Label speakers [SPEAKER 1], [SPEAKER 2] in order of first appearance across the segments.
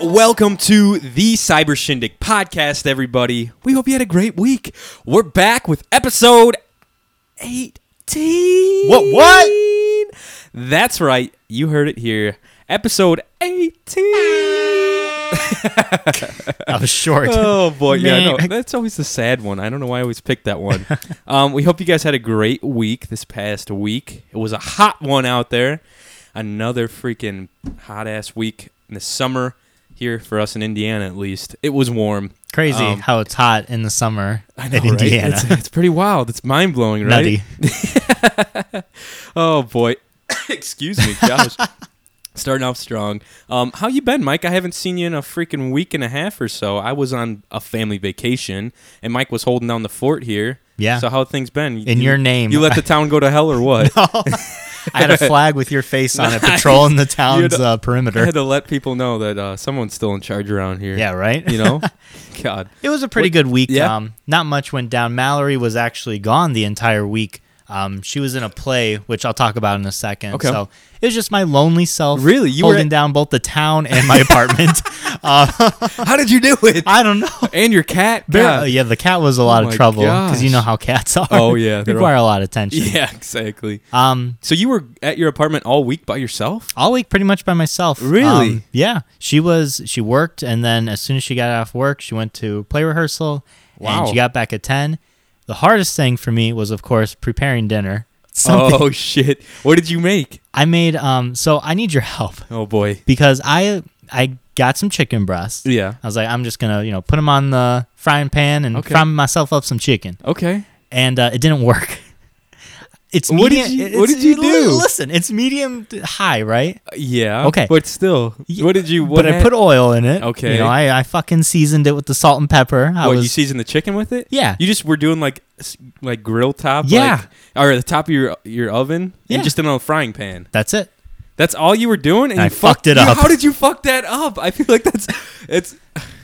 [SPEAKER 1] Welcome to the Cyber Shindig podcast, everybody. We hope you had a great week. We're back with episode 18.
[SPEAKER 2] What- what?
[SPEAKER 1] That's right. You heard it here. Episode 18.
[SPEAKER 2] I was short.
[SPEAKER 1] Oh boy, yeah,
[SPEAKER 2] Man,
[SPEAKER 1] no,
[SPEAKER 2] I-
[SPEAKER 1] that's always the sad one. I don't know why I always pick that one. um, we hope you guys had a great week this past week. It was a hot one out there. Another freaking hot ass week in the summer here for us in Indiana, at least. It was warm.
[SPEAKER 2] Crazy
[SPEAKER 1] Um,
[SPEAKER 2] how it's hot in the summer
[SPEAKER 1] I know,
[SPEAKER 2] in
[SPEAKER 1] right?
[SPEAKER 2] Indiana.
[SPEAKER 1] It's, it's pretty wild. It's mind blowing, right?
[SPEAKER 2] Nutty.
[SPEAKER 1] Oh boy. Excuse me, Josh. Starting off strong. Um, how you been, Mike? I haven't seen you in a freaking week and a half or so. I was on a family vacation, and Mike was holding down the fort here.
[SPEAKER 2] Yeah.
[SPEAKER 1] So how have things been?
[SPEAKER 2] In
[SPEAKER 1] You-
[SPEAKER 2] your name.
[SPEAKER 1] you let the town go to hell or what?
[SPEAKER 2] I had a flag with your face on it patrolling the town's
[SPEAKER 1] You'd-
[SPEAKER 2] uh,
[SPEAKER 1] I
[SPEAKER 2] perimeter.
[SPEAKER 1] had to let people know that uh, someone's still in charge around here.
[SPEAKER 2] Yeah, right?
[SPEAKER 1] You know, God.
[SPEAKER 2] It was a pretty good week.
[SPEAKER 1] Yeah.
[SPEAKER 2] Um, not much went down. Mallory was actually gone the entire week. Um, she was in a play, which I'll talk about in a second.
[SPEAKER 1] Okay.
[SPEAKER 2] So it was just my lonely self
[SPEAKER 1] Really? You were
[SPEAKER 2] holding
[SPEAKER 1] at-
[SPEAKER 2] down both the town and my apartment.
[SPEAKER 1] How did you do it?
[SPEAKER 2] I don't know.
[SPEAKER 1] and your cat.
[SPEAKER 2] Yeah.
[SPEAKER 1] God. Oh
[SPEAKER 2] yeah, the cat was a lot
[SPEAKER 1] my
[SPEAKER 2] of trouble because you
[SPEAKER 1] gosh.
[SPEAKER 2] know how cats are.
[SPEAKER 1] Oh, yeah, they're
[SPEAKER 2] require a lot of attention.
[SPEAKER 1] Yeah, exactly.
[SPEAKER 2] Um,
[SPEAKER 1] So you were at your apartment all week by yourself?
[SPEAKER 2] all week pretty much by myself.
[SPEAKER 1] Really?
[SPEAKER 2] Um, yeah. She was she worked and then as soon as she got off work, she went to play rehearsal
[SPEAKER 1] Wow.
[SPEAKER 2] and she got back at 10. The hardest thing for me was of course preparing dinner. Something
[SPEAKER 1] Oh shit! What did you make?
[SPEAKER 2] I made um so I need your help
[SPEAKER 1] Oh boy.
[SPEAKER 2] because I I got some chicken breasts.
[SPEAKER 1] Yeah.
[SPEAKER 2] I was like I'm just going to, you know, put them on the frying pan and
[SPEAKER 1] Okay.
[SPEAKER 2] fry myself up some chicken.
[SPEAKER 1] Okay.
[SPEAKER 2] And uh, it didn't work. It's
[SPEAKER 1] What did
[SPEAKER 2] medium,
[SPEAKER 1] you- what did
[SPEAKER 2] it's-
[SPEAKER 1] you do?
[SPEAKER 2] Listen, it's medium to high, right?
[SPEAKER 1] Uh, Yeah.
[SPEAKER 2] Okay.
[SPEAKER 1] But still,
[SPEAKER 2] Yeah,
[SPEAKER 1] what did you? What
[SPEAKER 2] but I
[SPEAKER 1] had-
[SPEAKER 2] put oil in it.
[SPEAKER 1] Okay.
[SPEAKER 2] You know, I, I fucking seasoned it with the salt and pepper. I
[SPEAKER 1] What
[SPEAKER 2] was
[SPEAKER 1] you seasoned the chicken with it?
[SPEAKER 2] Yeah.
[SPEAKER 1] You just were doing like s- like grill top.
[SPEAKER 2] Yeah.
[SPEAKER 1] Like, or the top of your your oven
[SPEAKER 2] Yeah.
[SPEAKER 1] and just in a frying pan.
[SPEAKER 2] That's it.
[SPEAKER 1] That's all you were doing, and
[SPEAKER 2] I
[SPEAKER 1] you
[SPEAKER 2] fucked it
[SPEAKER 1] you-
[SPEAKER 2] up.
[SPEAKER 1] How did you fuck that up? I feel like that's it's.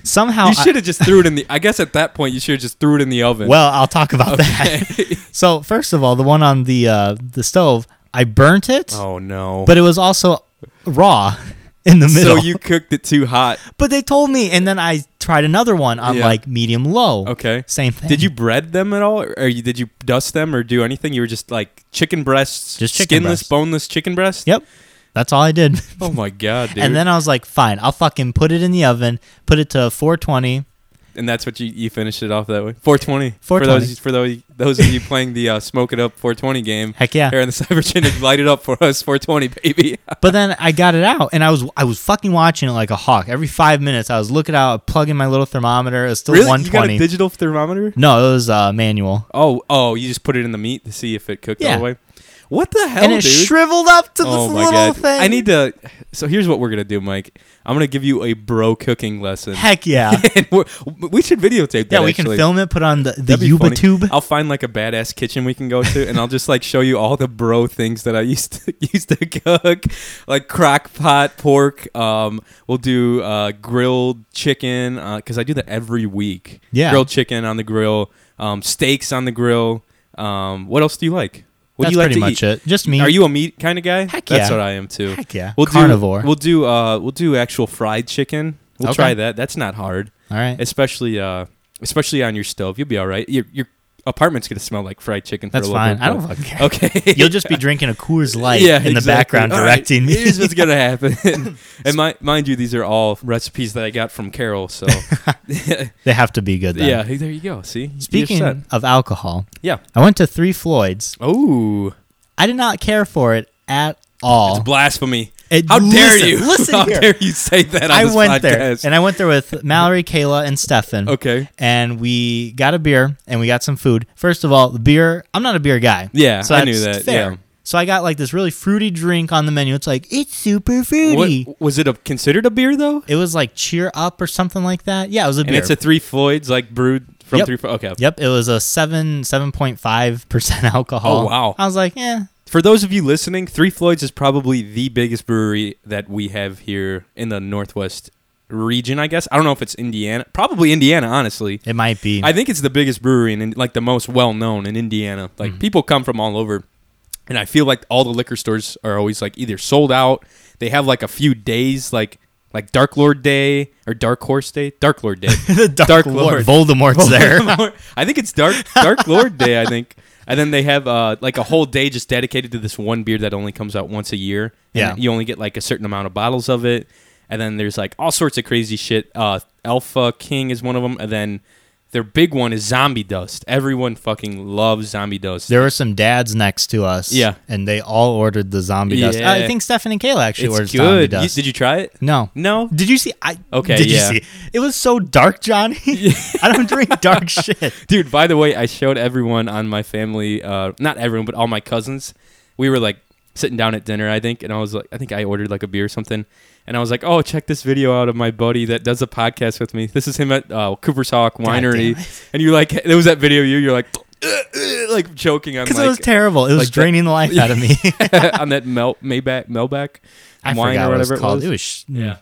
[SPEAKER 2] Somehow
[SPEAKER 1] you
[SPEAKER 2] I-
[SPEAKER 1] should have just threw it in the. I guess at that point you should have just threw it in the oven.
[SPEAKER 2] well, I'll talk about that.
[SPEAKER 1] Okay.
[SPEAKER 2] So first of all, the one on the uh, the stove, I burnt it,
[SPEAKER 1] oh no.
[SPEAKER 2] but it was also raw in the
[SPEAKER 1] so
[SPEAKER 2] middle.
[SPEAKER 1] you cooked it too hot.
[SPEAKER 2] but they told me, and then I tried another one on
[SPEAKER 1] Yeah.
[SPEAKER 2] like medium low.
[SPEAKER 1] Okay.
[SPEAKER 2] Same thing.
[SPEAKER 1] Did you bread them at all, or you, did you dust them, or do anything? You were just like chicken breasts,
[SPEAKER 2] Just chicken
[SPEAKER 1] skinless,
[SPEAKER 2] breasts.
[SPEAKER 1] boneless chicken breast.
[SPEAKER 2] Yep. That's all I did.
[SPEAKER 1] Oh my god, dude!
[SPEAKER 2] and then I was like, fine, I'll fucking put it in the oven, put it to 420.
[SPEAKER 1] and that's what you you finished it off that way. 420. For
[SPEAKER 2] 420.
[SPEAKER 1] those for those those of you playing the uh, smoke it up 420 game.
[SPEAKER 2] Heck yeah.
[SPEAKER 1] Here on the Cyber Shindig, light it up for us 420, baby.
[SPEAKER 2] But then I got it out, and I was I was fucking watching it like a hawk. Every five minutes, I was looking out, plugging my little thermometer. It was still
[SPEAKER 1] really? You got a
[SPEAKER 2] 120.
[SPEAKER 1] digital thermometer?
[SPEAKER 2] no, it was uh, manual,
[SPEAKER 1] Oh, oh, you just put it in the meat to see if it cooked all
[SPEAKER 2] Yeah.
[SPEAKER 1] the way. What the hell,
[SPEAKER 2] and it
[SPEAKER 1] dude?
[SPEAKER 2] shriveled up to
[SPEAKER 1] Oh
[SPEAKER 2] this
[SPEAKER 1] my
[SPEAKER 2] little
[SPEAKER 1] god!
[SPEAKER 2] thing.
[SPEAKER 1] I need to. So here's what we're gonna do, Mike. I'm gonna give you a bro cooking lesson.
[SPEAKER 2] Heck yeah,
[SPEAKER 1] and we're, we should videotape that.
[SPEAKER 2] yeah. We can
[SPEAKER 1] actually.
[SPEAKER 2] film it, put on the the
[SPEAKER 1] That'd be funny.
[SPEAKER 2] YouTube.
[SPEAKER 1] I'll find like a badass kitchen we can go to, and I'll just like show you all the bro things that I used to used to cook, like crock pot pork. Um, we'll do uh, grilled chicken because I do that every week.
[SPEAKER 2] Yeah.
[SPEAKER 1] grilled chicken on the grill, um, steaks on the grill. Um, what else do you like? What
[SPEAKER 2] That's
[SPEAKER 1] do you like
[SPEAKER 2] pretty
[SPEAKER 1] to
[SPEAKER 2] much
[SPEAKER 1] eat?
[SPEAKER 2] it. Just me.
[SPEAKER 1] Are you a meat kind of guy?
[SPEAKER 2] Heck
[SPEAKER 1] That's
[SPEAKER 2] yeah.
[SPEAKER 1] what I am too.
[SPEAKER 2] Heck yeah.
[SPEAKER 1] We'll
[SPEAKER 2] Carnivore.
[SPEAKER 1] Do, we'll do uh we'll do actual fried chicken. We'll
[SPEAKER 2] Okay.
[SPEAKER 1] try that. That's not hard.
[SPEAKER 2] All right.
[SPEAKER 1] Especially uh especially on your stove. You'll be all right. Your your apartment's going to smell like fried chicken for
[SPEAKER 2] That's
[SPEAKER 1] a little
[SPEAKER 2] fine.
[SPEAKER 1] bit.
[SPEAKER 2] I don't
[SPEAKER 1] but-
[SPEAKER 2] fucking care.
[SPEAKER 1] Okay.
[SPEAKER 2] You'll just be drinking a Coors Light
[SPEAKER 1] yeah,
[SPEAKER 2] in the
[SPEAKER 1] exactly.
[SPEAKER 2] background
[SPEAKER 1] All right,
[SPEAKER 2] directing me.
[SPEAKER 1] Here's what's gonna happen, and my, mind you, these are all recipes that I got from Carol. So,
[SPEAKER 2] they have to be good. Then.
[SPEAKER 1] yeah, hey, there you go. See, You're set.
[SPEAKER 2] Speaking of alcohol,
[SPEAKER 1] yeah.
[SPEAKER 2] I went to Three Floyds.
[SPEAKER 1] Oh,
[SPEAKER 2] I did not care for it at all.
[SPEAKER 1] it's blasphemy!
[SPEAKER 2] It-
[SPEAKER 1] How dare
[SPEAKER 2] listen,
[SPEAKER 1] you?
[SPEAKER 2] listen
[SPEAKER 1] How
[SPEAKER 2] here.
[SPEAKER 1] dare you say that? On
[SPEAKER 2] I
[SPEAKER 1] this
[SPEAKER 2] went
[SPEAKER 1] podcast?
[SPEAKER 2] there, and I went there with Mallory, Kayla, and Stefan.
[SPEAKER 1] Okay.
[SPEAKER 2] And we got a beer and we got some food. First of all, the beer. I'm not a beer guy.
[SPEAKER 1] Yeah, I knew
[SPEAKER 2] that's
[SPEAKER 1] that, yeah.
[SPEAKER 2] So I got like this really fruity drink on the menu. It's like it's super fruity.
[SPEAKER 1] What, was it a, considered a beer though?
[SPEAKER 2] It was like cheer up or something like that. Yeah, it was a
[SPEAKER 1] And
[SPEAKER 2] beer.
[SPEAKER 1] it's a Three Floyds like brewed from
[SPEAKER 2] Yep.
[SPEAKER 1] Three. Flo- Okay.
[SPEAKER 2] yep. It was a seven seven point five percent alcohol.
[SPEAKER 1] Oh, wow.
[SPEAKER 2] I was like, eh, yeah.
[SPEAKER 1] For those of you listening, Three Floyds is probably the biggest brewery that we have here in the Northwest region. I guess I don't know if it's Indiana. Probably Indiana, honestly.
[SPEAKER 2] It might be.
[SPEAKER 1] I think it's the biggest brewery and like the most well known in Indiana. Like people come from all over, and I feel like all the liquor stores are always like either sold out. They have like a few days like like Dark Lord Day or Dark Horse Day. Dark Lord Day.
[SPEAKER 2] the Dark,
[SPEAKER 1] Dark Lord.
[SPEAKER 2] Lord. Voldemort's there.
[SPEAKER 1] Voldemort. I think it's Dark Dark Lord Day. I think, and then they have uh, like a whole day just dedicated to this one beer that only comes out once a year. And
[SPEAKER 2] Yeah.
[SPEAKER 1] you only get like a certain amount of bottles of it, and then there's like all sorts of crazy shit. Uh, Alpha King is one of them, and then their big one is Zombie Dust. Everyone fucking loves Zombie Dust.
[SPEAKER 2] There were some dads next to us.
[SPEAKER 1] Yeah.
[SPEAKER 2] And they all ordered the zombie dust. Uh,
[SPEAKER 1] Yeah.
[SPEAKER 2] I think Stefan and Kayla actually ordered
[SPEAKER 1] it's
[SPEAKER 2] zombie
[SPEAKER 1] good. You-
[SPEAKER 2] dust.
[SPEAKER 1] did you try it?
[SPEAKER 2] no.
[SPEAKER 1] No.
[SPEAKER 2] Did you see? I
[SPEAKER 1] Okay,
[SPEAKER 2] Did
[SPEAKER 1] yeah.
[SPEAKER 2] you see? It was so dark, Johnny. I don't drink dark shit.
[SPEAKER 1] Dude, by the way, I showed everyone on my family, uh, not everyone, but all my cousins. We were like sitting down at dinner, I think, and I was like, I think I ordered like a beer or something. And I was like, oh, check this video out of my buddy that does a podcast with me. This is him at uh, Cooper's Hawk Winery. And you're like, there was that video of you, you're like, like choking on
[SPEAKER 2] Because
[SPEAKER 1] like,
[SPEAKER 2] it was terrible. It was
[SPEAKER 1] like that-
[SPEAKER 2] draining the life out of me.
[SPEAKER 1] on that Mel, Maybach, Melback
[SPEAKER 2] I
[SPEAKER 1] wine
[SPEAKER 2] forgot
[SPEAKER 1] or
[SPEAKER 2] what it
[SPEAKER 1] whatever
[SPEAKER 2] was called. It was, sh-
[SPEAKER 1] Yeah.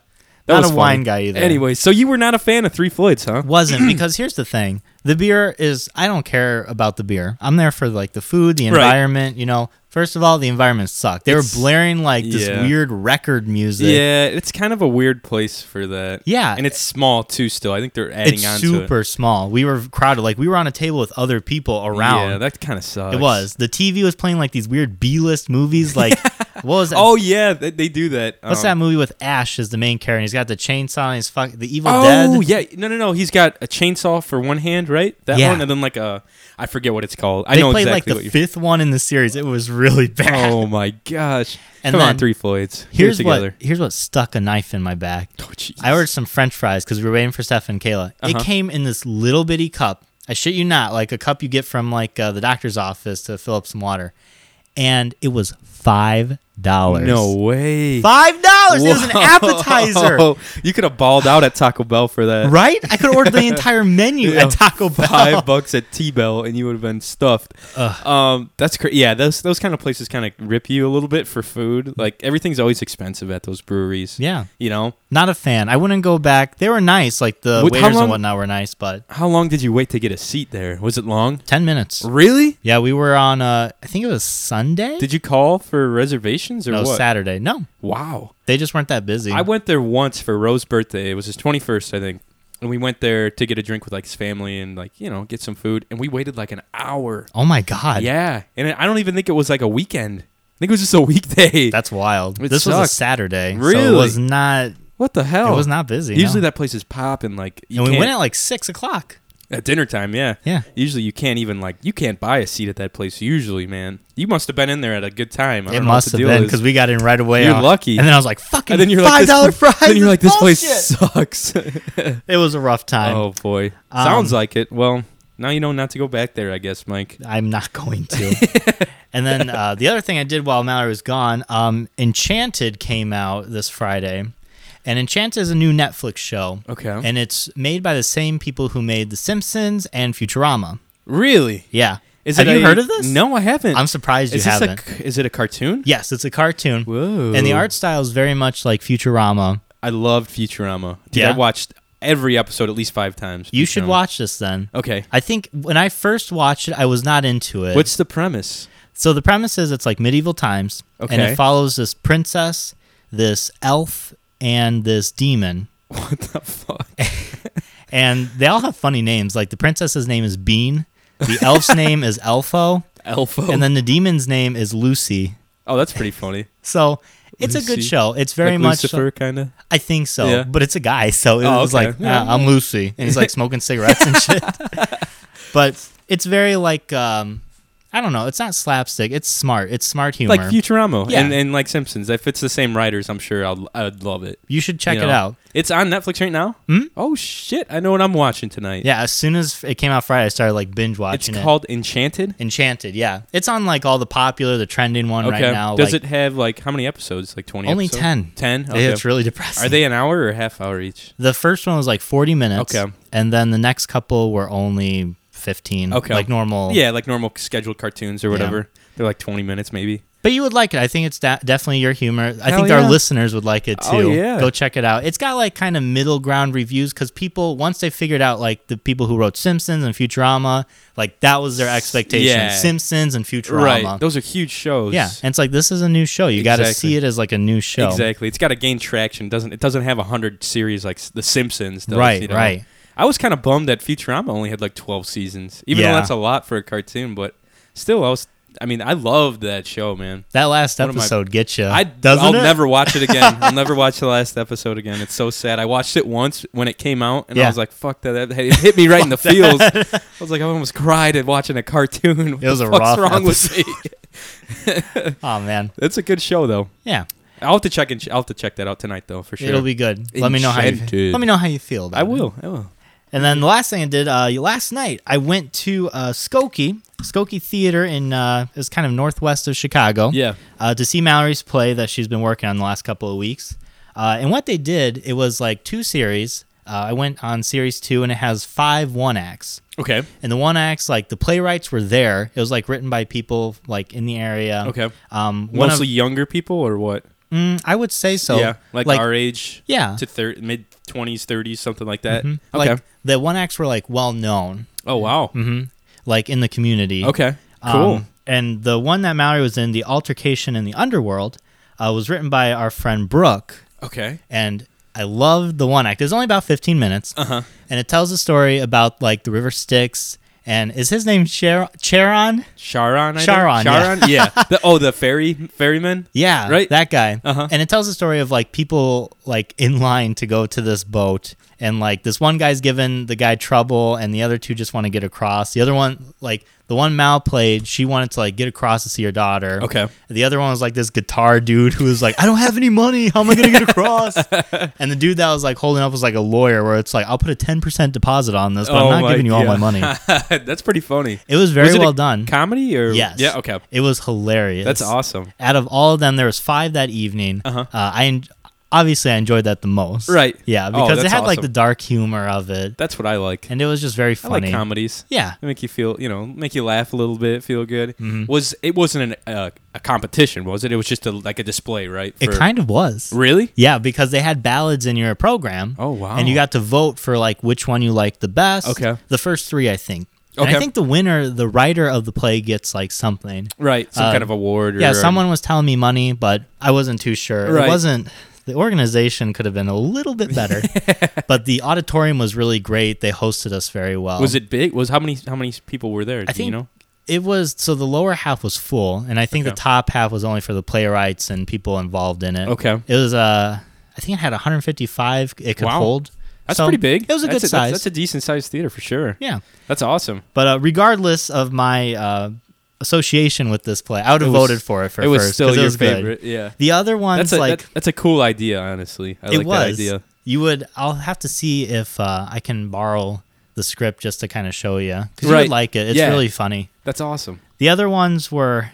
[SPEAKER 1] That
[SPEAKER 2] not a
[SPEAKER 1] was funny.
[SPEAKER 2] wine guy either.
[SPEAKER 1] Anyway, so you were not a fan of Three Floyds, huh?
[SPEAKER 2] wasn't because here's the thing the beer is i don't care about the beer i'm there for like the food the
[SPEAKER 1] Right.
[SPEAKER 2] environment you know first of all the environment sucked they
[SPEAKER 1] It's-
[SPEAKER 2] were blaring like this
[SPEAKER 1] yeah.
[SPEAKER 2] weird record music
[SPEAKER 1] Yeah, it's kind of a weird place for that.
[SPEAKER 2] Yeah.
[SPEAKER 1] and it's small too. Still, I think they're adding
[SPEAKER 2] it's
[SPEAKER 1] on to it.
[SPEAKER 2] super small we were crowded like we were on a table with other people around
[SPEAKER 1] Yeah, that kind of sucks.
[SPEAKER 2] it was the tv was playing like these weird b-list movies like what was that
[SPEAKER 1] Oh yeah, th- they do that.
[SPEAKER 2] what's that
[SPEAKER 1] Um,
[SPEAKER 2] movie with ash as the main character and he's got the chainsaw and he's fuck the evil
[SPEAKER 1] Oh
[SPEAKER 2] dead
[SPEAKER 1] yeah, no, no, no. He's got a chainsaw for one hand, right? That
[SPEAKER 2] Yeah.
[SPEAKER 1] one, and then like a I forget what it's called. I
[SPEAKER 2] they
[SPEAKER 1] know
[SPEAKER 2] played
[SPEAKER 1] exactly
[SPEAKER 2] like
[SPEAKER 1] what
[SPEAKER 2] the
[SPEAKER 1] you.
[SPEAKER 2] fifth one in the series it was really bad
[SPEAKER 1] oh my gosh!
[SPEAKER 2] And
[SPEAKER 1] Come
[SPEAKER 2] then-
[SPEAKER 1] on, Three Floyds.
[SPEAKER 2] here's
[SPEAKER 1] Get it
[SPEAKER 2] what
[SPEAKER 1] together.
[SPEAKER 2] here's what stuck a knife in my back
[SPEAKER 1] Oh, Jesus.
[SPEAKER 2] I ordered some French fries because we were waiting for Steph and Kayla. It
[SPEAKER 1] Uh-huh.
[SPEAKER 2] came in this little bitty cup. I shit you not, like a cup you get from like uh, the doctor's office to fill up some water, and it was five dollars.
[SPEAKER 1] No way.
[SPEAKER 2] five dollars. It was an
[SPEAKER 1] Whoa.
[SPEAKER 2] appetizer,
[SPEAKER 1] You could have balled out at Taco Bell for that.
[SPEAKER 2] right? I could order the entire menu
[SPEAKER 1] Yeah.
[SPEAKER 2] at Taco Bell.
[SPEAKER 1] five bucks at T Bell and you would have been stuffed. Um, that's cra Yeah, those those kind of places kind of rip you a little bit for food. Like everything's always expensive at those breweries.
[SPEAKER 2] Yeah,
[SPEAKER 1] You know,
[SPEAKER 2] not a fan. I wouldn't go back. They were nice, like the
[SPEAKER 1] With- how
[SPEAKER 2] waiters and
[SPEAKER 1] long-
[SPEAKER 2] whatnot were nice, but
[SPEAKER 1] how long did you wait to get a seat there? Was it long?
[SPEAKER 2] ten minutes.
[SPEAKER 1] Really?
[SPEAKER 2] Yeah, we were on. Uh, I think it was Sunday.
[SPEAKER 1] Did you call for reservations or
[SPEAKER 2] no,
[SPEAKER 1] what?
[SPEAKER 2] Saturday. No,
[SPEAKER 1] wow.
[SPEAKER 2] they just weren't that busy.
[SPEAKER 1] I went there once for Rose's birthday. It was his 21st, I think. And we went there to get a drink with like his family and like, you know, get some food. And we waited like an hour.
[SPEAKER 2] oh my god.
[SPEAKER 1] Yeah. And I don't even think it was like a weekend. I think it was just a weekday.
[SPEAKER 2] That's wild.
[SPEAKER 1] It
[SPEAKER 2] this was
[SPEAKER 1] sucked.
[SPEAKER 2] a Saturday. So it
[SPEAKER 1] Really?
[SPEAKER 2] was not
[SPEAKER 1] What the hell?
[SPEAKER 2] it was not busy.
[SPEAKER 1] Usually
[SPEAKER 2] no.
[SPEAKER 1] that place is popping like you
[SPEAKER 2] and we
[SPEAKER 1] can't-
[SPEAKER 2] went at like six o'clock.
[SPEAKER 1] at dinner time, yeah.
[SPEAKER 2] Yeah.
[SPEAKER 1] Usually you can't even like you can't buy a seat at that place usually, man. You must have been in there at a good time. I
[SPEAKER 2] It
[SPEAKER 1] don't know what
[SPEAKER 2] must
[SPEAKER 1] the
[SPEAKER 2] have
[SPEAKER 1] deal
[SPEAKER 2] been
[SPEAKER 1] is.
[SPEAKER 2] because we got in right away.
[SPEAKER 1] You're
[SPEAKER 2] Uh,
[SPEAKER 1] lucky.
[SPEAKER 2] And then I was like, "Fucking
[SPEAKER 1] and then you're
[SPEAKER 2] five
[SPEAKER 1] like
[SPEAKER 2] dollar
[SPEAKER 1] this,
[SPEAKER 2] fries."
[SPEAKER 1] Then you're like this place
[SPEAKER 2] bullshit."
[SPEAKER 1] sucks.
[SPEAKER 2] It was a rough time.
[SPEAKER 1] oh boy.
[SPEAKER 2] Um,
[SPEAKER 1] Sounds like it. Well, now you know not to go back there, I guess, Mike.
[SPEAKER 2] I'm not going to. and then uh, the other thing I did while Mallory was gone, um, Enchanted came out this Friday, and Enchanted is a new Netflix show,
[SPEAKER 1] Okay.
[SPEAKER 2] and it's made by the same people who made The Simpsons and Futurama.
[SPEAKER 1] really?
[SPEAKER 2] Yeah,
[SPEAKER 1] Is
[SPEAKER 2] have
[SPEAKER 1] it
[SPEAKER 2] you
[SPEAKER 1] a-
[SPEAKER 2] heard of this?
[SPEAKER 1] No, I haven't.
[SPEAKER 2] I'm surprised you
[SPEAKER 1] is this
[SPEAKER 2] haven't.
[SPEAKER 1] a c- is it a cartoon?
[SPEAKER 2] Yes, it's a cartoon.
[SPEAKER 1] Whoa.
[SPEAKER 2] And the art style is very much like Futurama.
[SPEAKER 1] I loved Futurama. Dude,
[SPEAKER 2] Yeah?
[SPEAKER 1] I watched every episode at least 5 times.
[SPEAKER 2] You should
[SPEAKER 1] Futurama.
[SPEAKER 2] watch this then.
[SPEAKER 1] Okay.
[SPEAKER 2] I think when I first watched it, I was not into it.
[SPEAKER 1] What's the premise?
[SPEAKER 2] so the premise is it's like medieval times, and
[SPEAKER 1] Okay.
[SPEAKER 2] it follows this princess, this elf, and this demon.
[SPEAKER 1] What the fuck?
[SPEAKER 2] Eh, And they all have funny names. Like the princess's name is Bean, the elf's name is Elfo,
[SPEAKER 1] Elfo.
[SPEAKER 2] and then the demon's name is Lucy.
[SPEAKER 1] oh, that's pretty funny.
[SPEAKER 2] So it's a good
[SPEAKER 1] Lucy.
[SPEAKER 2] show. It's very
[SPEAKER 1] like
[SPEAKER 2] much
[SPEAKER 1] Lucifer, kind of.
[SPEAKER 2] I think so,
[SPEAKER 1] Yeah.
[SPEAKER 2] but it's a guy, so it
[SPEAKER 1] Oh,
[SPEAKER 2] was
[SPEAKER 1] okay.
[SPEAKER 2] like
[SPEAKER 1] Yeah.
[SPEAKER 2] "Ah, I'm Lucy, and he's like smoking cigarettes and shit. But it's very like um, I don't know. It's not slapstick. It's smart. It's smart humor.
[SPEAKER 1] Like Futurama
[SPEAKER 2] Yeah.
[SPEAKER 1] and, and like Simpsons. If it's the same writers, I'm sure I'll I'd love it.
[SPEAKER 2] you should check
[SPEAKER 1] You
[SPEAKER 2] it
[SPEAKER 1] know?
[SPEAKER 2] out.
[SPEAKER 1] It's on Netflix right now.
[SPEAKER 2] Hmm?
[SPEAKER 1] Oh shit! I know what I'm watching tonight.
[SPEAKER 2] Yeah, as soon as it came out Friday, I started like binge
[SPEAKER 1] it's
[SPEAKER 2] watching it.
[SPEAKER 1] called Enchanted.
[SPEAKER 2] Enchanted. Yeah, it's on like all the popular, the trending one
[SPEAKER 1] Okay.
[SPEAKER 2] right now.
[SPEAKER 1] Does
[SPEAKER 2] like,
[SPEAKER 1] it have like how many episodes? Like twenty.
[SPEAKER 2] Only
[SPEAKER 1] episodes?
[SPEAKER 2] 10.
[SPEAKER 1] Ten.
[SPEAKER 2] yeah,
[SPEAKER 1] Okay.
[SPEAKER 2] It's really depressing.
[SPEAKER 1] Are they an hour or a half hour each?
[SPEAKER 2] The first one was like 40 minutes.
[SPEAKER 1] Okay.
[SPEAKER 2] And then the next couple were only 15.
[SPEAKER 1] Okay.
[SPEAKER 2] Like normal.
[SPEAKER 1] Yeah, like normal scheduled cartoons or whatever. They're like twenty minutes maybe.
[SPEAKER 2] But you would like it. I think it's da- definitely your humor. I
[SPEAKER 1] Hell
[SPEAKER 2] think
[SPEAKER 1] yeah.
[SPEAKER 2] our listeners would like it too.
[SPEAKER 1] Oh, yeah.
[SPEAKER 2] Go check it out. It's got like kind of middle ground reviews because people once they figured out like the people who wrote Simpsons and Futurama, like that was their expectation.
[SPEAKER 1] Yeah.
[SPEAKER 2] Simpsons and
[SPEAKER 1] Right.
[SPEAKER 2] Futurama.
[SPEAKER 1] Those are huge shows.
[SPEAKER 2] Yeah, and it's like this is a new show. You got to
[SPEAKER 1] Exactly.
[SPEAKER 2] see it as like a new show.
[SPEAKER 1] Exactly. It's got to gain traction. Doesn't it? Doesn't have a hundred series like The Simpsons. Does,
[SPEAKER 2] Right,
[SPEAKER 1] you know?
[SPEAKER 2] right.
[SPEAKER 1] I was kind of bummed that Futurama only had like twelve seasons, even
[SPEAKER 2] Yeah.
[SPEAKER 1] though that's a lot for a cartoon. But still, I was. I mean, I loved that show, man.
[SPEAKER 2] That last
[SPEAKER 1] What am I-
[SPEAKER 2] episode gets you.
[SPEAKER 1] I
[SPEAKER 2] doesn't
[SPEAKER 1] I'll
[SPEAKER 2] it?
[SPEAKER 1] never watch it again. I'll never watch the last episode again. It's so sad. I watched it once when it came out, and
[SPEAKER 2] Yeah.
[SPEAKER 1] I was like, "Fuck that!" That it hit me right in the feels. I was like, I almost cried at watching a cartoon. What
[SPEAKER 2] It was
[SPEAKER 1] the
[SPEAKER 2] a
[SPEAKER 1] fuck's
[SPEAKER 2] rough
[SPEAKER 1] wrong with me?
[SPEAKER 2] Oh man,
[SPEAKER 1] It's a good show though.
[SPEAKER 2] yeah,
[SPEAKER 1] I'll have to check and I'll have to check that out tonight though for sure.
[SPEAKER 2] it'll be good. Let me know how you.
[SPEAKER 1] Enchanted.
[SPEAKER 2] Let me know how you feel. About
[SPEAKER 1] I
[SPEAKER 2] it.
[SPEAKER 1] will. I will.
[SPEAKER 2] And then the last thing I did uh, last night, I went to uh, Skokie, Skokie Theater in uh, it's kind of northwest of Chicago.
[SPEAKER 1] Yeah.
[SPEAKER 2] Uh, to see Mallory's play that she's been working on the last couple of weeks. Uh, and what they did, it was like two series. Uh, I went on series two, and it has five one acts.
[SPEAKER 1] Okay.
[SPEAKER 2] And the one acts, like the playwrights were there. It was like written by people like in the area.
[SPEAKER 1] Okay.
[SPEAKER 2] Um, one
[SPEAKER 1] Mostly younger people or what?
[SPEAKER 2] of, mm, I would say so.
[SPEAKER 1] yeah, like, our age.
[SPEAKER 2] Yeah. Mm-hmm.
[SPEAKER 1] To thir- mid twenties, thirties, something like that. Okay.
[SPEAKER 2] Like the one acts were like well known,
[SPEAKER 1] oh wow.
[SPEAKER 2] like in the community.
[SPEAKER 1] Okay.
[SPEAKER 2] Um,
[SPEAKER 1] Cool.
[SPEAKER 2] and the one that Mallory was in, The Altercation in the Underworld, uh, was written by our friend Brooke.
[SPEAKER 1] okay.
[SPEAKER 2] And I loved the one act. It's only about 15 minutes.
[SPEAKER 1] Uh-huh.
[SPEAKER 2] And it tells a story about like the River Styx. And is his name Cher- Charon?
[SPEAKER 1] Charon. I think?
[SPEAKER 2] Charon, yeah.
[SPEAKER 1] Charon. Yeah. the, oh, the ferry ferryman.
[SPEAKER 2] Yeah,
[SPEAKER 1] Right?
[SPEAKER 2] That guy.
[SPEAKER 1] Uh-huh.
[SPEAKER 2] And it tells the story of like people like in line to go to this boat, and like this one guy's giving the guy trouble, and the other two just want to get across. The other one, like the one Mal played, she wanted to like get across to see her daughter.
[SPEAKER 1] Okay.
[SPEAKER 2] The other one was like this guitar dude who was like, I don't have any money. How am I gonna get across? and the dude that was like holding up was like a lawyer, where it's like, I'll put a ten percent deposit on this, but
[SPEAKER 1] Oh
[SPEAKER 2] I'm not
[SPEAKER 1] my
[SPEAKER 2] giving you all my
[SPEAKER 1] God.
[SPEAKER 2] money.
[SPEAKER 1] That's pretty funny.
[SPEAKER 2] It was very
[SPEAKER 1] Was it a
[SPEAKER 2] well done.
[SPEAKER 1] Comedy or
[SPEAKER 2] Yes.
[SPEAKER 1] Yeah. Okay.
[SPEAKER 2] It was hilarious.
[SPEAKER 1] That's awesome.
[SPEAKER 2] out of all of them, there was five that evening.
[SPEAKER 1] Uh-huh.
[SPEAKER 2] Uh, I en- obviously I enjoyed that the most.
[SPEAKER 1] Right.
[SPEAKER 2] Yeah,
[SPEAKER 1] Oh,
[SPEAKER 2] because it
[SPEAKER 1] that's
[SPEAKER 2] had like the
[SPEAKER 1] awesome.
[SPEAKER 2] dark humor of it,
[SPEAKER 1] That's what I like.
[SPEAKER 2] and it was just very
[SPEAKER 1] I
[SPEAKER 2] funny.
[SPEAKER 1] like comedies.
[SPEAKER 2] yeah.
[SPEAKER 1] They make you feel, you know, make you laugh a little bit, feel good.
[SPEAKER 2] Mm-hmm.
[SPEAKER 1] Was it wasn't an, uh, a competition, was it? It was just a, like a display, right?
[SPEAKER 2] It
[SPEAKER 1] for-
[SPEAKER 2] kind of was.
[SPEAKER 1] really.
[SPEAKER 2] Yeah, because they had ballads in your program.
[SPEAKER 1] Oh, wow.
[SPEAKER 2] And you got to vote for like which one you liked the best.
[SPEAKER 1] Okay.
[SPEAKER 2] The first three, I think. And I
[SPEAKER 1] Okay.
[SPEAKER 2] think the winner, the writer of the play, gets like something.
[SPEAKER 1] Right, some
[SPEAKER 2] Uh,
[SPEAKER 1] kind of award. Or,
[SPEAKER 2] Yeah, someone was telling me money, but I wasn't too sure. It
[SPEAKER 1] Right.
[SPEAKER 2] wasn't the organization could have been a little bit better, but the auditorium was really great. They hosted us very well.
[SPEAKER 1] Was it big? Was how many how many people were there?
[SPEAKER 2] I
[SPEAKER 1] do
[SPEAKER 2] think
[SPEAKER 1] you know.
[SPEAKER 2] it was so the lower half was full, and I think the
[SPEAKER 1] Okay.
[SPEAKER 2] top half was only for the playwrights and people involved in it.
[SPEAKER 1] Okay.
[SPEAKER 2] it was uh, I think it had 155. It could
[SPEAKER 1] Wow.
[SPEAKER 2] hold.
[SPEAKER 1] That's
[SPEAKER 2] So
[SPEAKER 1] pretty big.
[SPEAKER 2] It was a
[SPEAKER 1] That's that's-
[SPEAKER 2] good size.
[SPEAKER 1] That's, a decent sized theater for sure.
[SPEAKER 2] yeah,
[SPEAKER 1] That's awesome.
[SPEAKER 2] but uh, regardless of my uh, association with this play, I would have
[SPEAKER 1] It was-
[SPEAKER 2] voted for it for
[SPEAKER 1] it was
[SPEAKER 2] first
[SPEAKER 1] still
[SPEAKER 2] 'cause it
[SPEAKER 1] your
[SPEAKER 2] was good.
[SPEAKER 1] favorite. Yeah.
[SPEAKER 2] The other one's
[SPEAKER 1] That's a
[SPEAKER 2] like
[SPEAKER 1] that- that's a cool idea, honestly. I
[SPEAKER 2] it
[SPEAKER 1] like
[SPEAKER 2] was.
[SPEAKER 1] that idea.
[SPEAKER 2] You would. I'll have to see if uh, I can borrow the script just to kind of show you because you
[SPEAKER 1] Right.
[SPEAKER 2] would like it. It's
[SPEAKER 1] Yeah.
[SPEAKER 2] really funny.
[SPEAKER 1] That's awesome.
[SPEAKER 2] The other ones were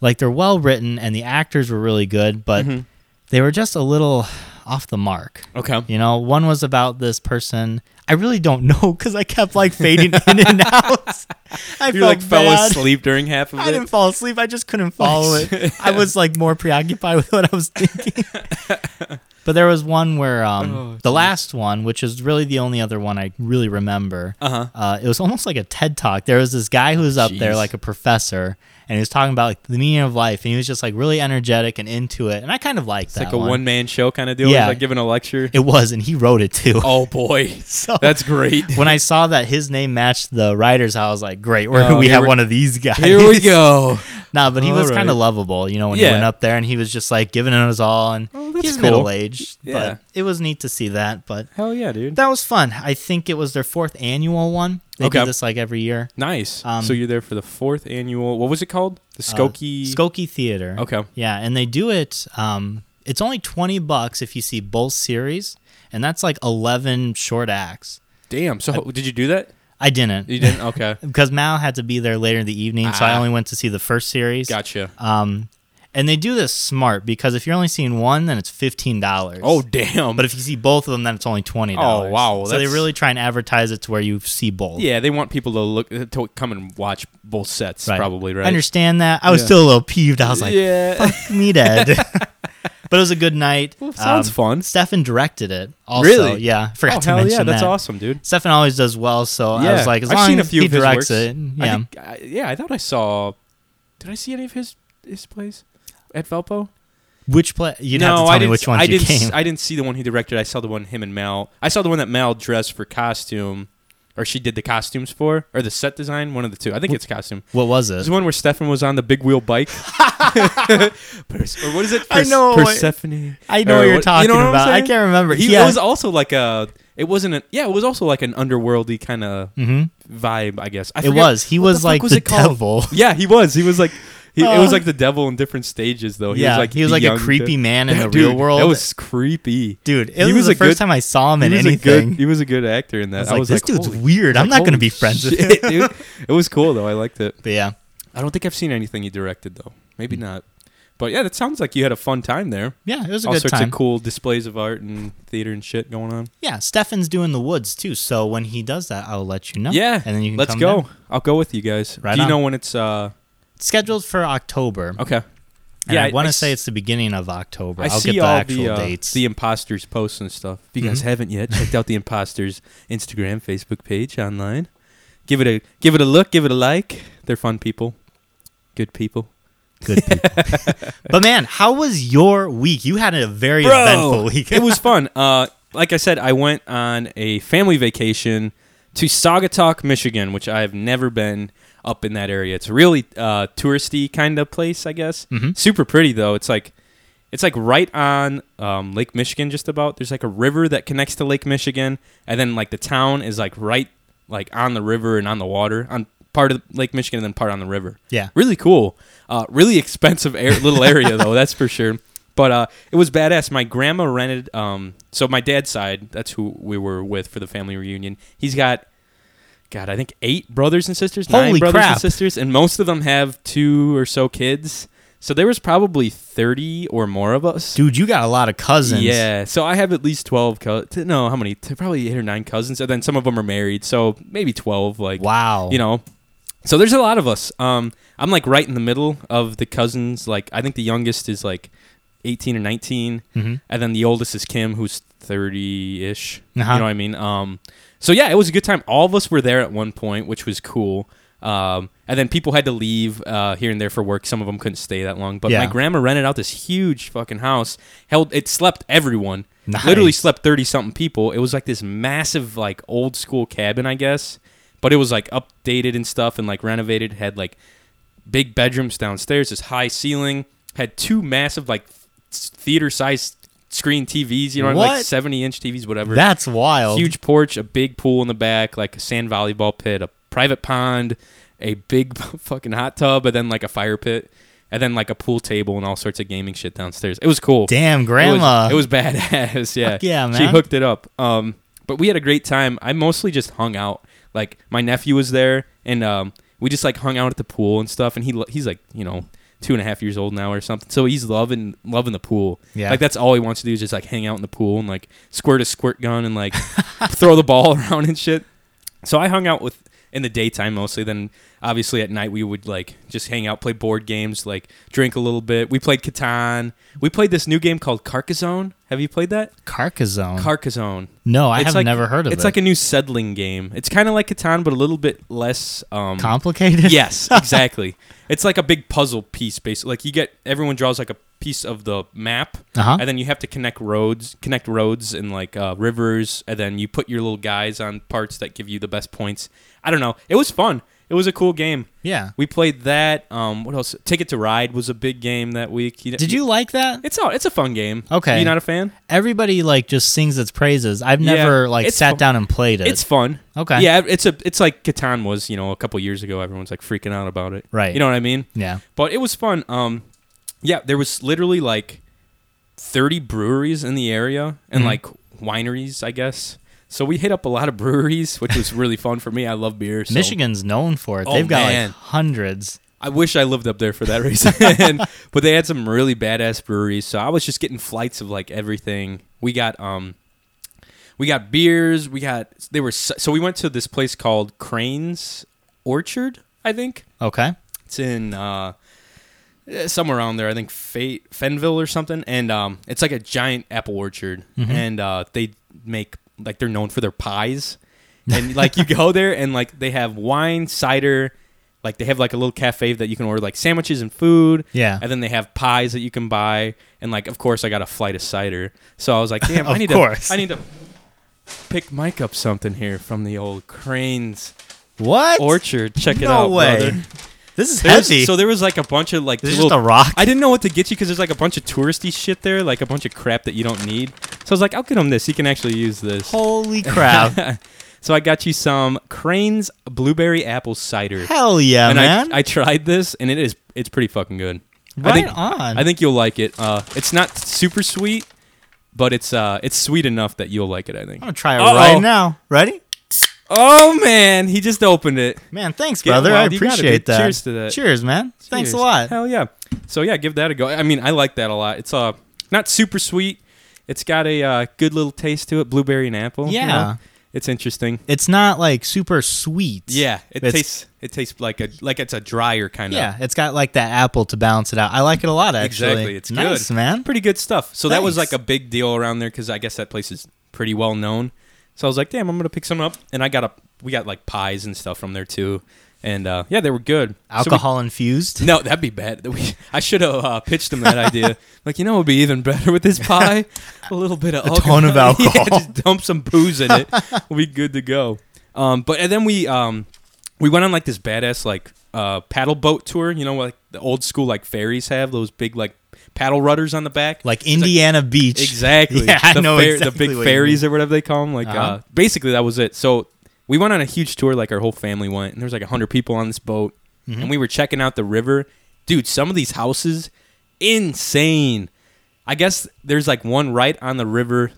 [SPEAKER 2] like they're well written and the actors were really good, but
[SPEAKER 1] Mhm.
[SPEAKER 2] they were just a little off the mark.
[SPEAKER 1] Okay.
[SPEAKER 2] You know, one was about this person. I really don't know because I kept like fading in and out. I
[SPEAKER 1] You
[SPEAKER 2] felt
[SPEAKER 1] like fell
[SPEAKER 2] bad.
[SPEAKER 1] asleep during half of
[SPEAKER 2] I
[SPEAKER 1] it.
[SPEAKER 2] didn't fall asleep. I just couldn't follow it. I was like more preoccupied with what I was thinking. but there was one where um,
[SPEAKER 1] Oh,
[SPEAKER 2] the last one, which is really the only other one I really remember.
[SPEAKER 1] Uh-huh.
[SPEAKER 2] Uh, it was almost like a TED talk. There was this guy who was up there
[SPEAKER 1] Jeez.
[SPEAKER 2] like a professor, and he was talking about like, the meaning of life, and he was just like really energetic and into it, and I kind of liked that.
[SPEAKER 1] It's like a
[SPEAKER 2] one.
[SPEAKER 1] one man show kind of deal.
[SPEAKER 2] Yeah.
[SPEAKER 1] It's like giving a lecture.
[SPEAKER 2] It was, and he wrote it too.
[SPEAKER 1] Oh boy,
[SPEAKER 2] So-
[SPEAKER 1] that's great.
[SPEAKER 2] When I saw that his name matched the writer's, I was like, "Great, we're,
[SPEAKER 1] Oh,
[SPEAKER 2] we
[SPEAKER 1] here
[SPEAKER 2] have
[SPEAKER 1] we-
[SPEAKER 2] one of these guys."
[SPEAKER 1] Here we go.
[SPEAKER 2] Nah, but he was
[SPEAKER 1] Alright.
[SPEAKER 2] kind of lovable, you know, when he
[SPEAKER 1] Oh, Yeah.
[SPEAKER 2] went up there and he was just like giving it his all. And
[SPEAKER 1] Oh, that's
[SPEAKER 2] he's
[SPEAKER 1] cool.
[SPEAKER 2] middle aged,
[SPEAKER 1] Yeah.
[SPEAKER 2] but it was neat to see that. But
[SPEAKER 1] Hell yeah, dude.
[SPEAKER 2] that was fun. I think it was their fourth annual one. They
[SPEAKER 1] Okay.
[SPEAKER 2] do this like every year.
[SPEAKER 1] Nice.
[SPEAKER 2] Um, uh,
[SPEAKER 1] so you're there for the fourth annual. What was it called? The Skokie.
[SPEAKER 2] Skokie Theater.
[SPEAKER 1] Okay.
[SPEAKER 2] Yeah, and they do it. Um, it's only twenty bucks if you see both series, and that's like eleven short acts.
[SPEAKER 1] Damn. So did you do that?
[SPEAKER 2] I didn't
[SPEAKER 1] You didn't. Okay.
[SPEAKER 2] because Mal had to be there later in the evening, so I
[SPEAKER 1] Ah.
[SPEAKER 2] only went to see the first series.
[SPEAKER 1] Gotcha.
[SPEAKER 2] Um, And they do this smart because if you're only seeing one, then it's fifteen dollars.
[SPEAKER 1] Oh damn!
[SPEAKER 2] but if you see both of them, then it's only twenty dollars.
[SPEAKER 1] Oh, wow,
[SPEAKER 2] So they
[SPEAKER 1] that's-
[SPEAKER 2] really try and advertise it to where you see both.
[SPEAKER 1] yeah, they want people to look to come and watch both sets,
[SPEAKER 2] Right.
[SPEAKER 1] probably right.
[SPEAKER 2] I understand that. I was
[SPEAKER 1] Yeah.
[SPEAKER 2] still a little peeved. I was like,
[SPEAKER 1] yeah,
[SPEAKER 2] "Fuck me dead." but it was a good night. Um,
[SPEAKER 1] sounds fun.
[SPEAKER 2] Stefan directed it. Also.
[SPEAKER 1] Really?
[SPEAKER 2] Yeah. I forgot
[SPEAKER 1] oh
[SPEAKER 2] to
[SPEAKER 1] hell
[SPEAKER 2] mention
[SPEAKER 1] yeah, that's
[SPEAKER 2] that.
[SPEAKER 1] awesome, dude.
[SPEAKER 2] Stefan always does well, so
[SPEAKER 1] Yeah,
[SPEAKER 2] I was like, as
[SPEAKER 1] I've
[SPEAKER 2] long
[SPEAKER 1] seen
[SPEAKER 2] as
[SPEAKER 1] a few
[SPEAKER 2] he
[SPEAKER 1] of his works.
[SPEAKER 2] directs it,
[SPEAKER 1] I
[SPEAKER 2] yeah.
[SPEAKER 1] think- I- yeah, I thought I saw. Did I see any of his his plays at Valpo?
[SPEAKER 2] Which play? You'd
[SPEAKER 1] no,
[SPEAKER 2] have to tell
[SPEAKER 1] I
[SPEAKER 2] me
[SPEAKER 1] didn't.
[SPEAKER 2] which ones
[SPEAKER 1] I
[SPEAKER 2] you
[SPEAKER 1] didn't.
[SPEAKER 2] came.
[SPEAKER 1] I didn't see the one he directed. I saw the one him and Mal. I saw the one that Mal dressed for costume, or she did the costumes for, or the set design. One of the two. I think it's costume.
[SPEAKER 2] what was it?
[SPEAKER 1] There's one where Stefan was on the big wheel bike. Pers- or what is it?
[SPEAKER 2] I know what-
[SPEAKER 1] Persephone.
[SPEAKER 2] I know
[SPEAKER 1] Or
[SPEAKER 2] what you're
[SPEAKER 1] what- you
[SPEAKER 2] talking
[SPEAKER 1] know what I'm
[SPEAKER 2] about. I
[SPEAKER 1] saying?
[SPEAKER 2] can't remember.
[SPEAKER 1] He
[SPEAKER 2] yeah.
[SPEAKER 1] it was uh, also like a. It wasn't. A, yeah, it was also like an underworldy kind of
[SPEAKER 2] Mhm.
[SPEAKER 1] vibe. I guess. I
[SPEAKER 2] It
[SPEAKER 1] forget-
[SPEAKER 2] was. He
[SPEAKER 1] what
[SPEAKER 2] was
[SPEAKER 1] the fuck
[SPEAKER 2] like
[SPEAKER 1] was
[SPEAKER 2] the
[SPEAKER 1] it called?
[SPEAKER 2] devil.
[SPEAKER 1] Yeah, he was. He was like. He, it
[SPEAKER 2] Oh.
[SPEAKER 1] was like the devil in different stages, though. He
[SPEAKER 2] yeah,
[SPEAKER 1] was like
[SPEAKER 2] he was
[SPEAKER 1] the
[SPEAKER 2] like
[SPEAKER 1] young
[SPEAKER 2] a creepy
[SPEAKER 1] dude.
[SPEAKER 2] man in the
[SPEAKER 1] Dude,
[SPEAKER 2] real world.
[SPEAKER 1] That was creepy.
[SPEAKER 2] dude. It
[SPEAKER 1] he
[SPEAKER 2] was,
[SPEAKER 1] was
[SPEAKER 2] the
[SPEAKER 1] a
[SPEAKER 2] first
[SPEAKER 1] good-
[SPEAKER 2] time I saw him in
[SPEAKER 1] he was
[SPEAKER 2] anything.
[SPEAKER 1] A good, he was a good actor in that.
[SPEAKER 2] I was
[SPEAKER 1] I
[SPEAKER 2] like,
[SPEAKER 1] was
[SPEAKER 2] this
[SPEAKER 1] like,
[SPEAKER 2] dude's
[SPEAKER 1] holy-
[SPEAKER 2] weird.
[SPEAKER 1] I was
[SPEAKER 2] I'm
[SPEAKER 1] like,
[SPEAKER 2] not gonna
[SPEAKER 1] holy
[SPEAKER 2] be friends with
[SPEAKER 1] shit, dude. It was cool though. I liked it.
[SPEAKER 2] But yeah,
[SPEAKER 1] I don't think I've seen anything he directed though. Maybe not. But yeah, that sounds like you had a fun time there.
[SPEAKER 2] yeah, Mm. it was a
[SPEAKER 1] All
[SPEAKER 2] good
[SPEAKER 1] sorts
[SPEAKER 2] time.
[SPEAKER 1] of cool displays of art and theater and shit going on.
[SPEAKER 2] yeah, Stefan's doing the woods too. So when he does that, I'll let you know.
[SPEAKER 1] Yeah,
[SPEAKER 2] and then you can
[SPEAKER 1] Let's
[SPEAKER 2] come
[SPEAKER 1] go.
[SPEAKER 2] down.
[SPEAKER 1] I'll go with you guys.
[SPEAKER 2] Right
[SPEAKER 1] Do you
[SPEAKER 2] on.
[SPEAKER 1] know when it's uh
[SPEAKER 2] Scheduled for October.
[SPEAKER 1] okay.
[SPEAKER 2] And I want to
[SPEAKER 1] s-
[SPEAKER 2] say it's the beginning of October.
[SPEAKER 1] I
[SPEAKER 2] will
[SPEAKER 1] see
[SPEAKER 2] get the
[SPEAKER 1] all
[SPEAKER 2] actual
[SPEAKER 1] the, uh,
[SPEAKER 2] dates.
[SPEAKER 1] the imposters posts and stuff. If you guys
[SPEAKER 2] Mhm.
[SPEAKER 1] haven't yet, checked out the imposters Instagram, Facebook page online. Give it a give it a look, give it a like. They're fun people, good people.
[SPEAKER 2] Good people. but man, how was your week? You had a very
[SPEAKER 1] Bro,
[SPEAKER 2] eventful week.
[SPEAKER 1] it was fun. Uh, like I said, I went on a family vacation to Saugatuck, Michigan, which I have never been up in that area. It's a really uh, touristy kind of place, I guess.
[SPEAKER 2] Mhm.
[SPEAKER 1] Super pretty though. It's like it's like right on um, Lake Michigan, just about. There's like a river that connects to Lake Michigan, and then like the town is like right like on the river and on the water on part of Lake Michigan and then part on the river.
[SPEAKER 2] yeah.
[SPEAKER 1] Really cool. Uh, really expensive air, little area though, that's for sure. But uh, it was badass. My grandma rented. Um, so my dad's side, that's who we were with for the family reunion. He's got, God, I think eight brothers and sisters, nine
[SPEAKER 2] Holy
[SPEAKER 1] brothers
[SPEAKER 2] crap.
[SPEAKER 1] and sisters, and most of them have two or so kids. So there was probably thirty or more of us.
[SPEAKER 2] Dude, you got a lot of cousins.
[SPEAKER 1] Yeah, so I have at least twelve. Co- t- no, how many? T- probably eight or nine cousins, and then some of them are married. So maybe twelve. Like
[SPEAKER 2] Wow.
[SPEAKER 1] you know so there's a lot of us um i'm like right in the middle of the cousins like i think the youngest is like 18 or 19
[SPEAKER 2] Mhm.
[SPEAKER 1] and then the oldest is kim who's 30-ish
[SPEAKER 2] Uh-huh.
[SPEAKER 1] you know what i mean um so yeah it was a good time all of us were there at one point which was cool um, and then people had to leave uh, here and there for work. Some of them couldn't stay that long. But
[SPEAKER 2] Yeah.
[SPEAKER 1] my grandma rented out this huge fucking house. Held it slept everyone.
[SPEAKER 2] Nice.
[SPEAKER 1] Literally slept 30 something people. It was like this massive, like old school cabin, I guess. But it was like updated and stuff and like renovated. Had like big bedrooms downstairs, this high ceiling. Had two massive, like theater sized screen TVs, you know, what I mean? like
[SPEAKER 2] What?
[SPEAKER 1] 70 inch TVs, whatever.
[SPEAKER 2] That's wild.
[SPEAKER 1] Huge porch, a big pool in the back, like a sand volleyball pit, a private pond, a big fucking hot tub, and then like a fire pit. And then like a pool table and all sorts of gaming shit downstairs. It was cool.
[SPEAKER 2] Damn,
[SPEAKER 1] It was-
[SPEAKER 2] grandma.
[SPEAKER 1] It was, badass. Yeah.
[SPEAKER 2] Fuck yeah,
[SPEAKER 1] She
[SPEAKER 2] man.
[SPEAKER 1] hooked it up. Um, but we had a great time. I mostly just hung out. Like my nephew was there, and um, we just like hung out at the pool and stuff. And he lo- he's like you know two and a half years old now or something. So he's loving loving the pool.
[SPEAKER 2] Yeah.
[SPEAKER 1] Like that's all he wants to do is just like hang out in the pool and like squirt a squirt gun and like throw the ball around and shit. So I hung out with in the daytime mostly. Then obviously at night we would like just hang out, play board games, like drink a little bit. We played Catan. We played this new game called Carcassonne. Have you played that?
[SPEAKER 2] Carcassonne.
[SPEAKER 1] Carcassonne.
[SPEAKER 2] no, Oh. I
[SPEAKER 1] It's
[SPEAKER 2] have
[SPEAKER 1] like-
[SPEAKER 2] never heard of
[SPEAKER 1] It's
[SPEAKER 2] it.
[SPEAKER 1] like a new settling game. It's kind of like Catan, but a little bit less. Um,
[SPEAKER 2] complicated.
[SPEAKER 1] yes, exactly. It's like a big puzzle piece, basically. Like you get everyone draws like a piece of the map,
[SPEAKER 2] Uh-huh.
[SPEAKER 1] and then you have to connect roads, connect roads and like uh, rivers, and then you put your little guys on parts that give you the best points. I don't know. It was fun. It was a cool game.
[SPEAKER 2] Yeah.
[SPEAKER 1] We played that. Um, what else? Ticket to Ride was a big game that week.
[SPEAKER 2] Did you like that?
[SPEAKER 1] It's all. It's a fun game.
[SPEAKER 2] Okay.
[SPEAKER 1] You not a fan?
[SPEAKER 2] Everybody like just sings its praises. I've
[SPEAKER 1] Yeah,
[SPEAKER 2] never like
[SPEAKER 1] it's
[SPEAKER 2] sat
[SPEAKER 1] fu-
[SPEAKER 2] down and played it. Oh,
[SPEAKER 1] It's fun.
[SPEAKER 2] Okay.
[SPEAKER 1] Yeah, it's a it's like Catan was, you know, a couple years ago. Everyone's like freaking out about it.
[SPEAKER 2] Right.
[SPEAKER 1] You know what I mean?
[SPEAKER 2] yeah.
[SPEAKER 1] But it was fun. Um, yeah, there was literally like thirty breweries in the area and
[SPEAKER 2] Mhm.
[SPEAKER 1] like wineries, I guess. So we hit up a lot of breweries, which was really fun for me. I love beer. So
[SPEAKER 2] Michigan's known for it.
[SPEAKER 1] Oh,
[SPEAKER 2] They've got
[SPEAKER 1] man.
[SPEAKER 2] like hundreds.
[SPEAKER 1] I wish I lived up there for that reason. but they had some really badass breweries, so I was just getting flights of like everything. We got um, we got beers. We got they were so so we went to this place called Cranes Orchard, I think.
[SPEAKER 2] Okay.
[SPEAKER 1] It's in uh, eh, somewhere around there. I think Fa Fenville or something. And um, it's like a giant apple orchard,
[SPEAKER 2] Mm-hmm.
[SPEAKER 1] and uh, they make like they're known for their pies. And like you go there, and like they have wine, cider. Like they have like a little cafe that you can order like sandwiches and food.
[SPEAKER 2] Yeah.
[SPEAKER 1] And then they have pies that you can buy. And like of course I got a flight of cider. So I was like, damn, I
[SPEAKER 2] Of
[SPEAKER 1] need
[SPEAKER 2] course.
[SPEAKER 1] to I need to pick Mike up something here from the old cranes
[SPEAKER 2] What?
[SPEAKER 1] orchard. Check it
[SPEAKER 2] No
[SPEAKER 1] out,
[SPEAKER 2] way.
[SPEAKER 1] brother.
[SPEAKER 2] This is
[SPEAKER 1] There's-
[SPEAKER 2] heavy.
[SPEAKER 1] So there was like a bunch of like
[SPEAKER 2] this is
[SPEAKER 1] little-
[SPEAKER 2] just a rock.
[SPEAKER 1] I didn't know what to get you because there's like a bunch of touristy shit there, like a bunch of crap that you don't need. So I was like, I'll get him this. He can actually use this.
[SPEAKER 2] Holy crap!
[SPEAKER 1] so I got you some Crane's blueberry apple cider,
[SPEAKER 2] Hell yeah,
[SPEAKER 1] and
[SPEAKER 2] man!
[SPEAKER 1] I, I tried this, and it is it's pretty fucking good.
[SPEAKER 2] right
[SPEAKER 1] I think
[SPEAKER 2] on.
[SPEAKER 1] I think you'll like it. Uh, it's not super sweet, but it's uh it's sweet enough that you'll like it. I think.
[SPEAKER 2] I'm gonna try it
[SPEAKER 1] Uh-oh.
[SPEAKER 2] right now. Ready?
[SPEAKER 1] Oh man, he just opened it.
[SPEAKER 2] Man, thanks,
[SPEAKER 1] Get
[SPEAKER 2] brother. I
[SPEAKER 1] wild. You got it, dude.
[SPEAKER 2] appreciate that.
[SPEAKER 1] Cheers to that.
[SPEAKER 2] Cheers, man. Thanks a
[SPEAKER 1] Cheers.
[SPEAKER 2] lot.
[SPEAKER 1] Hell yeah. So yeah, give that a go. I mean, I like that a lot. It's uh not super sweet. It's got a uh, good little taste to it, blueberry and apple. you
[SPEAKER 2] Yeah.
[SPEAKER 1] know? It's interesting.
[SPEAKER 2] It's not like super sweet.
[SPEAKER 1] Yeah, it
[SPEAKER 2] It's-
[SPEAKER 1] tastes it tastes like a like it's a drier kind of.
[SPEAKER 2] Yeah, it's got like that apple to balance it out. I like it a lot, actually.
[SPEAKER 1] Exactly, it's
[SPEAKER 2] nice,
[SPEAKER 1] good.
[SPEAKER 2] man.
[SPEAKER 1] Pretty good stuff. So that was
[SPEAKER 2] Thanks.
[SPEAKER 1] like a big deal around there cuz I guess that place is pretty well known. So I was like, "Damn, I'm going to pick some up." And I got a we got like pies and stuff from there too. And uh, yeah, they were good. So we-
[SPEAKER 2] Alcohol infused.
[SPEAKER 1] No, that'd be bad. We- I should have uh, pitched them that idea. like, you know, it would be even better with this pie. A little bit of
[SPEAKER 2] A
[SPEAKER 1] alcohol.
[SPEAKER 2] ton of alcohol.
[SPEAKER 1] yeah, just dump some booze in it. we'll be good to go. Um, but and then we um, we went on like this badass like uh, paddle boat tour. You know, like the old school like ferries have those big like paddle rudders on the back.
[SPEAKER 2] Like Indiana Beach.
[SPEAKER 1] Exactly.
[SPEAKER 2] Yeah, I
[SPEAKER 1] the
[SPEAKER 2] know exactly
[SPEAKER 1] the
[SPEAKER 2] what
[SPEAKER 1] big
[SPEAKER 2] you
[SPEAKER 1] ferries or whatever they call them. Like, uh
[SPEAKER 2] Uh-huh.
[SPEAKER 1] basically, that was it. So we went on a huge tour. Like our whole family went, and there was like hundred people on this boat,
[SPEAKER 2] Mm-hmm.
[SPEAKER 1] and we were checking out the river. Dude, some of these houses, insane. I guess there's like one right on the river,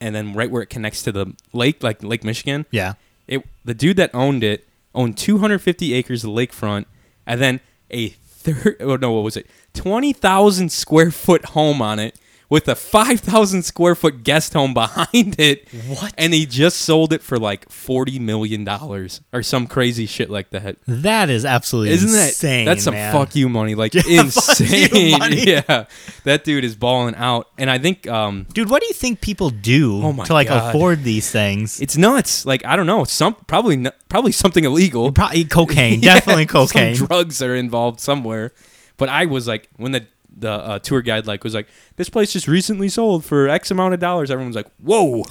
[SPEAKER 1] and then right where it connects to the lake, like Lake Michigan
[SPEAKER 2] Yeah.
[SPEAKER 1] it the dude that owned it owned 250 acres of lakefront and then a third oh no what was it 20,000 square foot home on it with a 5,000 square foot guest home behind it
[SPEAKER 2] What?
[SPEAKER 1] and he just sold it for like 40 million dollars or some crazy shit like that
[SPEAKER 2] That is absolutely
[SPEAKER 1] isn't that
[SPEAKER 2] insane.
[SPEAKER 1] that's some
[SPEAKER 2] man.
[SPEAKER 1] fuck you money like
[SPEAKER 2] Yeah, fuck you
[SPEAKER 1] insane
[SPEAKER 2] money.
[SPEAKER 1] yeah that dude is balling out and i think um
[SPEAKER 2] Dude, what do you think people do
[SPEAKER 1] Oh my
[SPEAKER 2] to like
[SPEAKER 1] God.
[SPEAKER 2] afford these things?
[SPEAKER 1] it's nuts like i don't know some probably n- probably something illegal
[SPEAKER 2] Probably cocaine,
[SPEAKER 1] Yeah,
[SPEAKER 2] definitely cocaine.
[SPEAKER 1] Some drugs are involved somewhere. But I was like, when the the uh, tour guide like was like, this place just recently sold for X amount of dollars. Everyone was like, whoa,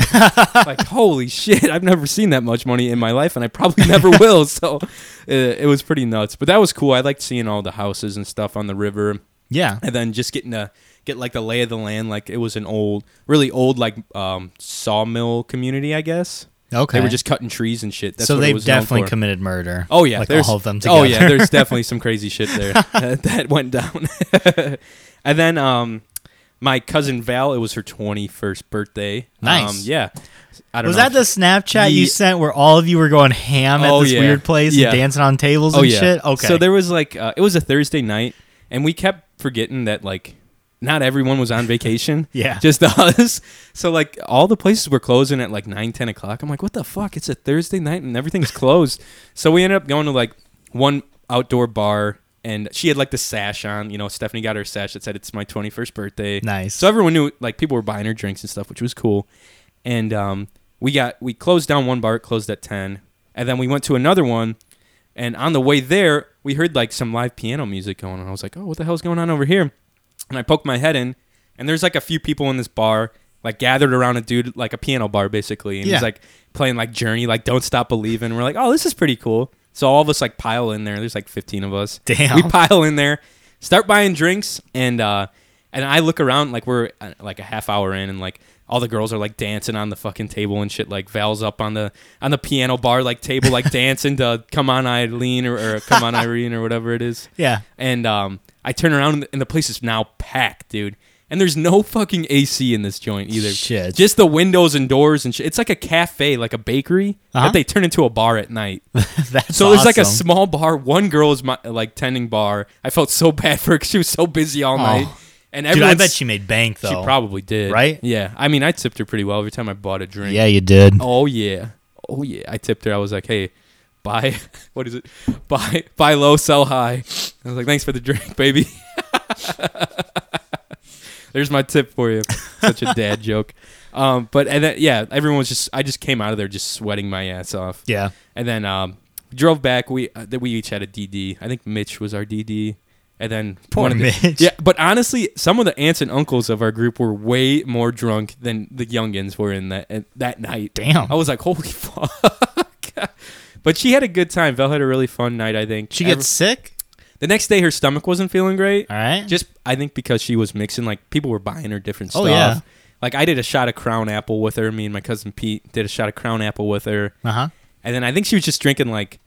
[SPEAKER 1] like holy shit! I've never seen that much money in my life, and I probably never will. So uh, it was pretty nuts. But that was cool. I liked seeing all the houses and stuff on the river
[SPEAKER 2] yeah,
[SPEAKER 1] and then just getting to get like the lay of the land like it was an old really old like um sawmill community i guess
[SPEAKER 2] okay.
[SPEAKER 1] they were just cutting trees and shit That's
[SPEAKER 2] so
[SPEAKER 1] what it
[SPEAKER 2] they've
[SPEAKER 1] was known
[SPEAKER 2] definitely
[SPEAKER 1] for.
[SPEAKER 2] committed murder.
[SPEAKER 1] Oh yeah,
[SPEAKER 2] like
[SPEAKER 1] there's
[SPEAKER 2] all of them together.
[SPEAKER 1] Oh yeah, there's definitely some crazy shit there that, that went down. and then um, my cousin Val, it was her 21st birthday.
[SPEAKER 2] Nice.
[SPEAKER 1] Um, yeah, I don't
[SPEAKER 2] was
[SPEAKER 1] know
[SPEAKER 2] that
[SPEAKER 1] if-
[SPEAKER 2] the Snapchat
[SPEAKER 1] Ye-
[SPEAKER 2] you sent where all of you were going ham at
[SPEAKER 1] Oh,
[SPEAKER 2] this
[SPEAKER 1] yeah.
[SPEAKER 2] weird place
[SPEAKER 1] Yeah.
[SPEAKER 2] and dancing on tables
[SPEAKER 1] Oh
[SPEAKER 2] and
[SPEAKER 1] yeah.
[SPEAKER 2] shit? Okay.
[SPEAKER 1] So there was like uh, it was a Thursday night, and we kept forgetting that like not everyone was on vacation.
[SPEAKER 2] Yeah.
[SPEAKER 1] Just us. So like all the places were closing at like 9, 10 o'clock. I'm like, what the fuck? It's a Thursday night and everything's closed. so we ended up going to like one outdoor bar and she had like the sash on. You know, Stephanie got her sash that said it's my 21st birthday.
[SPEAKER 2] Nice.
[SPEAKER 1] So everyone knew like people were buying her drinks and stuff, which was cool. And um, we got we closed down one bar, it closed at 10. And then we went to another one and on the way there, we heard like some live piano music going on. I was like, oh, what the hell's going on over here? And I poked my head in, and there's like a few people in this bar, like gathered around a dude, like a piano bar basically. And
[SPEAKER 2] Yeah.
[SPEAKER 1] he's like playing like Journey, like Don't Stop Believing. We're like, oh, this is pretty cool. So all of us like pile in there. There's like 15 of us.
[SPEAKER 2] Damn.
[SPEAKER 1] We pile in there, start buying drinks, and, uh, and I look around like we're uh, like a half hour in, and like all the girls are like dancing on the fucking table and shit. Like Val's up on the on the piano bar like table, like dancing to "Come On Eileen" or, or "Come On Irene" or whatever it is.
[SPEAKER 2] yeah.
[SPEAKER 1] And um, I turn around and the- and the place is now packed, dude. And there's no fucking AC in this joint either.
[SPEAKER 2] Shit.
[SPEAKER 1] Just the windows and doors and shit. It's like a cafe, like a bakery
[SPEAKER 2] Uh-huh.
[SPEAKER 1] that they turn into a bar at night.
[SPEAKER 2] That's
[SPEAKER 1] So there's like a
[SPEAKER 2] awesome.
[SPEAKER 1] small bar. One girl is my, like tending bar. I felt so bad for her 'cause she was so busy all night. And
[SPEAKER 2] Oh. Dude, I
[SPEAKER 1] everyone's-
[SPEAKER 2] bet she made bank though.
[SPEAKER 1] she probably did.
[SPEAKER 2] Right?
[SPEAKER 1] Yeah. I mean, I tipped her pretty well every time I bought a drink.
[SPEAKER 2] yeah, you did.
[SPEAKER 1] Oh yeah. Oh yeah. I tipped her. I was like, hey, buy what is it? Buy buy low, sell high. I was like, thanks for the drink, baby. There's my tip for you. Such a dad joke. Um, but and then, yeah, everyone was just I just came out of there just sweating my ass off.
[SPEAKER 2] Yeah.
[SPEAKER 1] And then um, drove back. We uh, that we each had a DD. I think Mitch was our DD. And then
[SPEAKER 2] Poor
[SPEAKER 1] one of the-
[SPEAKER 2] Mitch.
[SPEAKER 1] yeah, but honestly, some of the aunts and uncles of our group were way more drunk than the youngins were in that at- that night.
[SPEAKER 2] Damn.
[SPEAKER 1] I was like, holy fuck. but she had a good time. Vel had a really fun night. I think
[SPEAKER 2] She
[SPEAKER 1] Every-
[SPEAKER 2] gets sick.
[SPEAKER 1] the next day. Her stomach wasn't feeling great.
[SPEAKER 2] All right.
[SPEAKER 1] Just I think because she was mixing, like people were buying her different
[SPEAKER 2] Oh,
[SPEAKER 1] stuff.
[SPEAKER 2] yeah.
[SPEAKER 1] Like I did a shot of Crown Apple with her. Me and my cousin Pete did a shot of Crown Apple with her.
[SPEAKER 2] uh huh.
[SPEAKER 1] And then I think she was just drinking like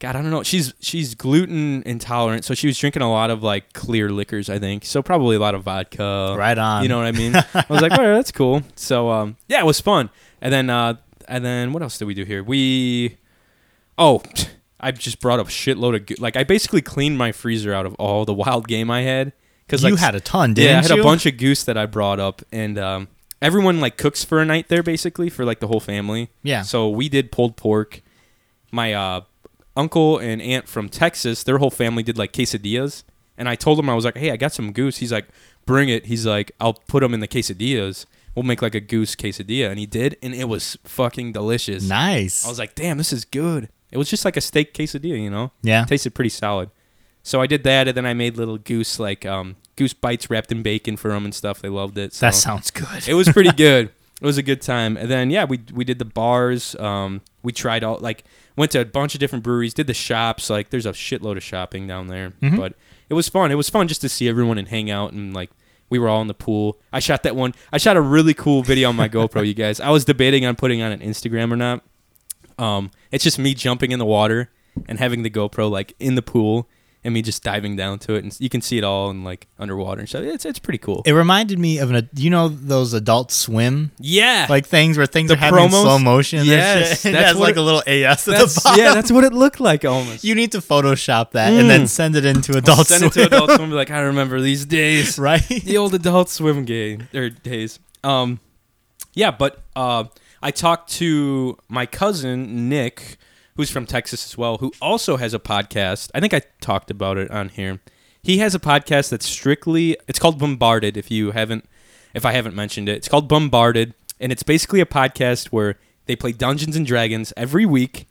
[SPEAKER 1] God, I don't know. She's she's gluten intolerant, so she was drinking a lot of like clear liquors, I think. So probably a lot of vodka.
[SPEAKER 2] Right on.
[SPEAKER 1] Oh, You know what I mean? I was like, "All right, that's cool." So um yeah, it was fun. And then uh and then what else did we do here? We Oh, I just brought a shitload of good, like I basically cleaned my freezer out of all the wild game I had cuz
[SPEAKER 2] you
[SPEAKER 1] like
[SPEAKER 2] had a ton, didn't
[SPEAKER 1] yeah, I had
[SPEAKER 2] you?
[SPEAKER 1] a bunch of goose that I brought up, and um, everyone like cooks for a night there, basically for like the whole family.
[SPEAKER 2] Yeah.
[SPEAKER 1] So we did pulled pork. My uh, uncle and aunt from Texas, their whole family did like quesadillas, and I told him I was like, "Hey, I got some goose." He's like, "Bring it." He's like, "I'll put them in the quesadillas. We'll make like a goose quesadilla," and he did, and it was fucking delicious.
[SPEAKER 2] Nice.
[SPEAKER 1] I was like, "Damn, this is good." It was just like a steak quesadilla, you know
[SPEAKER 2] yeah.
[SPEAKER 1] tasted pretty solid. So I did that, and then I made little goose like um, goose bites wrapped in bacon for them and stuff. They loved it. So
[SPEAKER 2] That sounds good.
[SPEAKER 1] it was pretty good. It was a good time. And then yeah, we we did the bars. Um, we tried all like went to a bunch of different breweries. Did the shops. Like there's a shitload of shopping down there. But it was fun. It was fun just to see everyone and hang out and like. We were all in the pool. I shot that one. I shot a really cool video on my GoPro, you guys. I was debating on putting on an Instagram or not. Um, it's just me jumping in the water and having the GoPro like in the pool and me just diving down to it, and you can see it all in like underwater and stuff. It's it's pretty cool.
[SPEAKER 2] It reminded me of an, uh, you know, those adult swim
[SPEAKER 1] yeah,
[SPEAKER 2] like things where things
[SPEAKER 1] The
[SPEAKER 2] are happening in
[SPEAKER 1] promos?
[SPEAKER 2] slow motion. and
[SPEAKER 1] Yes,
[SPEAKER 2] shit. It
[SPEAKER 1] that's
[SPEAKER 2] has
[SPEAKER 1] what
[SPEAKER 2] like
[SPEAKER 1] it-
[SPEAKER 2] a little AS at the
[SPEAKER 1] That's-
[SPEAKER 2] bottom.
[SPEAKER 1] yeah, that's what it looked like almost.
[SPEAKER 2] You need to Photoshop that and then send it into Adult
[SPEAKER 1] Send
[SPEAKER 2] Swim,
[SPEAKER 1] it to Adult Swim. Be like, I remember these days,
[SPEAKER 2] right?
[SPEAKER 1] the old Adult Swim game or days. Um, yeah, but uh, I talked to my cousin Nick, who's from Texas as well, who also has a podcast. I think I talked about it on here. He has a podcast that's strictly it's called Bombarded. If you haven't, if I haven't mentioned it, it's called Bombarded, and it's basically a podcast where they play Dungeons and Dragons every week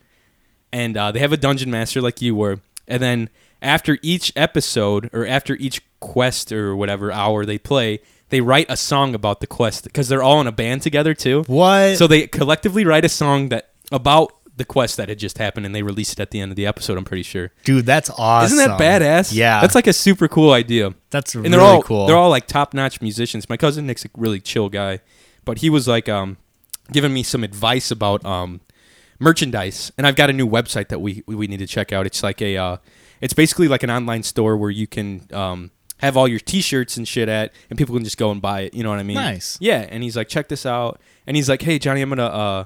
[SPEAKER 1] and uh, they have a dungeon master like you were. And then after each episode or after each quest or whatever hour they play, they write a song about the quest because they're all in a band together too.
[SPEAKER 2] What?
[SPEAKER 1] So they collectively write a song that about the quest that had just happened, and they release it at the end of the episode. I'm pretty sure.
[SPEAKER 2] Dude, that's awesome.
[SPEAKER 1] Isn't that badass?
[SPEAKER 2] Yeah.
[SPEAKER 1] that's like a super cool idea.
[SPEAKER 2] That's
[SPEAKER 1] and
[SPEAKER 2] really
[SPEAKER 1] they're all
[SPEAKER 2] cool.
[SPEAKER 1] they're all like top notch musicians. My cousin Nick's a really chill guy, but he was like um, giving me some advice about um, merchandise. And I've got a new website that we we need to check out. It's like a uh, it's basically like an online store where you can um, have all your T-shirts and shit at, and people can just go and buy it. You know what I mean?
[SPEAKER 2] Nice.
[SPEAKER 1] Yeah, and he's like, check this out. And he's like, hey Johnny, I'm gonna uh,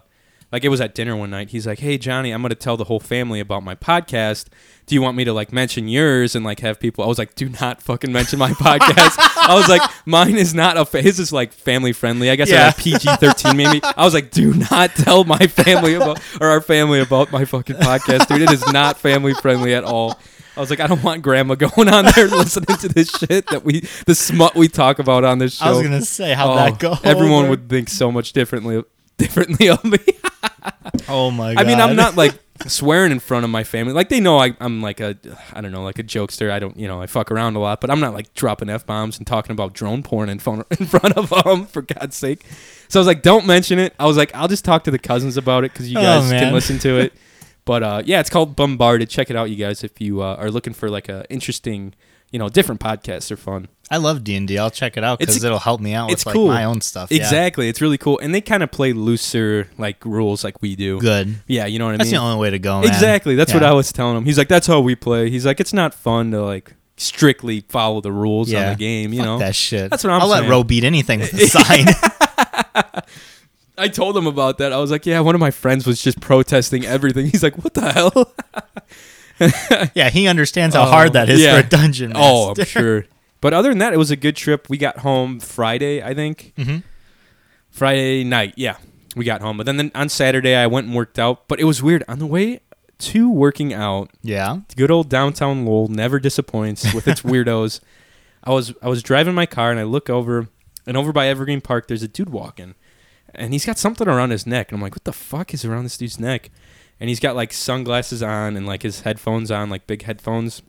[SPEAKER 1] like it was at dinner one night. He's like, hey Johnny, I'm gonna tell the whole family about my podcast. Do you want me to like mention yours and like have people? I was like, do not fucking mention my podcast. I was like, mine is not a fa- his is like family friendly. I guess I
[SPEAKER 2] Yeah.
[SPEAKER 1] got PG thirteen maybe. I was like, do not tell my family about or our family about my fucking podcast, dude. It is not family friendly at all. I was like, I don't want grandma going on there listening to this shit that we the smut we talk about on this show.
[SPEAKER 2] I was gonna say how
[SPEAKER 1] Oh,
[SPEAKER 2] that go.
[SPEAKER 1] Everyone would think so much differently differently of me.
[SPEAKER 2] Oh my god.
[SPEAKER 1] I mean, I'm not like swearing in front of my family. Like they know I, I'm like a, I don't know, like a jokester. I don't, you know, I fuck around a lot, but I'm not like dropping f bombs and talking about drone porn in front in front of them for God's sake. So I was like, don't mention it. I was like, I'll just talk to the cousins about it because you
[SPEAKER 2] Oh,
[SPEAKER 1] guys can
[SPEAKER 2] man.
[SPEAKER 1] listen to it. But uh, yeah, it's called Bombarded. Check it out, you guys, if you uh, are looking for like a interesting, you know, different podcasts are fun.
[SPEAKER 2] I love D and D. I'll check it out
[SPEAKER 1] It's-
[SPEAKER 2] because it'll help me out
[SPEAKER 1] it's
[SPEAKER 2] with like
[SPEAKER 1] cool.
[SPEAKER 2] my own stuff. Yeah.
[SPEAKER 1] Exactly, it's really cool, and they kind of play looser like rules like we do.
[SPEAKER 2] Good.
[SPEAKER 1] Yeah, you know what I
[SPEAKER 2] That's
[SPEAKER 1] mean.
[SPEAKER 2] the only way to go. man.
[SPEAKER 1] Exactly. That's what
[SPEAKER 2] Yeah.
[SPEAKER 1] I was telling him. He's like, that's how we play. He's like, it's not fun to like strictly follow the rules on
[SPEAKER 2] Yeah.
[SPEAKER 1] the game. You
[SPEAKER 2] Fuck
[SPEAKER 1] know,
[SPEAKER 2] that shit.
[SPEAKER 1] That's what I'm
[SPEAKER 2] I'll
[SPEAKER 1] saying.
[SPEAKER 2] let Roe beat anything with a sign.
[SPEAKER 1] I told him about that. I was like, yeah, one of my friends was just protesting everything. He's like, what the hell?
[SPEAKER 2] yeah, he understands how
[SPEAKER 1] Oh,
[SPEAKER 2] hard that is
[SPEAKER 1] yeah.
[SPEAKER 2] for a dungeon.
[SPEAKER 1] Oh,
[SPEAKER 2] master.
[SPEAKER 1] I'm sure. But other than that, it was a good trip. We got home Friday, I think.
[SPEAKER 2] Mhm.
[SPEAKER 1] Friday night, yeah, we got home. But then, then on Saturday, I went and worked out. But it was weird on the way to working out.
[SPEAKER 2] Yeah.
[SPEAKER 1] good old downtown Lowell never disappoints with its weirdos. I was I was driving my car and I look over and over by Evergreen Park there's a dude walking and he's got something around his neck and I'm like what the fuck is around this dude's neck and he's got like sunglasses on and like his headphones on like big headphones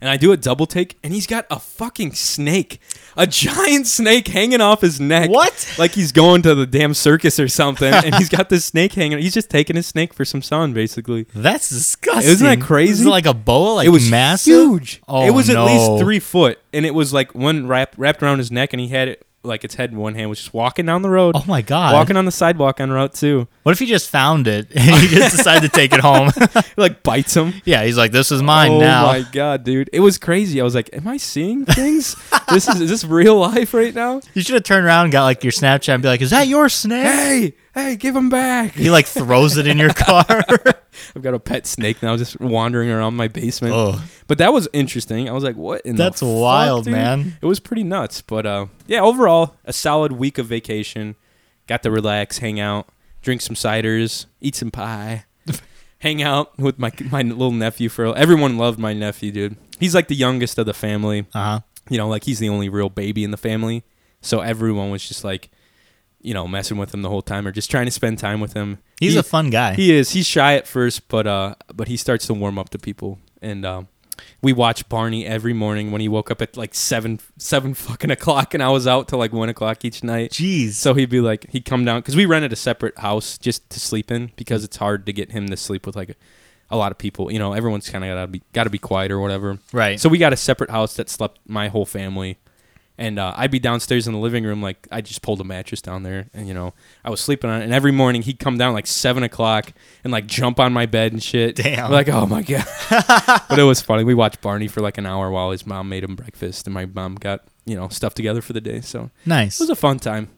[SPEAKER 1] and I do a double take and he's got a fucking snake a giant snake hanging off his neck
[SPEAKER 2] What?
[SPEAKER 1] like he's going to the damn circus or something and he's got this snake hanging he's just taking his snake for some sun basically
[SPEAKER 2] That's disgusting.
[SPEAKER 1] crazy?
[SPEAKER 2] Is it like a boa? Like
[SPEAKER 1] it was
[SPEAKER 2] massive?
[SPEAKER 1] huge.
[SPEAKER 2] Oh,
[SPEAKER 1] it was
[SPEAKER 2] no.
[SPEAKER 1] at least three foot, and it was like one wrapped wrapped around his neck, and he had it like its head in one hand, was just walking down the road,
[SPEAKER 2] Oh my god.
[SPEAKER 1] walking on the sidewalk on Route Two.
[SPEAKER 2] What if he just found it and he just decided to take it home?
[SPEAKER 1] It, like bites him.
[SPEAKER 2] yeah, he's like, this is mine
[SPEAKER 1] oh
[SPEAKER 2] now.
[SPEAKER 1] my god, dude! It was crazy. I was like, "Am I seeing things? this is, is this real life right now?"
[SPEAKER 2] You should have turned around and got like your Snapchat and be like, is that your snake?
[SPEAKER 1] Hey, hey, give him back!
[SPEAKER 2] he like throws it in your car.
[SPEAKER 1] I've got a pet snake now, just wandering around my basement.
[SPEAKER 2] oh,
[SPEAKER 1] But that was interesting. I was like, "What?" In the
[SPEAKER 2] that's
[SPEAKER 1] fuck,
[SPEAKER 2] wild,
[SPEAKER 1] dude?"
[SPEAKER 2] man.
[SPEAKER 1] It was pretty nuts, but uh, yeah. Overall, a solid week of vacation. Got to relax, hang out, drink some ciders, eat some pie, hang out with my my little nephew. For everyone loved my nephew, dude. He's like the youngest of the family.
[SPEAKER 2] Uh huh.
[SPEAKER 1] You know, like he's the only real baby in the family. So everyone was just like, you know, messing with him the whole time or just trying to spend time with him.
[SPEAKER 2] He's
[SPEAKER 1] He-
[SPEAKER 2] a fun guy.
[SPEAKER 1] he is. He's shy at first, but uh, but he starts to warm up to people, and um, we watch Barney every morning when he woke up at like seven seven fucking o'clock, and I was out till like one o'clock each night.
[SPEAKER 2] Jeez.
[SPEAKER 1] So he'd be like, he'd come down because we rented a separate house just to sleep in because it's hard to get him to sleep with like a, a lot of people. You know, everyone's kind of gotta be gotta be quiet or whatever.
[SPEAKER 2] right.
[SPEAKER 1] So we got a separate house that slept my whole family. And uh, I'd be downstairs in the living room, like I just pulled a mattress down there, and you know I was sleeping on it. And every morning he'd come down like seven o'clock and like jump on my bed and shit.
[SPEAKER 2] Damn.
[SPEAKER 1] Like oh my god. but it was funny. We watched Barney for like an hour while his mom made him breakfast, and my mom got you know stuff together for the day. So it
[SPEAKER 2] nice.
[SPEAKER 1] was a fun time.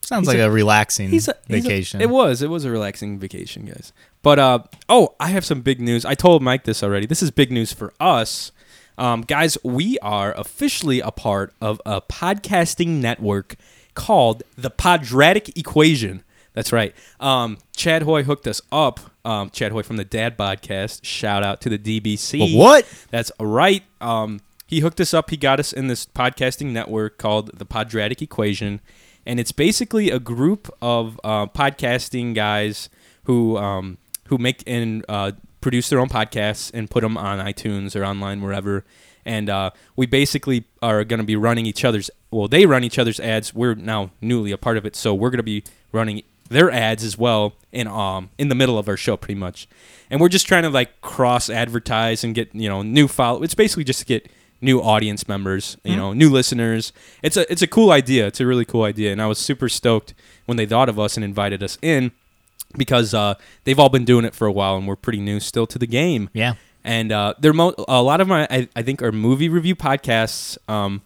[SPEAKER 2] Sounds
[SPEAKER 1] he's
[SPEAKER 2] like a, relaxing
[SPEAKER 1] He's a he's a-
[SPEAKER 2] vacation.
[SPEAKER 1] it was it was a relaxing vacation, guys. But uh oh, I have some big news. I told Mike this already. This is big news for us. Um, guys, we are officially a part of a podcasting network called the Podratic Equation. That's right. Um, Chad Hoy hooked us up. Um, Chad Hoy from the Dad Podcast. Shout out to the DBC.
[SPEAKER 2] Well, what?
[SPEAKER 1] That's right. Um, he hooked us up. He got us in this podcasting network called the Podratic Equation, and it's basically a group of uh, podcasting guys who um, who make and uh, produce their own podcasts and put them on iTunes or online wherever. And uh, we basically are going to be running each other's. Well, they run each other's ads. We're now newly a part of it, so we're going to be running their ads as well in um in the middle of our show pretty much and we're just trying to like cross advertise and get you know new follow it's basically just to get new audience members you know new listeners it's a it's a cool idea it's a really cool idea and i was super stoked when they thought of us and invited us in because uh, they've all been doing it for a while and we're pretty new still to the game
[SPEAKER 2] Yeah.
[SPEAKER 1] and uh, they're mo- a lot of my I, I think are movie review podcasts. Um,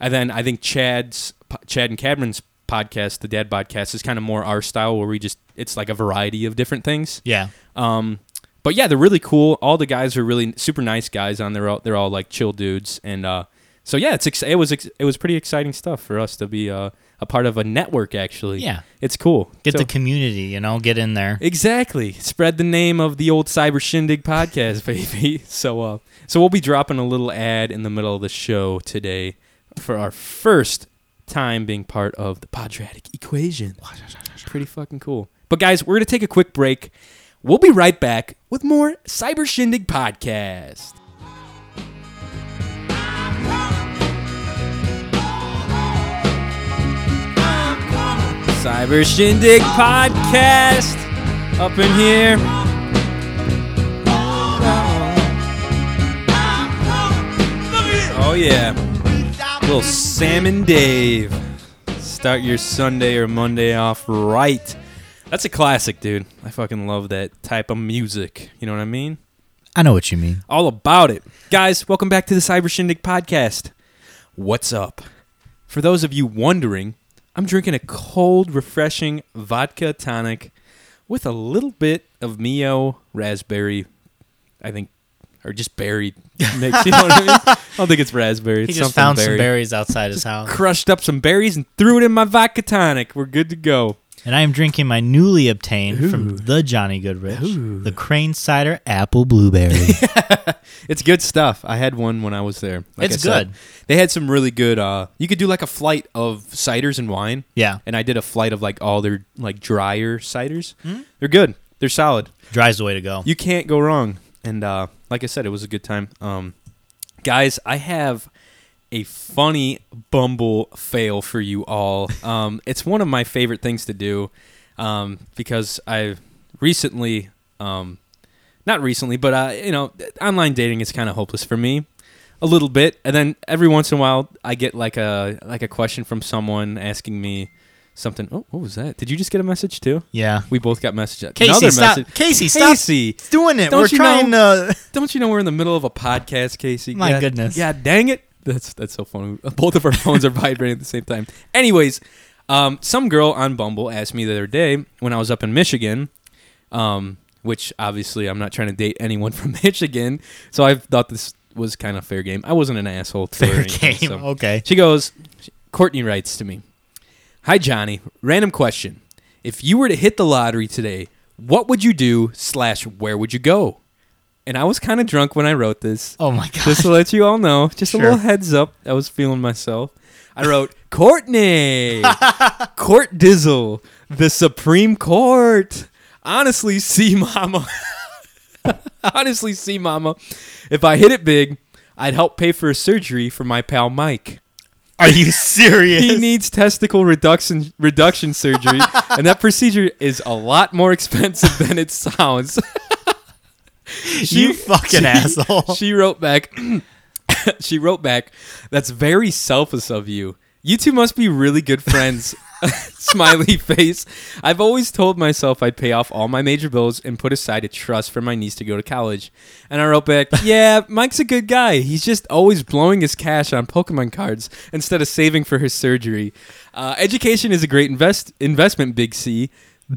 [SPEAKER 1] and then I think Chad's po- Chad and Cadman's podcast, the Dad Podcast, is kind of more our style where we just it's like a variety of different things.
[SPEAKER 2] Yeah.
[SPEAKER 1] Um, but yeah, they're really cool. All the guys are really super nice guys on their they're all like chill dudes and uh, so yeah, it's ex- it was ex- it was pretty exciting stuff for us to be uh, a part of a network actually.
[SPEAKER 2] Yeah.
[SPEAKER 1] It's cool.
[SPEAKER 2] Get
[SPEAKER 1] So-
[SPEAKER 2] the community, you know, get in there.
[SPEAKER 1] Exactly. Spread the name of the old Cyber Shindig podcast, baby. So uh so we'll be dropping a little ad in the middle of the show today for our first time being part of the Podratic equation. Pretty fucking cool. But guys, we're gonna take a quick break. We'll be right back with more Cyber Shindig podcast. Cyber Shindig podcast up in here. Oh yeah, little Salmon Dave. Start your Sunday or Monday off right. That's a classic, dude. I fucking love that type of music. You know what I mean?
[SPEAKER 2] I know what you mean.
[SPEAKER 1] all about it. Guys, welcome back to the Cyber Shindig podcast. What's up? For those of you wondering, I'm drinking a cold, refreshing vodka tonic with a little bit of Mio raspberry, I think, or just berry mix. You know what I mean? I don't think it's raspberry.
[SPEAKER 2] He
[SPEAKER 1] It's something
[SPEAKER 2] just found some
[SPEAKER 1] berry.
[SPEAKER 2] berries outside his house.
[SPEAKER 1] Crushed up some berries and threw it in my vodka tonic. We're good to go.
[SPEAKER 2] And I am drinking my newly obtained
[SPEAKER 1] Ooh.
[SPEAKER 2] from the Johnny Goodrich,
[SPEAKER 1] Ooh.
[SPEAKER 2] the Crane Cider Apple Blueberry.
[SPEAKER 1] It's good stuff. I had one when I was there. Like
[SPEAKER 2] It's
[SPEAKER 1] I said,
[SPEAKER 2] good.
[SPEAKER 1] They had some really good. Uh, you could do like a flight of ciders and wine.
[SPEAKER 2] yeah.
[SPEAKER 1] and I did a flight of like all their like drier ciders. They're good. They're solid.
[SPEAKER 2] Dry's the way to go.
[SPEAKER 1] You can't go wrong. And uh, like I said, it was a good time. Um, guys, I have a funny Bumble fail for you all. Um, it's one of my favorite things to do um, because I recently, um, not recently, but uh, you know, online dating is kind of hopeless for me. A little bit, and then every once in a while, I get like a like a question from someone asking me something. Oh, what was that? Did you just get a message too?
[SPEAKER 2] Yeah.
[SPEAKER 1] We both got messages.
[SPEAKER 2] Casey,
[SPEAKER 1] Another
[SPEAKER 2] stop.
[SPEAKER 1] message.
[SPEAKER 2] Casey, stop
[SPEAKER 1] Casey,
[SPEAKER 2] doing it.
[SPEAKER 1] Don't
[SPEAKER 2] We're
[SPEAKER 1] you
[SPEAKER 2] trying to.
[SPEAKER 1] don't you know we're in the middle of a podcast, Casey?
[SPEAKER 2] My
[SPEAKER 1] God-
[SPEAKER 2] goodness.
[SPEAKER 1] Yeah, dang it. That's that's so funny. Both of our phones are vibrating at the same time. Anyways, um, some girl on Bumble asked me the other day when I was up in Michigan, um, which obviously I'm not trying to date anyone from Michigan, so I thought this was kind of fair game. I wasn't an asshole. to her or
[SPEAKER 2] Fair
[SPEAKER 1] anything,
[SPEAKER 2] game.
[SPEAKER 1] so-
[SPEAKER 2] Okay.
[SPEAKER 1] she goes, Courtney writes to me Hi, Johnny. Random question. If you were to hit the lottery today, what would you do, slash, where would you go? And I was kind of drunk when I wrote this.
[SPEAKER 2] Oh my god.
[SPEAKER 1] Just to let you all know, just
[SPEAKER 2] Sure.
[SPEAKER 1] a little heads up, I was feeling myself. I wrote, Courtney, Court Dizzle, the Supreme Court. Honestly, see mama. Honestly, see mama. If I hit it big, I'd help pay for a surgery for my pal Mike
[SPEAKER 2] Are you serious?
[SPEAKER 1] he needs testicle reduction reduction surgery, and that procedure is a lot more expensive than it sounds.
[SPEAKER 2] you fucking
[SPEAKER 1] she-
[SPEAKER 2] asshole.
[SPEAKER 1] She wrote back. she wrote back. That's very selfless of you. You two must be really good friends. Smiley face. I've always told myself I'd pay off all my major bills and put aside a trust for my niece to go to college. And I wrote back, Yeah, Mike's a good guy. He's just always blowing his cash on Pokemon cards instead of saving for his surgery. Uh, education is a great invest investment, Big C.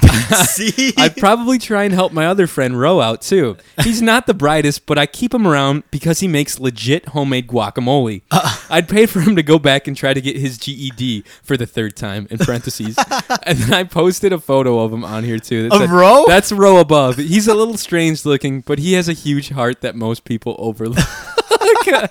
[SPEAKER 2] See?
[SPEAKER 1] I probably try and help my other friend Ro out too. He's not the brightest, but I keep him around because he makes legit homemade guacamole. I'd pay for him to go back and try to get his GED for the third time in parentheses. and then I posted a photo of him on here too. that
[SPEAKER 2] Of Ro?
[SPEAKER 1] That's Ro above. He's a little strange looking, but he has a huge heart that most people overlook.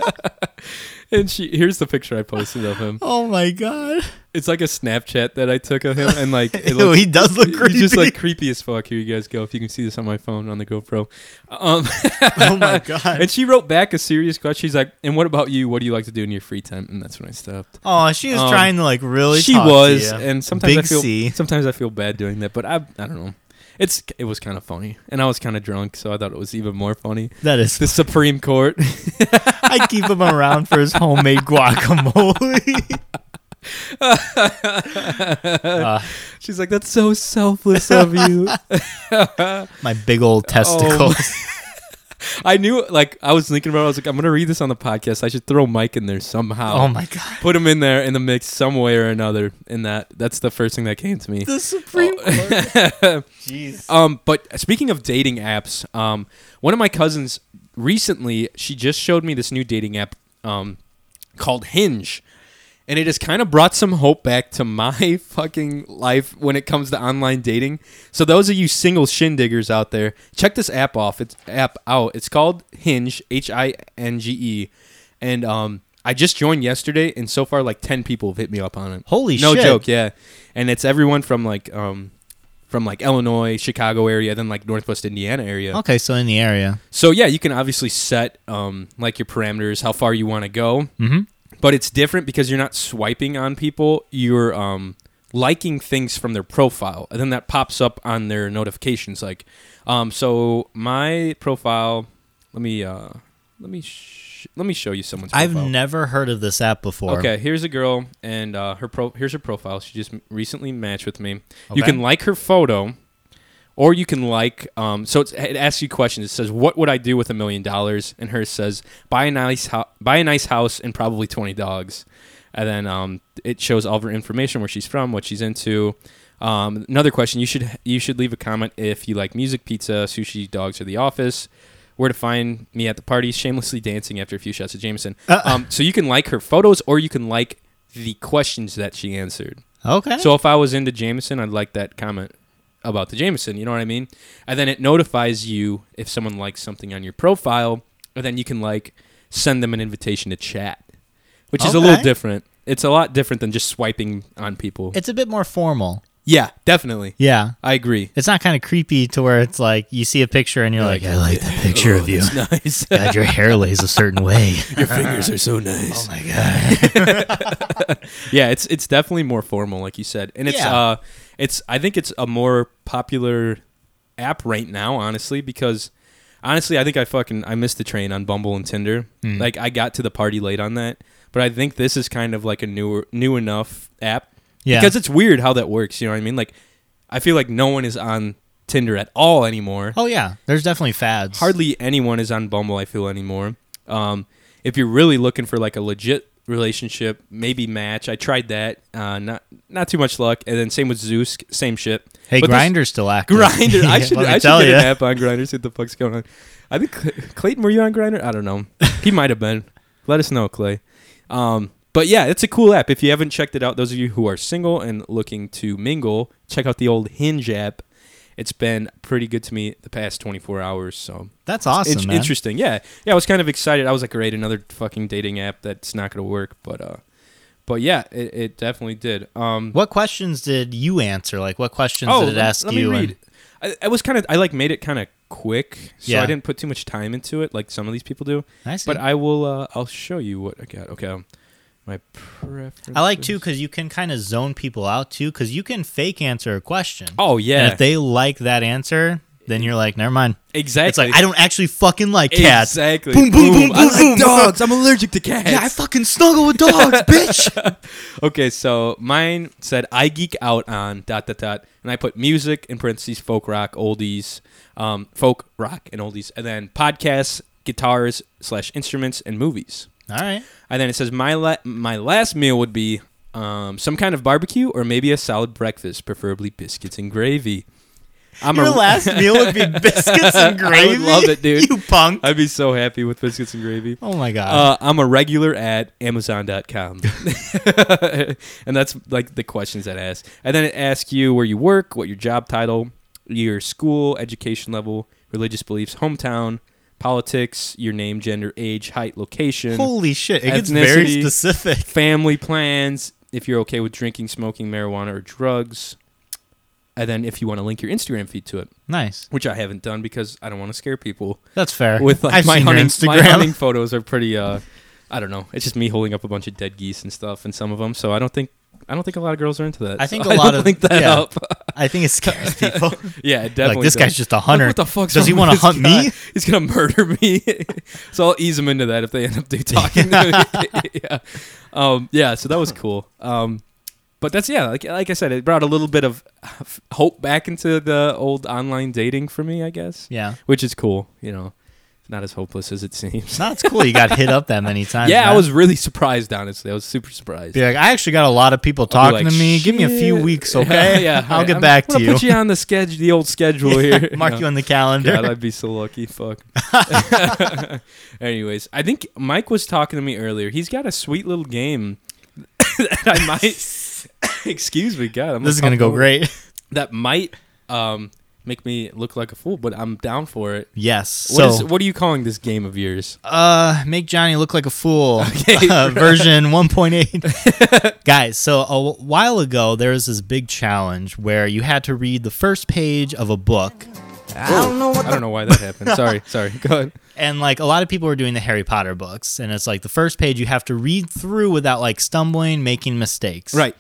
[SPEAKER 1] and she here's the picture I posted of him.
[SPEAKER 2] oh my god.
[SPEAKER 1] It's like a Snapchat that I took of him, and like it
[SPEAKER 2] Ew,
[SPEAKER 1] looks
[SPEAKER 2] he does look creepy.
[SPEAKER 1] He's just like creepy as fuck. Here you guys go. If you can see this on my phone on the GoPro. Um,
[SPEAKER 2] oh my god.
[SPEAKER 1] and she wrote back a serious question. She's like, "And what about you? What do you like to do in your free time?" And that's when I stopped.
[SPEAKER 2] Oh, she was
[SPEAKER 1] Um,
[SPEAKER 2] trying to like really.
[SPEAKER 1] she
[SPEAKER 2] talk to
[SPEAKER 1] was,
[SPEAKER 2] you.
[SPEAKER 1] and sometimes
[SPEAKER 2] Big
[SPEAKER 1] I feel
[SPEAKER 2] C.
[SPEAKER 1] sometimes I feel bad doing that, but I I don't know. It's it was kind of funny, and I was kind of drunk, so I thought it was even more funny.
[SPEAKER 2] That is.
[SPEAKER 1] The Supreme Court.
[SPEAKER 2] I keep him around for his homemade guacamole. Uh,
[SPEAKER 1] She's like, "That's so selfless of you."
[SPEAKER 2] my big
[SPEAKER 1] Oh,
[SPEAKER 2] old testicles.
[SPEAKER 1] I knew, like, I was thinking about. it. I was like, "I'm gonna read this on the podcast. I should throw Mike in there somehow."
[SPEAKER 2] Oh my god.
[SPEAKER 1] put him in there in the mix some way or another and that that's the first thing that came to me
[SPEAKER 2] The
[SPEAKER 1] Oh,
[SPEAKER 2] Supreme Court. Jeez.
[SPEAKER 1] um but speaking of dating apps um one of my cousins recently she just showed me this new dating app um called hinge and it has kind of brought some hope back to my fucking life when it comes to online dating. So those of you single shindiggers out there, check this app off. It's app out. It's called Hinge, H I N G E, and um, I just joined yesterday, and so far like ten people have hit me up on it.
[SPEAKER 2] Holy
[SPEAKER 1] no
[SPEAKER 2] shit.
[SPEAKER 1] joke, yeah. And it's everyone from like um, from like Illinois, Chicago area, then like Northwest Indiana area.
[SPEAKER 2] Okay, so in the area.
[SPEAKER 1] So yeah, you can obviously set um, like your parameters, how far you want to go
[SPEAKER 2] Mm-hmm.
[SPEAKER 1] but it's different because you're not swiping on people you're um liking things from their profile and then that pops up on their notifications like um so my profile let me uh let me sh- let me show you someone's
[SPEAKER 2] I've
[SPEAKER 1] profile.
[SPEAKER 2] never heard of this app before.
[SPEAKER 1] Okay, here's a girl, and uh, her pro- here's her profile. She just m- recently matched with me.
[SPEAKER 2] Okay.
[SPEAKER 1] You can like her photo, Or you can like, um, so it's, it asks you questions. It says, "What would I do with a million dollars?" And hers says, "Buy a nice ho- buy a nice house and probably twenty dogs." And then um, it shows all of her information, where she's from, what she's into. Um, another question: You should you should leave a comment if you like music, pizza, sushi, dogs, or The Office. Where to find me at the party? Shamelessly dancing after a few shots of Jameson.
[SPEAKER 2] Uh,
[SPEAKER 1] Um, so you can like her photos, or you can like the questions that she answered.
[SPEAKER 2] Okay.
[SPEAKER 1] So if I was into Jameson, I'd like that comment about the Jameson. You know what I mean? And then it notifies you if someone likes something on your profile, and then you can like send them an invitation to chat, which is a
[SPEAKER 2] Okay.
[SPEAKER 1] little different. It's a lot different than just swiping on people.
[SPEAKER 2] it's a bit more formal.
[SPEAKER 1] yeah, definitely.
[SPEAKER 2] Yeah.
[SPEAKER 1] I agree.
[SPEAKER 2] It's not kind of creepy to where it's like you see a picture and you're like, I like that picture of you.
[SPEAKER 1] Nice.
[SPEAKER 2] God, your hair lays a certain way.
[SPEAKER 1] Your
[SPEAKER 2] Uh-huh.
[SPEAKER 1] fingers are so nice.
[SPEAKER 2] my god.
[SPEAKER 1] Yeah, it's it's definitely more formal, like you said, and it's
[SPEAKER 2] Yeah.
[SPEAKER 1] uh, it's I think it's a more popular app right now, honestly, because honestly, I think I fucking I missed the train on Bumble and Tinder.
[SPEAKER 2] Mm.
[SPEAKER 1] Like I got to the party late on that, but I think this is kind of like a newer new enough app
[SPEAKER 2] Yeah.
[SPEAKER 1] because it's weird how that works. You know what I mean? Like I feel like no one is on Tinder at all anymore
[SPEAKER 2] oh yeah, there's definitely fads.
[SPEAKER 1] hardly anyone is on Bumble. I feel anymore. Um, if you're really looking for like a legit relationship, maybe Match. I tried that. Uh, not not too much luck. And then same with Zeus. Same shit.
[SPEAKER 2] Hey,
[SPEAKER 1] But this-
[SPEAKER 2] Grinder's still active.
[SPEAKER 1] Grinder. I should.
[SPEAKER 2] Let me
[SPEAKER 1] I should
[SPEAKER 2] tell
[SPEAKER 1] get
[SPEAKER 2] ya.
[SPEAKER 1] an app on Grinder. See what the fuck's going on. I think Cl- Clayton, were you on Grinder? I don't know. He might have been. Let us know, Clay. Um, but yeah, it's a cool app. If you haven't checked it out, those of you who are single and looking to mingle, check out the old Hinge app. It's been pretty good to me the past 24 hours. So
[SPEAKER 2] That's
[SPEAKER 1] it's
[SPEAKER 2] awesome,
[SPEAKER 1] in-
[SPEAKER 2] man.
[SPEAKER 1] Interesting. Yeah. Yeah, I was kind of excited. I was like, great, another fucking dating app that's not going to work, but uh but yeah, it, it definitely did. Um
[SPEAKER 2] What questions did you answer? Like, what questions
[SPEAKER 1] Oh,
[SPEAKER 2] did it
[SPEAKER 1] lem-
[SPEAKER 2] ask
[SPEAKER 1] let me
[SPEAKER 2] you? and-
[SPEAKER 1] read. I, I was kind of I like made it kind of quick, so
[SPEAKER 2] Yeah.
[SPEAKER 1] I didn't put too much time into it like some of these people do.
[SPEAKER 2] I see.
[SPEAKER 1] But I will uh I'll show you what I got. Okay. um, My preference
[SPEAKER 2] I like too because you can kind of zone people out too because you can fake answer a question.
[SPEAKER 1] Oh
[SPEAKER 2] And
[SPEAKER 1] yeah.
[SPEAKER 2] if they like that answer, then you're like, never mind.
[SPEAKER 1] exactly.
[SPEAKER 2] It's like I don't actually fucking like cats.
[SPEAKER 1] Exactly.
[SPEAKER 2] Boom, boom, boom,
[SPEAKER 1] I
[SPEAKER 2] boom,
[SPEAKER 1] like
[SPEAKER 2] boom.
[SPEAKER 1] dogs. I'm allergic to cats.
[SPEAKER 2] Yeah, I fucking snuggle with dogs, bitch.
[SPEAKER 1] Okay, so mine said I geek out on dot dot dot, and I put music in parentheses folk rock oldies, um, folk rock and oldies, and then podcasts, guitars slash instruments, and movies.
[SPEAKER 2] All right.
[SPEAKER 1] And then it says my la- my last meal would be um, some kind of barbecue or maybe a solid breakfast, preferably biscuits and gravy. I'm
[SPEAKER 2] Your last meal would be biscuits and
[SPEAKER 1] I would
[SPEAKER 2] gravy.
[SPEAKER 1] love it, dude.
[SPEAKER 2] You punk.
[SPEAKER 1] I'd be so happy with biscuits and gravy.
[SPEAKER 2] Oh my god.
[SPEAKER 1] Uh, I'm a regular at Amazon.com. and that's like the questions that ask. And then it asks you where you work, what your job title, your school, education level, religious beliefs, hometown, politics, your name, gender, age, height, location,
[SPEAKER 2] Holy shit. It gets very
[SPEAKER 1] ethnicity.
[SPEAKER 2] specific.
[SPEAKER 1] family plans, if you're okay with drinking, smoking, marijuana, or drugs. And then if you want to link your Instagram feed to it,
[SPEAKER 2] Nice.
[SPEAKER 1] which I haven't done because I don't want to scare people
[SPEAKER 2] That's fair.
[SPEAKER 1] with like
[SPEAKER 2] I've
[SPEAKER 1] my
[SPEAKER 2] seen your
[SPEAKER 1] hunting, my
[SPEAKER 2] Instagram.
[SPEAKER 1] hunting photos are pretty uh I don't know. It's just me holding up a bunch of dead geese and stuff and some of them. So I don't think I don't think a lot of girls are into that.
[SPEAKER 2] I think
[SPEAKER 1] so
[SPEAKER 2] a lot
[SPEAKER 1] don't
[SPEAKER 2] of-
[SPEAKER 1] link that
[SPEAKER 2] yeah.
[SPEAKER 1] up.
[SPEAKER 2] I think it scares people.
[SPEAKER 1] yeah, it definitely.
[SPEAKER 2] like this
[SPEAKER 1] does.
[SPEAKER 2] guy's just a
[SPEAKER 1] Look
[SPEAKER 2] hunter.
[SPEAKER 1] What the fuck?
[SPEAKER 2] Does he want to hunt me?
[SPEAKER 1] He's gonna murder me. so I'll ease him into that if they end up do talking. to me. yeah. Um, yeah. So that was cool. Um, but that's yeah. Like like I said, it brought a little bit of hope back into the old online dating for me. I guess,
[SPEAKER 2] Yeah.
[SPEAKER 1] which is cool. You know, it's not as hopeless as it seems.
[SPEAKER 2] No, it's cool. You got hit up that many times.
[SPEAKER 1] Yeah, I
[SPEAKER 2] man.
[SPEAKER 1] was really surprised. Honestly, I was super surprised.
[SPEAKER 2] Be like, I actually got a lot of people
[SPEAKER 1] I'll be
[SPEAKER 2] talking
[SPEAKER 1] like,
[SPEAKER 2] to me. Give me a few
[SPEAKER 1] "Shit."
[SPEAKER 2] weeks, okay?
[SPEAKER 1] Yeah, yeah.
[SPEAKER 2] I'll
[SPEAKER 1] I-
[SPEAKER 2] get
[SPEAKER 1] I'm
[SPEAKER 2] back
[SPEAKER 1] gonna
[SPEAKER 2] to you.
[SPEAKER 1] Put you on the schedule, the old schedule here.
[SPEAKER 2] Mark
[SPEAKER 1] Yeah.
[SPEAKER 2] you on the calendar.
[SPEAKER 1] God, I'd be so lucky. Fuck. Anyways, I think Mike was talking to me earlier. He's got a sweet little game that I might. excuse me, God. I'm
[SPEAKER 2] this is gonna go great.
[SPEAKER 1] That might um, make me look like a fool, but I'm down for it.
[SPEAKER 2] yes.
[SPEAKER 1] What is?
[SPEAKER 2] so,
[SPEAKER 1] What are you calling this game of yours?
[SPEAKER 2] uh, make Johnny look like a fool. Uh, version 1.8. Guys, so a while ago there was this big challenge where you had to read the first page of a book,
[SPEAKER 1] I don't know. What I don't know why that happened. Sorry, sorry. Go ahead.
[SPEAKER 2] and like a lot of people were doing the Harry Potter books, and it's like the first page you have to read through without like stumbling, making mistakes.
[SPEAKER 1] Right.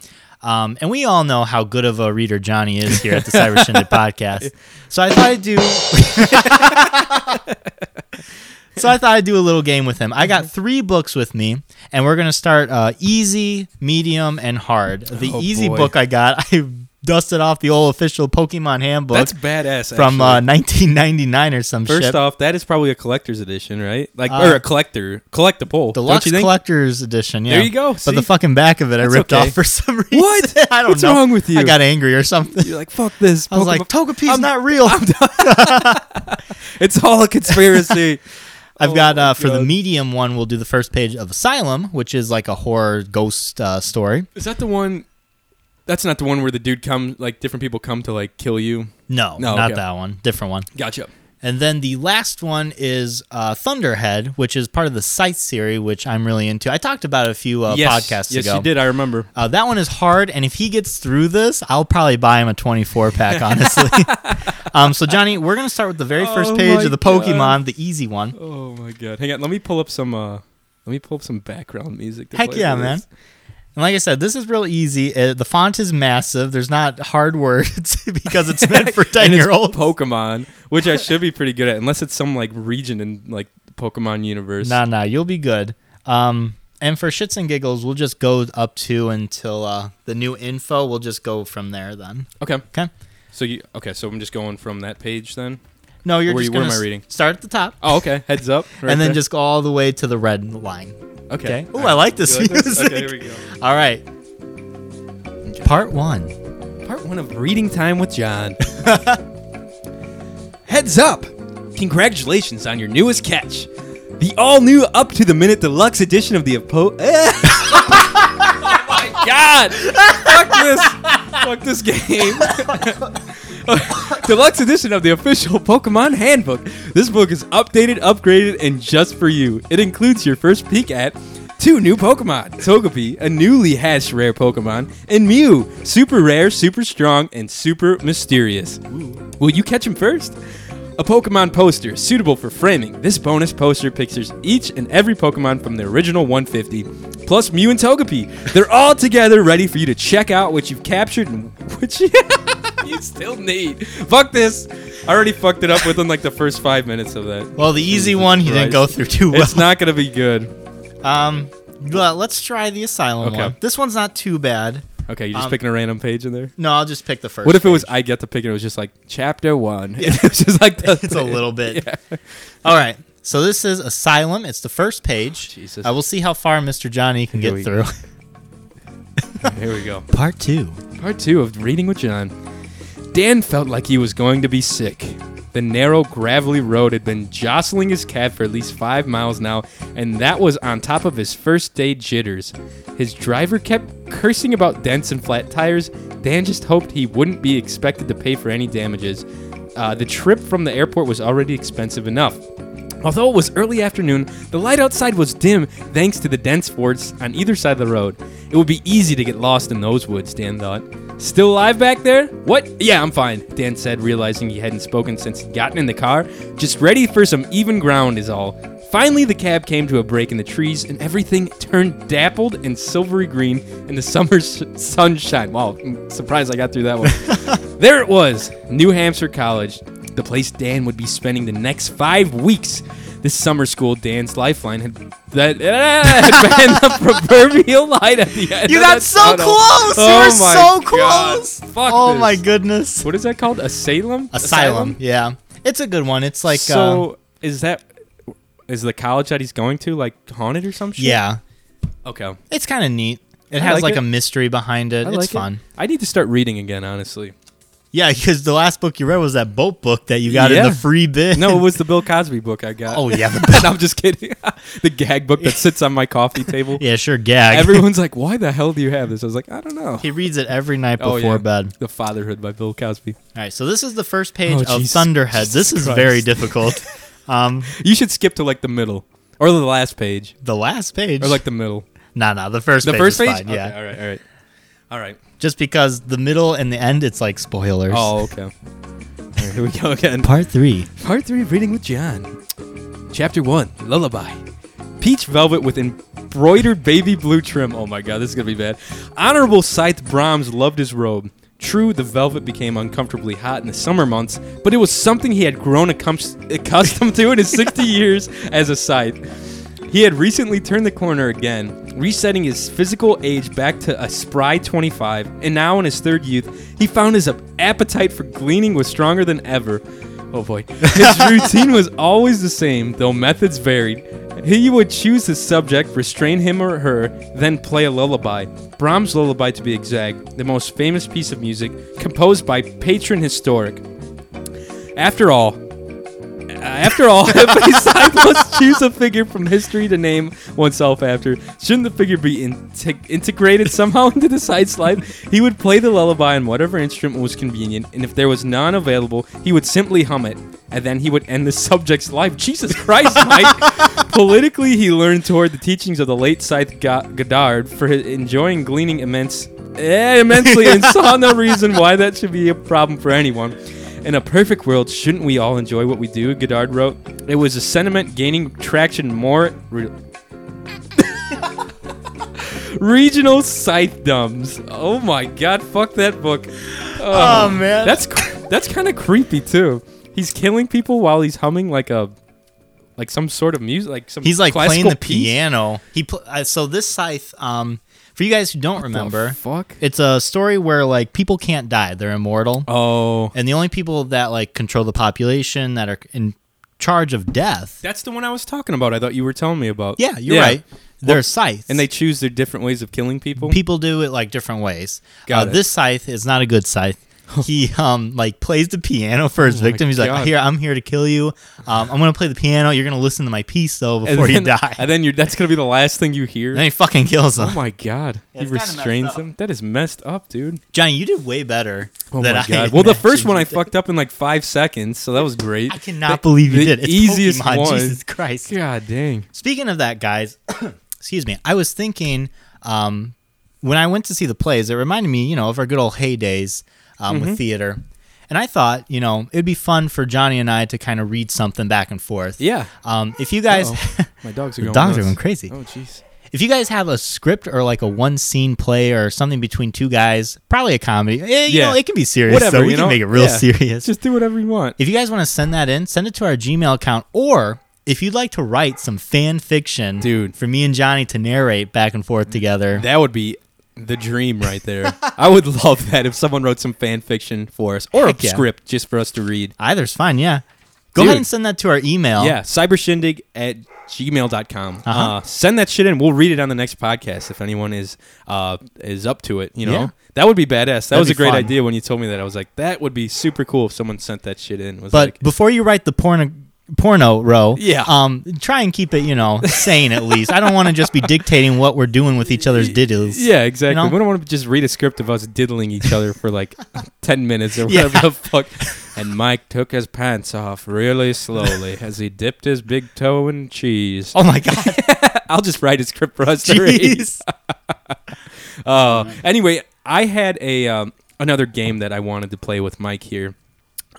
[SPEAKER 2] Um, and we all know how good of a reader Johnny is here at the Cyber Shindig podcast. So I thought I'd do. so I thought I'd do a little game with him. I
[SPEAKER 1] Mm-hmm.
[SPEAKER 2] got three books with me, and we're gonna start uh, easy, medium, and hard. The
[SPEAKER 1] Oh,
[SPEAKER 2] easy
[SPEAKER 1] boy.
[SPEAKER 2] book I got, I dusted off the old official Pokemon handbook
[SPEAKER 1] That's badass.
[SPEAKER 2] from uh,
[SPEAKER 1] actually.
[SPEAKER 2] 1999 or some
[SPEAKER 1] First
[SPEAKER 2] shit.
[SPEAKER 1] off, that is probably a collector's edition, right? Like
[SPEAKER 2] Uh,
[SPEAKER 1] or a collector collectible. don't
[SPEAKER 2] Deluxe
[SPEAKER 1] you think?
[SPEAKER 2] Collector's Edition. Yeah.
[SPEAKER 1] There you go,
[SPEAKER 2] But
[SPEAKER 1] see?
[SPEAKER 2] the fucking back of it,
[SPEAKER 1] That's
[SPEAKER 2] I ripped
[SPEAKER 1] okay.
[SPEAKER 2] off for some reason.
[SPEAKER 1] What?
[SPEAKER 2] I don't
[SPEAKER 1] What's
[SPEAKER 2] know.
[SPEAKER 1] wrong with you?
[SPEAKER 2] I got angry or something.
[SPEAKER 1] You're like fuck this.
[SPEAKER 2] I was like,
[SPEAKER 1] Pokemon-
[SPEAKER 2] Togepi's not real.
[SPEAKER 1] it's all a conspiracy.
[SPEAKER 2] I've
[SPEAKER 1] Oh
[SPEAKER 2] got
[SPEAKER 1] my
[SPEAKER 2] uh, for the
[SPEAKER 1] God.
[SPEAKER 2] medium one. We'll do the first page of Asylum, which is like a horror ghost uh, story.
[SPEAKER 1] is that the one? That's not the one where the dude comes, like different people come to like kill you.
[SPEAKER 2] No,
[SPEAKER 1] No,
[SPEAKER 2] not
[SPEAKER 1] okay.
[SPEAKER 2] that one. Different one.
[SPEAKER 1] Gotcha.
[SPEAKER 2] And then the last one is uh, Thunderhead, which is part of the Sight series, which I'm really into. I talked about it a few uh,
[SPEAKER 1] yes,
[SPEAKER 2] podcasts
[SPEAKER 1] yes,
[SPEAKER 2] ago.
[SPEAKER 1] you did. I remember.
[SPEAKER 2] Uh, that one is hard, and if he gets through this, I'll probably buy him a 24 pack, honestly. um, so, Johnny, we're going to start with the very first
[SPEAKER 1] Oh
[SPEAKER 2] page
[SPEAKER 1] my
[SPEAKER 2] of the
[SPEAKER 1] God.
[SPEAKER 2] Pokemon, the easy one.
[SPEAKER 1] Oh my god! Hang on, let me pull up some. uh Let me pull up some background music. to
[SPEAKER 2] Heck
[SPEAKER 1] play
[SPEAKER 2] yeah,
[SPEAKER 1] for
[SPEAKER 2] man.
[SPEAKER 1] this.
[SPEAKER 2] And like I said, this is real easy. Uh, the font is massive. There's not hard words because it's meant for 10
[SPEAKER 1] And it's
[SPEAKER 2] year olds.
[SPEAKER 1] Pokemon, which I should be pretty good at, unless it's some like region in like the Pokemon universe.
[SPEAKER 2] Nah, nah, you'll be good. Um, and for shits and giggles, we'll just go up to until uh, the new info. We'll just go from there then.
[SPEAKER 1] Okay.
[SPEAKER 2] Okay.
[SPEAKER 1] So you okay? So I'm just going from that page then.
[SPEAKER 2] No, you're
[SPEAKER 1] Where
[SPEAKER 2] just
[SPEAKER 1] you- where
[SPEAKER 2] going
[SPEAKER 1] am I
[SPEAKER 2] to
[SPEAKER 1] reading?
[SPEAKER 2] start at the top
[SPEAKER 1] Oh, okay. Heads up. right
[SPEAKER 2] and then
[SPEAKER 1] there.
[SPEAKER 2] just go all the way to the red line.
[SPEAKER 1] okay.
[SPEAKER 2] Okay. Oh, I like this
[SPEAKER 1] You like this?
[SPEAKER 2] music.
[SPEAKER 1] Okay, here we go.
[SPEAKER 2] All right. Part one.
[SPEAKER 1] Part one of reading time with John. Heads up! Congratulations on your newest catch, the all-new up-to-the-minute deluxe edition of the Apo. Eh. oh my God! Fuck this! Fuck this game! Deluxe edition of the official Pokemon Handbook. This book is updated, upgraded, and just for you. It includes your first peek at two new Pokemon Togepi, a newly hatched rare Pokemon, and Mew, super rare, super strong, and super mysterious. Will you catch him first? A Pokemon poster suitable for framing. This bonus poster pictures each and every Pokemon from the original 150, plus Mew and Togepi. They're all together ready for you to check out what you've captured and what you, you still need. Fuck this. I already fucked it up within like the first five minutes of that.
[SPEAKER 2] Well, the easy
[SPEAKER 1] Jesus
[SPEAKER 2] one he didn't go
[SPEAKER 1] Christ.
[SPEAKER 2] through too well.
[SPEAKER 1] It's not going to be good.
[SPEAKER 2] um, well, let's try the asylum
[SPEAKER 1] Okay.
[SPEAKER 2] one. This one's not too bad.
[SPEAKER 1] Okay, you're just
[SPEAKER 2] Um,
[SPEAKER 1] picking a random page in there?
[SPEAKER 2] No, I'll just pick the first.
[SPEAKER 1] What if it
[SPEAKER 2] page.
[SPEAKER 1] was I get to pick it? It was just like chapter one. It was just like the,
[SPEAKER 2] It's a little bit.
[SPEAKER 1] Yeah.
[SPEAKER 2] All right. So this is asylum. It's the first page.
[SPEAKER 1] Oh, Jesus.
[SPEAKER 2] I will see how far Mr. Johnny can
[SPEAKER 1] Here
[SPEAKER 2] get
[SPEAKER 1] we
[SPEAKER 2] through.
[SPEAKER 1] go. Here we go.
[SPEAKER 2] Part two.
[SPEAKER 1] Part two of Reading with John. Dan felt like he was going to be sick. The narrow, gravelly road had been jostling his cab for at least five miles now, and that was on top of his first day jitters. His driver kept cursing about dents and flat tires. Dan just hoped he wouldn't be expected to pay for any damages. Uh, the trip from the airport was already expensive enough. Although it was early afternoon, the light outside was dim thanks to the dense forests on either side of the road. It would be easy to get lost in those woods, Dan thought. Still alive back there? What? Yeah, I'm fine, Dan said, realizing he hadn't spoken since he'd gotten in the car. Just ready for some even ground is all. Finally, the cab came to a break in the trees, and everything turned dappled and silvery green in the summer s- sunshine. Wow, I'm surprised I got through that one. there it was, New Hampshire College the place Dan would be spending the next five weeks. This summer school, Dan's lifeline had that had been the proverbial light at the end.
[SPEAKER 2] You
[SPEAKER 1] of
[SPEAKER 2] got
[SPEAKER 1] that
[SPEAKER 2] so
[SPEAKER 1] tunnel.
[SPEAKER 2] close! You
[SPEAKER 1] Oh
[SPEAKER 2] were
[SPEAKER 1] my
[SPEAKER 2] so
[SPEAKER 1] God.
[SPEAKER 2] close!
[SPEAKER 1] Fuck
[SPEAKER 2] oh
[SPEAKER 1] this.
[SPEAKER 2] my goodness.
[SPEAKER 1] What is that called? Asylum.
[SPEAKER 2] Asylum. Yeah. It's a good one. It's like uh,
[SPEAKER 1] so is that is the college that he's going to like haunted or some shit?
[SPEAKER 2] yeah.
[SPEAKER 1] Okay.
[SPEAKER 2] It's kind of neat. It
[SPEAKER 1] I
[SPEAKER 2] has
[SPEAKER 1] like
[SPEAKER 2] like
[SPEAKER 1] it.
[SPEAKER 2] a mystery behind it.
[SPEAKER 1] I
[SPEAKER 2] it's
[SPEAKER 1] like it.
[SPEAKER 2] fun.
[SPEAKER 1] I need to start reading again, honestly.
[SPEAKER 2] Yeah, because the last book you read was that boat book that you got in
[SPEAKER 1] Yeah.
[SPEAKER 2] the free bid.
[SPEAKER 1] No, it was the Bill Cosby book I got.
[SPEAKER 2] oh yeah, the-
[SPEAKER 1] I'm just kidding. the gag book that sits on my coffee table.
[SPEAKER 2] yeah, sure. Gag.
[SPEAKER 1] Everyone's like, "Why the hell do you have this?" I was like, "I don't know."
[SPEAKER 2] he reads it every night
[SPEAKER 1] Oh,
[SPEAKER 2] before
[SPEAKER 1] yeah.
[SPEAKER 2] bed.
[SPEAKER 1] The Fatherhood by Bill Cosby.
[SPEAKER 2] All right, so this is the first page
[SPEAKER 1] Oh,
[SPEAKER 2] of
[SPEAKER 1] Jesus.
[SPEAKER 2] Thunderhead. This is
[SPEAKER 1] Christ.
[SPEAKER 2] very difficult. um,
[SPEAKER 1] You should skip to like the middle or the last page
[SPEAKER 2] the last page,
[SPEAKER 1] or like the middle.
[SPEAKER 2] no, no, the first,
[SPEAKER 1] The
[SPEAKER 2] page
[SPEAKER 1] first
[SPEAKER 2] is
[SPEAKER 1] page?
[SPEAKER 2] fine, yeah,
[SPEAKER 1] Okay, all right. All right. All right.
[SPEAKER 2] just because the middle and the end, it's like spoilers.
[SPEAKER 1] Oh, okay. All right, here we go again.
[SPEAKER 2] Part three.
[SPEAKER 1] Part 3 of Reading with John. Chapter 1 Lullaby. Peach velvet with embroidered baby blue trim. Oh my god, this is going to be bad. Honorable Scythe Brahms loved his robe. True, the velvet became uncomfortably hot in the summer months, but it was something he had grown accum- accustomed to in his 60 years as a Scythe. He had recently turned the corner again, resetting his physical age back to a spry 25, and now in his third youth, he found his appetite for gleaning was stronger than ever. Oh boy. His routine was always the same, though methods varied. He would choose his subject, restrain him or her, then play a lullaby. Brahms' lullaby, to be exact, the most famous piece of music composed by patron historic. After all, uh, after all, if a side must choose a figure from history to name oneself after, shouldn't the figure be integ- integrated somehow into the side's life? He would play the lullaby on whatever instrument was convenient, and if there was none available, he would simply hum it, and then he would end the subject's life. Jesus Christ, Mike! Politically, he learned toward the teachings of the late Scythe Go- Goddard for his enjoying gleaning immense, eh, immensely, and saw no reason why that should be a problem for anyone. In a perfect world, shouldn't we all enjoy what we do? Godard wrote. It was a sentiment gaining traction more. Re- Regional scythe dumbs. Oh my god, fuck that book.
[SPEAKER 2] Oh, man.
[SPEAKER 1] That's cr- that's kind of creepy too. He's killing people while he's humming like a like some sort of music like some
[SPEAKER 2] He's like playing
[SPEAKER 1] classical
[SPEAKER 2] the
[SPEAKER 1] piece.
[SPEAKER 2] piano. He pl- uh, so this scythe. Um, for you guys who don't
[SPEAKER 1] The
[SPEAKER 2] remember,
[SPEAKER 1] fuck?
[SPEAKER 2] it's a story where like people can't die; they're immortal,
[SPEAKER 1] Oh.
[SPEAKER 2] and the only people that like control the population that are in charge of death.
[SPEAKER 1] That's the one I was talking about. I thought you were telling me about.
[SPEAKER 2] Yeah, you're right. They're scythes,
[SPEAKER 1] And they choose their different ways of killing people.
[SPEAKER 2] people do it like different ways.
[SPEAKER 1] Got
[SPEAKER 2] uh,
[SPEAKER 1] it.
[SPEAKER 2] This scythe is not a good scythe. He um like plays the piano for his victim. He's like,
[SPEAKER 1] Oh God.
[SPEAKER 2] here I'm here to kill you. Um, I'm gonna play the piano. You're gonna listen to my piece though
[SPEAKER 1] And
[SPEAKER 2] before you
[SPEAKER 1] then-
[SPEAKER 2] die. And
[SPEAKER 1] And then you're that's gonna be the last thing you hear.
[SPEAKER 2] then he fucking kills him.
[SPEAKER 1] Oh my god. he
[SPEAKER 2] Yeah, it's kinda messed
[SPEAKER 1] restrains
[SPEAKER 2] up.
[SPEAKER 1] him. That is messed up, dude.
[SPEAKER 2] Johnny, you did way better.
[SPEAKER 1] Oh
[SPEAKER 2] than
[SPEAKER 1] my
[SPEAKER 2] I
[SPEAKER 1] god. Well the first
[SPEAKER 2] imagined
[SPEAKER 1] one I
[SPEAKER 2] you did.
[SPEAKER 1] fucked up in like five seconds, so that was great.
[SPEAKER 2] I cannot believe you
[SPEAKER 1] the
[SPEAKER 2] did. It's
[SPEAKER 1] easiest
[SPEAKER 2] Pokemon,
[SPEAKER 1] one.
[SPEAKER 2] Jesus Christ.
[SPEAKER 1] God dang.
[SPEAKER 2] Speaking of that, guys, excuse me. I was thinking um, when I went to see the plays, it reminded me, you know, of our good old heydays um,
[SPEAKER 1] Mm-hmm.
[SPEAKER 2] with theater. And I thought, you know, it'd be fun for Johnny and I to kind of read something back and forth.
[SPEAKER 1] Yeah.
[SPEAKER 2] Um, if you guys,
[SPEAKER 1] Uh-oh. My dogs are going
[SPEAKER 2] dogs are
[SPEAKER 1] nuts.
[SPEAKER 2] going crazy.
[SPEAKER 1] Oh jeez.
[SPEAKER 2] If you guys have a script or like a one scene play or something between two guys, probably a comedy. Eh, you
[SPEAKER 1] Yeah.
[SPEAKER 2] know, it can be serious.
[SPEAKER 1] Whatever.
[SPEAKER 2] so we
[SPEAKER 1] you
[SPEAKER 2] can
[SPEAKER 1] know?
[SPEAKER 2] make it real
[SPEAKER 1] Yeah.
[SPEAKER 2] serious.
[SPEAKER 1] Just do whatever you want.
[SPEAKER 2] If you guys want to send that in, send it to our Gmail account. Or if you'd like to write some fan fiction,
[SPEAKER 1] Dude.
[SPEAKER 2] for me and Johnny to narrate back and forth together,
[SPEAKER 1] That would be the dream right there. I would love that if someone wrote some fan fiction for us or a
[SPEAKER 2] Heck yeah.
[SPEAKER 1] script just for us to read.
[SPEAKER 2] either's fine. Yeah, go ahead
[SPEAKER 1] Dude.
[SPEAKER 2] and send that to our email.
[SPEAKER 1] Yeah, cybershindig at gmail.com.
[SPEAKER 2] Uh-huh.
[SPEAKER 1] Uh, send that shit in. We'll read it on the next podcast if anyone is uh, is up to it. You know,
[SPEAKER 2] Yeah.
[SPEAKER 1] that would be badass. That
[SPEAKER 2] That'd
[SPEAKER 1] was
[SPEAKER 2] be
[SPEAKER 1] a great
[SPEAKER 2] fun.
[SPEAKER 1] idea when you told me that. I was like, that would be super cool if someone sent that shit in. It Was
[SPEAKER 2] But
[SPEAKER 1] like,
[SPEAKER 2] before you write the porno porno row,
[SPEAKER 1] Yeah.
[SPEAKER 2] um, try and keep it you know sane at least. I don't want to just be dictating what we're doing with each other's diddles.
[SPEAKER 1] yeah, exactly.
[SPEAKER 2] know?
[SPEAKER 1] We don't want to just read a script of us diddling each other for like ten minutes or
[SPEAKER 2] Yeah.
[SPEAKER 1] whatever the fuck. And Mike took his pants off really slowly as he dipped his big toe in cheese.
[SPEAKER 2] Oh my god,
[SPEAKER 1] I'll just write a script for us to read.
[SPEAKER 2] jeez.
[SPEAKER 1] Uh, anyway, I had a um, another game that I wanted to play with Mike here.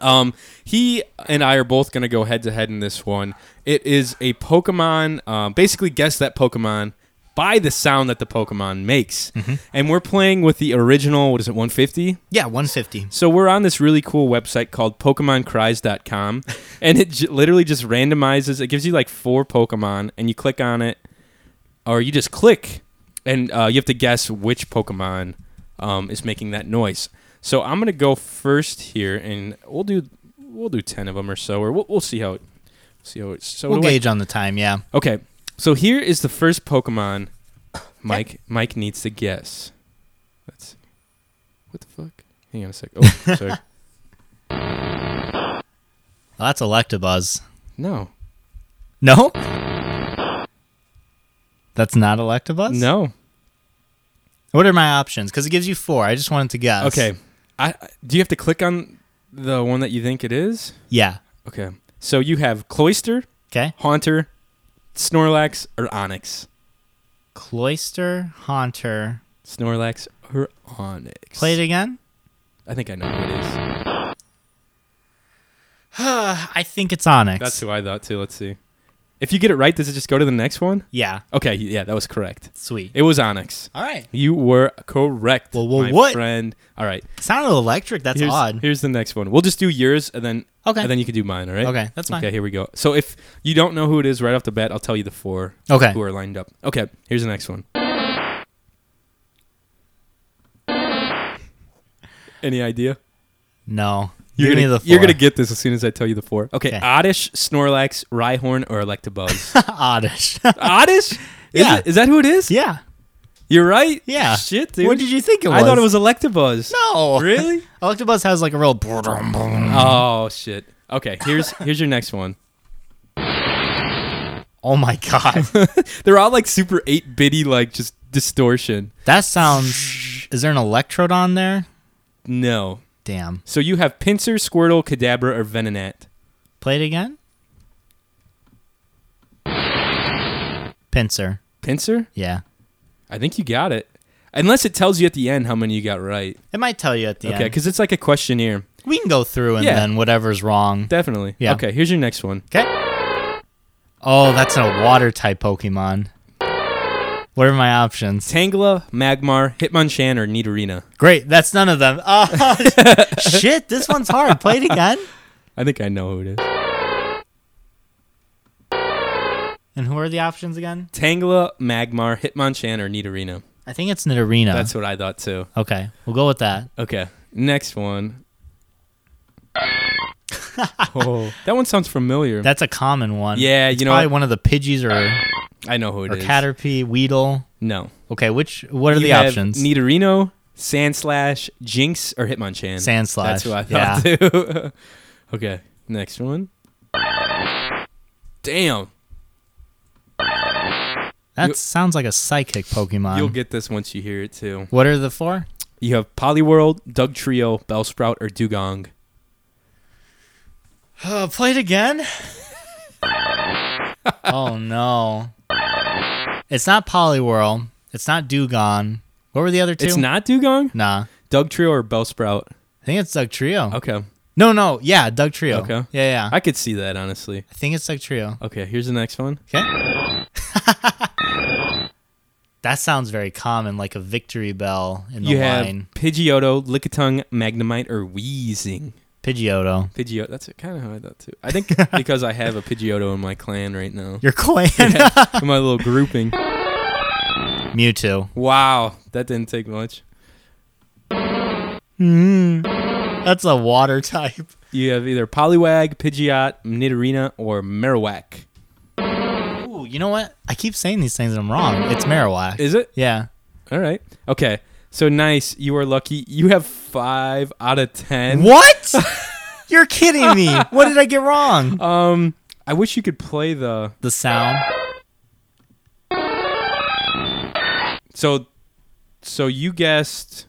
[SPEAKER 1] Um, he and I are both going to go head to head in this one. It is a Pokemon. Um, basically, guess that Pokemon by the sound that the Pokemon makes, and we're playing with the original. What is it? One fifty.
[SPEAKER 2] Yeah, 150.
[SPEAKER 1] So we're on this really cool website called PokemonCries.com, and it j- literally just randomizes. It gives you like four Pokemon, and you click on it, or you just click, and uh, you have to guess which Pokemon um, is making that noise. So I'm gonna go first here, and we'll do we'll do ten of them or so, or we'll, we'll see how it see how it. So
[SPEAKER 2] We'll
[SPEAKER 1] do I-
[SPEAKER 2] gauge on the time. Yeah.
[SPEAKER 1] okay, so here is the first Pokemon. Mike Mike needs to guess. Let's see. What the fuck? Hang on a sec. Oh, sorry.
[SPEAKER 2] Well, that's Electabuzz.
[SPEAKER 1] No.
[SPEAKER 2] No? That's not Electabuzz?
[SPEAKER 1] No.
[SPEAKER 2] What are my options? Because it gives you four. I just wanted to guess.
[SPEAKER 1] Okay. I I- do you have to click on the one that you think it is?
[SPEAKER 2] Yeah.
[SPEAKER 1] Okay. So you have Cloister,
[SPEAKER 2] Okay.
[SPEAKER 1] Haunter, Snorlax, or Onyx.
[SPEAKER 2] Cloister Haunter.
[SPEAKER 1] Snorlax or Onyx.
[SPEAKER 2] Play it again?
[SPEAKER 1] I think I know who it is.
[SPEAKER 2] I think it's Onyx.
[SPEAKER 1] That's who I thought too. Let's see. If you get it right, does it just go to the next one?
[SPEAKER 2] Yeah.
[SPEAKER 1] Okay, yeah, that was correct.
[SPEAKER 2] Sweet.
[SPEAKER 1] It was Onyx.
[SPEAKER 2] All right.
[SPEAKER 1] You were correct.
[SPEAKER 2] Well, well,
[SPEAKER 1] my
[SPEAKER 2] what?
[SPEAKER 1] friend? All right.
[SPEAKER 2] Sounded electric. That's
[SPEAKER 1] here's,
[SPEAKER 2] odd.
[SPEAKER 1] Here's the next one. We'll just do yours and then
[SPEAKER 2] Okay.
[SPEAKER 1] and then you can do mine, all right?
[SPEAKER 2] Okay, that's fine.
[SPEAKER 1] Okay, here we go. So if you don't know who it is right off the bat, I'll tell you the four
[SPEAKER 2] Okay.
[SPEAKER 1] who are lined up. Okay, here's the next one. Any idea?
[SPEAKER 2] No.
[SPEAKER 1] You're
[SPEAKER 2] Give me
[SPEAKER 1] gonna,
[SPEAKER 2] the
[SPEAKER 1] you're gonna
[SPEAKER 2] four.
[SPEAKER 1] get this as soon as I tell you the four. Okay,
[SPEAKER 2] Okay.
[SPEAKER 1] Oddish, Snorlax, Rhyhorn, or Electabuzz.
[SPEAKER 2] oddish.
[SPEAKER 1] Oddish? Is
[SPEAKER 2] Yeah.
[SPEAKER 1] it- Is that who it is?
[SPEAKER 2] yeah.
[SPEAKER 1] You're right.
[SPEAKER 2] Yeah.
[SPEAKER 1] Shit, dude.
[SPEAKER 2] What did you think it was?
[SPEAKER 1] I thought it was Electabuzz.
[SPEAKER 2] No. Mm-hmm.
[SPEAKER 1] Really?
[SPEAKER 2] Electabuzz has like a real. Oh
[SPEAKER 1] Oh shit. Okay, here's here's your next one.
[SPEAKER 2] Oh my god.
[SPEAKER 1] They're all like super eight bitty like just distortion.
[SPEAKER 2] That sounds. Is there an electrode on there?
[SPEAKER 1] No.
[SPEAKER 2] Damn.
[SPEAKER 1] So you have Pinsir, Squirtle, Kadabra, or Venonat.
[SPEAKER 2] Play it again. Pincer.
[SPEAKER 1] Pinsir?
[SPEAKER 2] Yeah.
[SPEAKER 1] I think you got it. Unless it tells you at the end how many you got right.
[SPEAKER 2] It might tell you at the
[SPEAKER 1] Okay,
[SPEAKER 2] end.
[SPEAKER 1] because it's like a questionnaire.
[SPEAKER 2] We can go through and
[SPEAKER 1] Yeah.
[SPEAKER 2] then whatever's wrong.
[SPEAKER 1] Definitely.
[SPEAKER 2] Yeah.
[SPEAKER 1] Okay, here's your next one.
[SPEAKER 2] Okay. Oh, that's a water type Pokemon. What are my options?
[SPEAKER 1] Tangela, Magmar, Hitmonchan, or Nidorina.
[SPEAKER 2] Great, that's none of them. Ah, shit, this one's hard. Play it again.
[SPEAKER 1] I think I know who it is.
[SPEAKER 2] And who are the options again?
[SPEAKER 1] Tangela, Magmar, Hitmonchan, or Nidorina.
[SPEAKER 2] I think it's Nidorina.
[SPEAKER 1] That's what I thought too.
[SPEAKER 2] okay, we'll go with that.
[SPEAKER 1] Okay, next one. oh, that one sounds familiar.
[SPEAKER 2] That's a common one.
[SPEAKER 1] yeah,
[SPEAKER 2] it's
[SPEAKER 1] you know,
[SPEAKER 2] probably
[SPEAKER 1] what?
[SPEAKER 2] one of the Pidgeys or,
[SPEAKER 1] I know who it
[SPEAKER 2] or
[SPEAKER 1] is.
[SPEAKER 2] Caterpie, Weedle.
[SPEAKER 1] No.
[SPEAKER 2] Okay, which what are
[SPEAKER 1] You
[SPEAKER 2] the
[SPEAKER 1] have
[SPEAKER 2] options?
[SPEAKER 1] Nidorino, Sandslash, Jinx, or Hitmonchan.
[SPEAKER 2] Sandslash,
[SPEAKER 1] That's who I thought too. okay, next one. Damn,
[SPEAKER 2] that
[SPEAKER 1] you-
[SPEAKER 2] sounds like a psychic Pokemon.
[SPEAKER 1] you'll get this once you hear it too.
[SPEAKER 2] what are the four?
[SPEAKER 1] You have Poliwhirl, Doug Trio, Bellsprout, or Dugong.
[SPEAKER 2] Uh, play it again. oh no! It's not Poliwhirl. It's not Dugon. What were the other two?
[SPEAKER 1] It's not Dugong.
[SPEAKER 2] Nah,
[SPEAKER 1] Doug Trio or Bellsprout.
[SPEAKER 2] I think it's Doug Trio.
[SPEAKER 1] Okay,
[SPEAKER 2] No, no, yeah, Doug Trio.
[SPEAKER 1] Oh. Okay.
[SPEAKER 2] Yeah, yeah.
[SPEAKER 1] I could see that honestly.
[SPEAKER 2] I think it's Doug Trio.
[SPEAKER 1] Okay, here's the next one.
[SPEAKER 2] Okay. that sounds very common, like a victory bell in the
[SPEAKER 1] you have
[SPEAKER 2] line.
[SPEAKER 1] Pidgeotto, Lickitung, Magnemite, or Wheezing.
[SPEAKER 2] Pidgeotto.
[SPEAKER 1] Pidgeotto. That's kind of how I thought too. I think because I have a Pidgeotto in my clan right now.
[SPEAKER 2] Your clan.
[SPEAKER 1] in my little grouping.
[SPEAKER 2] Mewtwo.
[SPEAKER 1] Wow, that didn't take much.
[SPEAKER 2] That's a water type.
[SPEAKER 1] You have either Poliwag, Pidgeot, Nidorina, or Marowak.
[SPEAKER 2] Ooh, you know what? I keep saying these things and I'm wrong. It's Marowak.
[SPEAKER 1] Is it?
[SPEAKER 2] yeah.
[SPEAKER 1] All right. Okay. So nice. You are lucky. You have five out of ten.
[SPEAKER 2] What? You're kidding me. What did I get wrong?
[SPEAKER 1] Um, I wish you could play the.
[SPEAKER 2] Uh, the sound.
[SPEAKER 1] So, so you guessed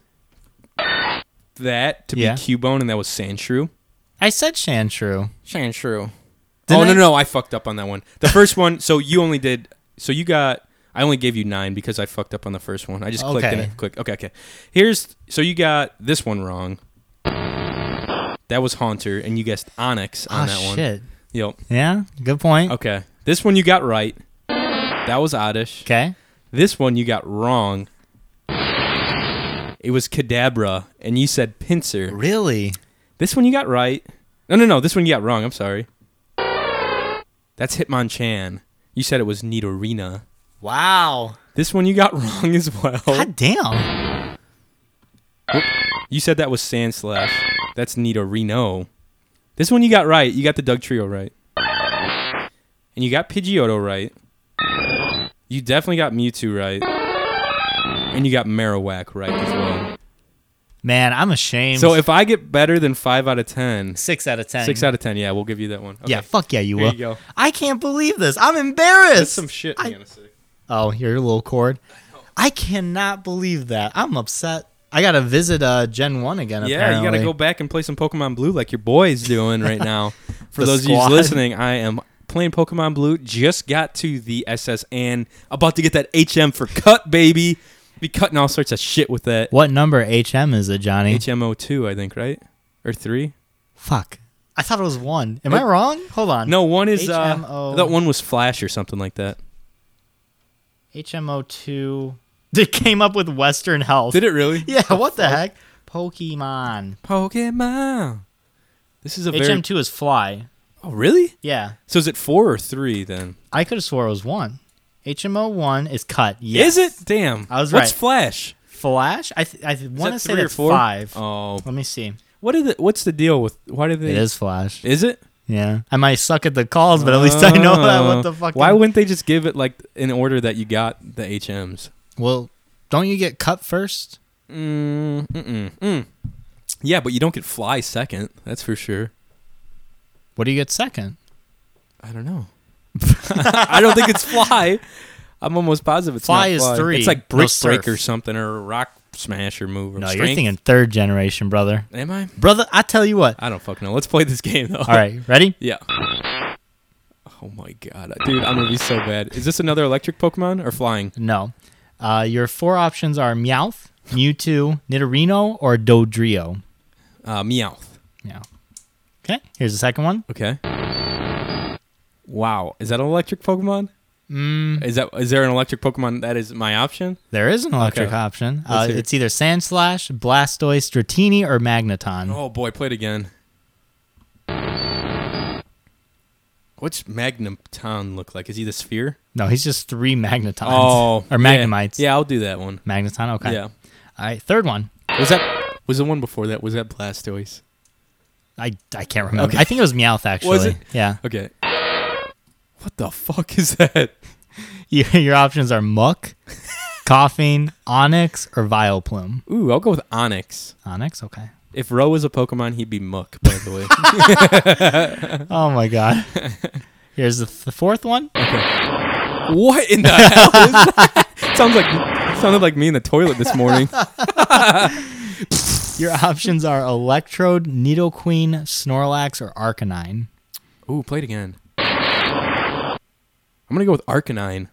[SPEAKER 1] that to be
[SPEAKER 2] Yeah.
[SPEAKER 1] Cubone, and that was Sandshrew.
[SPEAKER 2] I said Shanshrew.
[SPEAKER 1] Sandshrew.
[SPEAKER 2] Didn't
[SPEAKER 1] oh no
[SPEAKER 2] I-
[SPEAKER 1] no, I fucked up on that one. The first one. So you only did. So you got. I only gave you nine because I fucked up on the first one. I just clicked and
[SPEAKER 2] Okay.
[SPEAKER 1] it clicked. Okay, okay. Here's so you got this one wrong. That was Haunter, and you guessed Onyx on
[SPEAKER 2] Oh,
[SPEAKER 1] that one.
[SPEAKER 2] shit.
[SPEAKER 1] Yep.
[SPEAKER 2] Yeah, good point.
[SPEAKER 1] Okay. This one you got right. That was Oddish.
[SPEAKER 2] Okay.
[SPEAKER 1] This one you got wrong. It was Kadabra, and you said Pincer.
[SPEAKER 2] Really?
[SPEAKER 1] This one you got right. No, no, no. This one you got wrong. I'm sorry. That's Hitmonchan. You said it was Nidorina.
[SPEAKER 2] Wow.
[SPEAKER 1] This one you got wrong as well.
[SPEAKER 2] God damn.
[SPEAKER 1] You said that was Sandslash. That's Nidorino. This one you got right. You got the Doug Trio right. And you got Pidgeotto right. You definitely got Mewtwo right. And you got Marowak right as well.
[SPEAKER 2] Man, I'm ashamed.
[SPEAKER 1] So if I get better than 5 out of 10,
[SPEAKER 2] six out of ten.
[SPEAKER 1] 6 out of 10, yeah, we'll give you that one. Okay.
[SPEAKER 2] Yeah, fuck yeah, you
[SPEAKER 1] Here
[SPEAKER 2] will.
[SPEAKER 1] you go.
[SPEAKER 2] I can't believe this. I'm embarrassed.
[SPEAKER 1] That's some shit.
[SPEAKER 2] I-
[SPEAKER 1] I, a sec.
[SPEAKER 2] Oh, here, a little cord. I cannot believe that. I'm upset. I gotta visit uh Gen One again.
[SPEAKER 1] Yeah,
[SPEAKER 2] apparently.
[SPEAKER 1] you got to go back and play some Pokemon Blue like your boy's doing right now. For
[SPEAKER 2] The
[SPEAKER 1] those of
[SPEAKER 2] squad.
[SPEAKER 1] you listening, I am playing Pokemon Blue. Just got to the SS and about to get that HM for cut, baby. Be cutting all sorts of shit with that
[SPEAKER 2] What number HM is it, Johnny?
[SPEAKER 1] HMO2, I think, right? Or three?
[SPEAKER 2] Fuck. I thought it was one. Am
[SPEAKER 1] It-
[SPEAKER 2] I wrong? Hold on.
[SPEAKER 1] No, one is uh,
[SPEAKER 2] HMO.
[SPEAKER 1] that one was Flash or something like that.
[SPEAKER 2] HMO2. It came up with Western Health.
[SPEAKER 1] Did it really?
[SPEAKER 2] Yeah, what the heck? Pokemon.
[SPEAKER 1] Pokemon. This is a very.
[SPEAKER 2] HM2 is fly.
[SPEAKER 1] oh, really?
[SPEAKER 2] Yeah.
[SPEAKER 1] So is it four or three then?
[SPEAKER 2] I could have swore it was one. HMO1 is cut.
[SPEAKER 1] Is
[SPEAKER 2] Yes.
[SPEAKER 1] it? Damn.
[SPEAKER 2] I was
[SPEAKER 1] What's
[SPEAKER 2] right.
[SPEAKER 1] Flash?
[SPEAKER 2] Flash? I th- I want to
[SPEAKER 1] that
[SPEAKER 2] say
[SPEAKER 1] three or
[SPEAKER 2] that's
[SPEAKER 1] four?
[SPEAKER 2] five.
[SPEAKER 1] Oh,
[SPEAKER 2] Let me see.
[SPEAKER 1] what is it? What's the deal with? Why do they?
[SPEAKER 2] It is Flash.
[SPEAKER 1] Is it?
[SPEAKER 2] Yeah, I might suck at the calls, but at least I know that
[SPEAKER 1] Oh.
[SPEAKER 2] what the fuck.
[SPEAKER 1] Why wouldn't they just give it like in order that you got the HMs?
[SPEAKER 2] Well, don't you get cut first?
[SPEAKER 1] Mm, mm-mm, mm. Yeah, but you don't get fly second. That's for sure.
[SPEAKER 2] What do you get second?
[SPEAKER 1] I don't know. I don't think it's fly. I'm almost positive it's
[SPEAKER 2] Fly
[SPEAKER 1] not
[SPEAKER 2] is three.
[SPEAKER 1] It's like
[SPEAKER 2] No
[SPEAKER 1] brick
[SPEAKER 2] surf.
[SPEAKER 1] break or something or a rock smash or move. Or
[SPEAKER 2] No, you're
[SPEAKER 1] strength.
[SPEAKER 2] thinking third generation, brother.
[SPEAKER 1] Am I?
[SPEAKER 2] Brother, I tell you what.
[SPEAKER 1] I don't fucking know. Let's play this game though.
[SPEAKER 2] All right, ready?
[SPEAKER 1] Yeah. Oh my god, dude, I'm gonna be so bad. Is this another electric Pokemon or flying?
[SPEAKER 2] No. Uh, your four options are Meowth, Mewtwo, Nidorino, or Dodrio.
[SPEAKER 1] Uh, Meowth.
[SPEAKER 2] Yeah. Okay, here's the second one.
[SPEAKER 1] Okay. Wow, is that an electric Pokemon?
[SPEAKER 2] Mm,
[SPEAKER 1] Is that is there an electric Pokemon that is my option?
[SPEAKER 2] there is an electric
[SPEAKER 1] Okay.
[SPEAKER 2] option. Uh,
[SPEAKER 1] hear it.
[SPEAKER 2] it's either Sandslash, Blastoise, Dratini, or Magneton.
[SPEAKER 1] Oh boy, play it again. What's Magneton look like? Is he the sphere?
[SPEAKER 2] No, he's just three Magnetons. or
[SPEAKER 1] Oh, yeah.
[SPEAKER 2] Magnemites.
[SPEAKER 1] Yeah, I'll do that one.
[SPEAKER 2] Magneton, okay.
[SPEAKER 1] Yeah.
[SPEAKER 2] All right, third one.
[SPEAKER 1] Was that was the one before that? Was that Blastoise?
[SPEAKER 2] I, I can't remember.
[SPEAKER 1] Okay.
[SPEAKER 2] I think it was Meowth, actually.
[SPEAKER 1] it?
[SPEAKER 2] Yeah.
[SPEAKER 1] Okay. What the fuck is that?
[SPEAKER 2] Your, your options are Muck, Coughing, Onyx, or Vileplume.
[SPEAKER 1] Ooh, I'll go with Onyx.
[SPEAKER 2] Onyx, okay.
[SPEAKER 1] If Ro was a Pokemon, he'd be Muck, by the way.
[SPEAKER 2] Oh my god. Here's the, the fourth one.
[SPEAKER 1] what in the hell is that? Sounds like sounded like me in the toilet this morning.
[SPEAKER 2] Your options are Electrode, Nidoqueen, Snorlax, or Arcanine.
[SPEAKER 1] Ooh, play it again. I'm gonna go with Arcanine.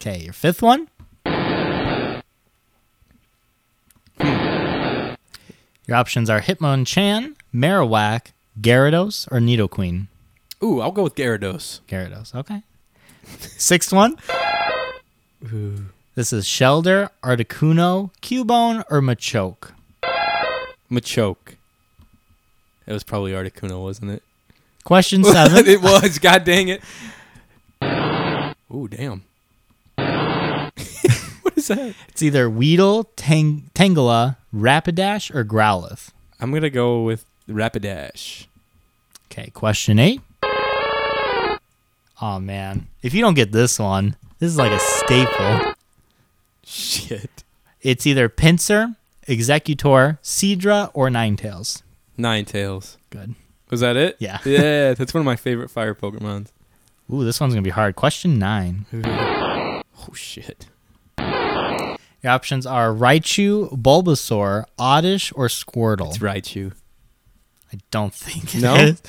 [SPEAKER 2] Okay, your fifth one. Hmm. Your options are Hitmonchan, Marowak, Gyarados, or Nidoqueen.
[SPEAKER 1] Ooh, I'll go with Gyarados.
[SPEAKER 2] Gyarados, okay. Sixth one. This is Shelder, Articuno, Cubone, or Machoke.
[SPEAKER 1] Machoke. It was probably Articuno, wasn't it?
[SPEAKER 2] Question seven.
[SPEAKER 1] it was. God dang it. Ooh, damn. what is that?
[SPEAKER 2] It's either Weedle, Tang- Tangela, Rapidash, or Growlithe.
[SPEAKER 1] I'm gonna go with Rapidash.
[SPEAKER 2] Okay, question eight. Oh man, if you don't get this one, this is like a staple.
[SPEAKER 1] Shit.
[SPEAKER 2] It's either Pincer, Executor, Cedra, or Ninetales.
[SPEAKER 1] Nine tails.
[SPEAKER 2] Good.
[SPEAKER 1] Was that it?
[SPEAKER 2] Yeah.
[SPEAKER 1] Yeah, that's one of my favorite fire Pokemons.
[SPEAKER 2] Ooh, this one's gonna be hard. Question nine.
[SPEAKER 1] oh shit.
[SPEAKER 2] Your options are Raichu, Bulbasaur, Oddish, or Squirtle.
[SPEAKER 1] It's Raichu.
[SPEAKER 2] I don't think it
[SPEAKER 1] No?
[SPEAKER 2] is.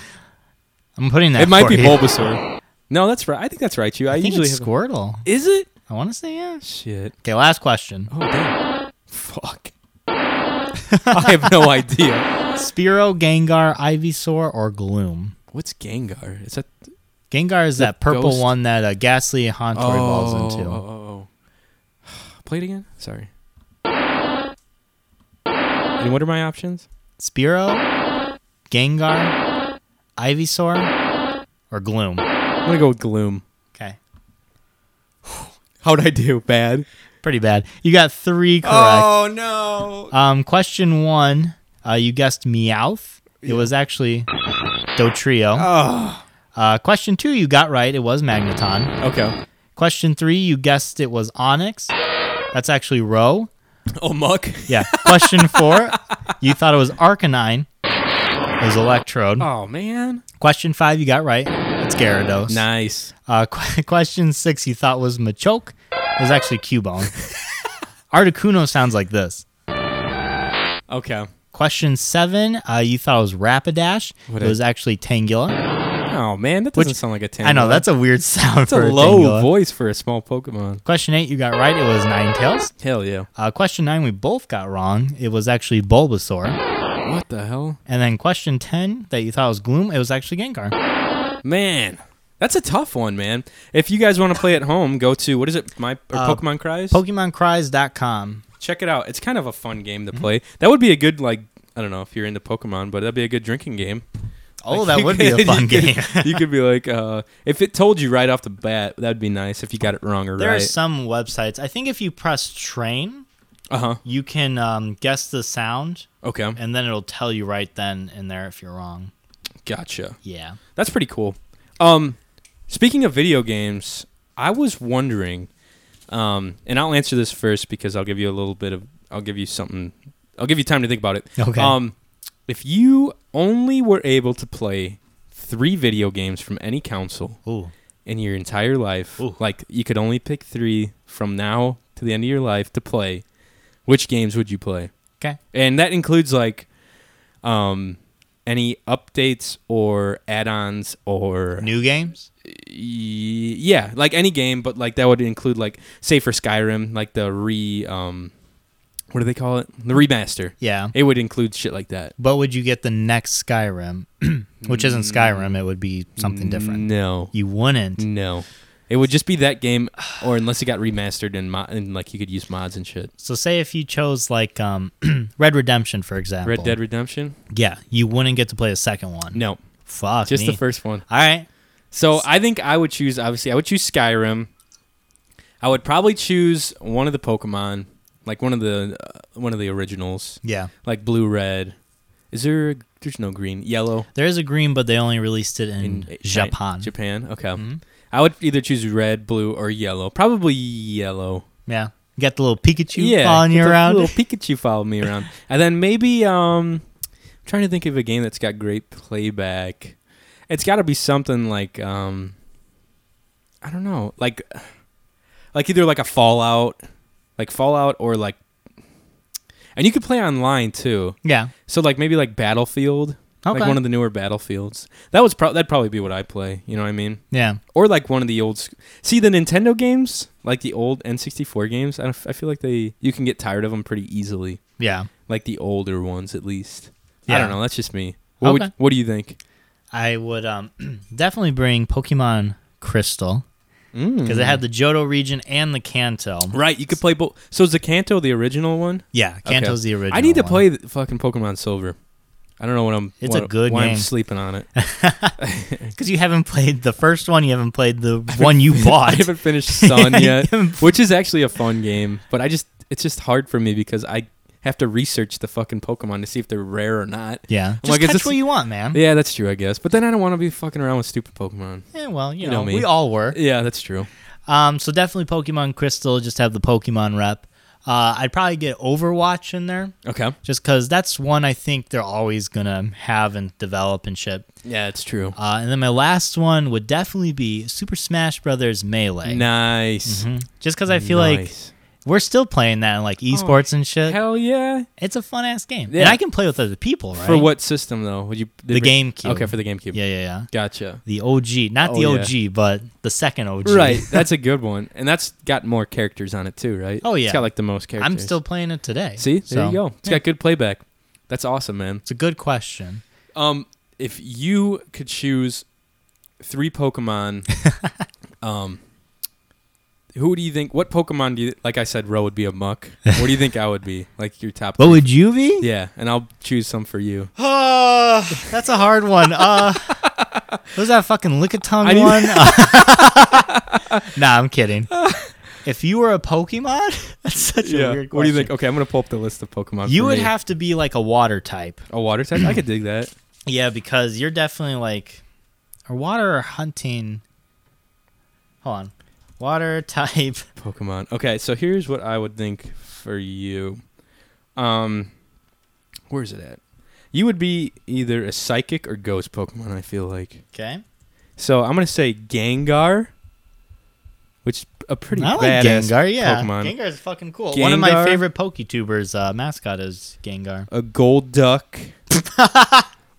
[SPEAKER 2] I'm putting that.
[SPEAKER 1] it might
[SPEAKER 2] for
[SPEAKER 1] be
[SPEAKER 2] you.
[SPEAKER 1] Bulbasaur. No, that's right. I think that's Raichu. I,
[SPEAKER 2] I think
[SPEAKER 1] usually
[SPEAKER 2] it's
[SPEAKER 1] have
[SPEAKER 2] Squirtle.
[SPEAKER 1] Is it?
[SPEAKER 2] I want to say yeah.
[SPEAKER 1] Shit.
[SPEAKER 2] Okay, last question.
[SPEAKER 1] Oh damn. Fuck. I have no idea.
[SPEAKER 2] Spiro, Gengar, Ivysaur, or Gloom.
[SPEAKER 1] What's Gengar? Is that
[SPEAKER 2] Gengar is that purple
[SPEAKER 1] ghost?
[SPEAKER 2] one that uh, Ghastly and Hauntory balls
[SPEAKER 1] Oh,
[SPEAKER 2] into.
[SPEAKER 1] oh, oh. Play it again? Sorry. And what are my options?
[SPEAKER 2] Spiro, Gengar, Ivysaur, or Gloom.
[SPEAKER 1] I'm gonna go with Gloom.
[SPEAKER 2] Okay.
[SPEAKER 1] How'd I do? Bad.
[SPEAKER 2] Pretty bad. You got three correct.
[SPEAKER 1] Oh. no.
[SPEAKER 2] Um, question one, uh, you guessed Meowth. It was actually Dotrio.
[SPEAKER 1] Oh.
[SPEAKER 2] Uh, question two, you got right. It was Magneton.
[SPEAKER 1] Okay.
[SPEAKER 2] Question three, you guessed it was Onyx. That's actually Roe.
[SPEAKER 1] Oh muck.
[SPEAKER 2] Yeah. Question four, you thought it was Arcanine. It was Electrode.
[SPEAKER 1] Oh man.
[SPEAKER 2] Question five, you got right. It's Gyarados.
[SPEAKER 1] Nice.
[SPEAKER 2] Uh, qu- question six, you thought was Machoke. It was actually Cubone. Articuno sounds like this.
[SPEAKER 1] Okay.
[SPEAKER 2] Question seven, uh, you thought it was Rapidash.
[SPEAKER 1] What
[SPEAKER 2] it
[SPEAKER 1] a-
[SPEAKER 2] was actually Tangela.
[SPEAKER 1] Oh man, that doesn't sound like a ten.
[SPEAKER 2] I know that's a weird sound
[SPEAKER 1] That's
[SPEAKER 2] for
[SPEAKER 1] a
[SPEAKER 2] a
[SPEAKER 1] low
[SPEAKER 2] Tangela.
[SPEAKER 1] voice for a small Pokemon.
[SPEAKER 2] Question eight, you got right. It was Ninetales.
[SPEAKER 1] Hell yeah.
[SPEAKER 2] Uh, question nine, we both got wrong. It was actually Bulbasaur.
[SPEAKER 1] What the hell?
[SPEAKER 2] And then question ten, that you thought was Gloom, it was actually Gengar.
[SPEAKER 1] Man. That's a tough one, man. If you guys want to play at home, go to what is it? My or
[SPEAKER 2] Uh,
[SPEAKER 1] Pokemon Cries.
[SPEAKER 2] PokemonCries.com.
[SPEAKER 1] Check it out. It's kind
[SPEAKER 2] Mm-hmm.
[SPEAKER 1] of a fun game to play. That would be a good like I don't know if you're into Pokemon, but that'd be a good drinking game.
[SPEAKER 2] Oh,
[SPEAKER 1] Like,
[SPEAKER 2] that
[SPEAKER 1] you
[SPEAKER 2] would be a
[SPEAKER 1] could-
[SPEAKER 2] fun
[SPEAKER 1] you could-
[SPEAKER 2] game.
[SPEAKER 1] you could be like, uh, if it told you right off the bat, that'd be nice. If you got it wrong or
[SPEAKER 2] There are
[SPEAKER 1] right,
[SPEAKER 2] some websites. I think if you press train,
[SPEAKER 1] uh huh.
[SPEAKER 2] you can um, guess the sound,
[SPEAKER 1] Okay,
[SPEAKER 2] and then it'll tell you right then and there if you're wrong.
[SPEAKER 1] gotcha.
[SPEAKER 2] Yeah.
[SPEAKER 1] That's pretty cool. Um, speaking of video games, I was wondering, um, and I'll answer this first because I'll give you a little bit of, I'll give you something, I'll give you time to think about it.
[SPEAKER 2] Okay.
[SPEAKER 1] Um, if you only were able to play three video games from any console
[SPEAKER 2] Ooh.
[SPEAKER 1] in your entire life,
[SPEAKER 2] Ooh.
[SPEAKER 1] like you could only pick three from now to the end of your life to play, which games would you play?
[SPEAKER 2] 'Kay.
[SPEAKER 1] And that includes like um any updates or add-ons or
[SPEAKER 2] New games.
[SPEAKER 1] Y- yeah, like any game, but like that would include like say for Skyrim, like the re um what do they call it? The remaster.
[SPEAKER 2] Yeah.
[SPEAKER 1] It would include shit like that.
[SPEAKER 2] But would you get the next Skyrim, which isn't Skyrim? It would be something different.
[SPEAKER 1] No.
[SPEAKER 2] You wouldn't.
[SPEAKER 1] No. It would just be that game, or unless it got remastered and, mo- and like you could use mods and shit.
[SPEAKER 2] So say if you chose like um, Red Redemption for example.
[SPEAKER 1] Red Dead Redemption?
[SPEAKER 2] Yeah, you wouldn't get to play a second one.
[SPEAKER 1] No,
[SPEAKER 2] Fuck
[SPEAKER 1] just
[SPEAKER 2] me.
[SPEAKER 1] the first one.
[SPEAKER 2] All right.
[SPEAKER 1] So I think I would choose. Obviously, I would choose Skyrim. I would probably choose one of the Pokemon, like one of the uh, one of the originals,
[SPEAKER 2] Yeah.
[SPEAKER 1] like Blue Red. Is there? There's no green, yellow
[SPEAKER 2] There is a green, but they only released it in,
[SPEAKER 1] Chi-
[SPEAKER 2] Japan.
[SPEAKER 1] Japan. Okay.
[SPEAKER 2] Mhm.
[SPEAKER 1] I would either choose red, blue, or yellow. Probably yellow.
[SPEAKER 2] Yeah. You got the little Pikachu
[SPEAKER 1] yeah,
[SPEAKER 2] following you
[SPEAKER 1] it's a
[SPEAKER 2] around.
[SPEAKER 1] Little Pikachu followed me around, and then maybe um, I'm trying to think of a game that's got great playback. It's got to be something like um, I don't know, like like either like a Fallout, like Fallout, or like, and you could play online too.
[SPEAKER 2] yeah.
[SPEAKER 1] So like maybe like Battlefield,
[SPEAKER 2] Okay.
[SPEAKER 1] like one of the newer Battlefields. That was pro- that'd probably be what I play. You know what I mean?
[SPEAKER 2] yeah.
[SPEAKER 1] Or like one of the old, sc- see the Nintendo games, like the old N64 games. I, don't- I feel like they you can get tired of them pretty easily,
[SPEAKER 2] Yeah.
[SPEAKER 1] like the older ones at least. I
[SPEAKER 2] Yeah.
[SPEAKER 1] don't know. That's just me. What would-
[SPEAKER 2] Okay.
[SPEAKER 1] what do you think?
[SPEAKER 2] I would um, definitely bring Pokemon Crystal because
[SPEAKER 1] Because
[SPEAKER 2] it had the Johto region and the Kanto.
[SPEAKER 1] right. You could play both. So is the Kanto the original one?
[SPEAKER 2] Yeah, Kanto's the original.
[SPEAKER 1] I need to
[SPEAKER 2] one.
[SPEAKER 1] play the fucking Pokemon Silver. I don't know what I'm.
[SPEAKER 2] It's a
[SPEAKER 1] what-
[SPEAKER 2] good
[SPEAKER 1] why I'm
[SPEAKER 2] game.
[SPEAKER 1] sleeping on it.
[SPEAKER 2] because you haven't played the first one. You haven't played the one you
[SPEAKER 1] I
[SPEAKER 2] bought.
[SPEAKER 1] haven't finished Sun yet,
[SPEAKER 2] haven't-
[SPEAKER 1] which is actually a fun game. But I just it's just hard for me because I have to research the fucking Pokemon to see if they're rare or not.
[SPEAKER 2] yeah, just
[SPEAKER 1] like, is
[SPEAKER 2] catch
[SPEAKER 1] this-
[SPEAKER 2] what you want, man.
[SPEAKER 1] Yeah, that's true, I guess. But then I don't want to be fucking around with stupid Pokemon.
[SPEAKER 2] Eh, well, you,
[SPEAKER 1] You know
[SPEAKER 2] know,
[SPEAKER 1] me.
[SPEAKER 2] we all were.
[SPEAKER 1] Yeah, that's true.
[SPEAKER 2] Um, so definitely Pokemon Crystal. Just have the Pokemon rep. Uh, I'd probably get Overwatch in there
[SPEAKER 1] Okay.
[SPEAKER 2] just because that's one I think they're always gonna have and develop and ship.
[SPEAKER 1] Yeah, it's true.
[SPEAKER 2] Uh, and then my last one would definitely be Super Smash Brothers Melee.
[SPEAKER 1] Nice.
[SPEAKER 2] Mhm. Just because I feel like we're still playing that in like esports and shit.
[SPEAKER 1] Oh, hell yeah.
[SPEAKER 2] It's a fun ass game,
[SPEAKER 1] Yeah.
[SPEAKER 2] and I can play with other people, right?
[SPEAKER 1] For what system though? Would you
[SPEAKER 2] The GameCube.
[SPEAKER 1] Okay, for the GameCube.
[SPEAKER 2] Yeah, yeah, yeah.
[SPEAKER 1] Gotcha.
[SPEAKER 2] The OG, not the
[SPEAKER 1] Oh, yeah.
[SPEAKER 2] OG, but the second OG.
[SPEAKER 1] Right, that's a good one, and that's got more characters on it too, right?
[SPEAKER 2] Oh, yeah.
[SPEAKER 1] it's got like the most characters.
[SPEAKER 2] I'm still playing it today.
[SPEAKER 1] see. There
[SPEAKER 2] So,
[SPEAKER 1] you go. It's
[SPEAKER 2] yeah.
[SPEAKER 1] got good playback. That's awesome, man.
[SPEAKER 2] It's a good question.
[SPEAKER 1] Um, if you could choose three Pokemon, um, who do you think? What Pokemon do you like? I said Roe would be a muck. What do you think I would be? Like your top?
[SPEAKER 2] What
[SPEAKER 1] three?
[SPEAKER 2] would you be?
[SPEAKER 1] Yeah, and I'll choose some for you.
[SPEAKER 2] Uh, that's a hard one. Uh, was that fucking
[SPEAKER 1] I
[SPEAKER 2] Lickitung
[SPEAKER 1] need-
[SPEAKER 2] one? nah, I'm kidding. If you were a Pokemon, that's such a weird question.
[SPEAKER 1] What do you think? Okay, I'm gonna pull up the list of Pokemon.
[SPEAKER 2] You
[SPEAKER 1] for
[SPEAKER 2] would
[SPEAKER 1] me.
[SPEAKER 2] have to be like a water type.
[SPEAKER 1] a water type. I could dig that.
[SPEAKER 2] Yeah, because you're definitely like, or water or hunting. Hold on, water type.
[SPEAKER 1] Pokemon. Okay, so here's what I would think for you. Um, where's it at? You would be either a psychic or ghost Pokemon. I feel like.
[SPEAKER 2] Okay,
[SPEAKER 1] So I'm gonna say Gengar, which a pretty
[SPEAKER 2] I like
[SPEAKER 1] badass
[SPEAKER 2] Gengar. Yeah,
[SPEAKER 1] Pokemon.
[SPEAKER 2] Gengar is fucking cool. One of my
[SPEAKER 1] Gengar.
[SPEAKER 2] favorite PokeTubers uh, mascot is Gengar.
[SPEAKER 1] A gold duck,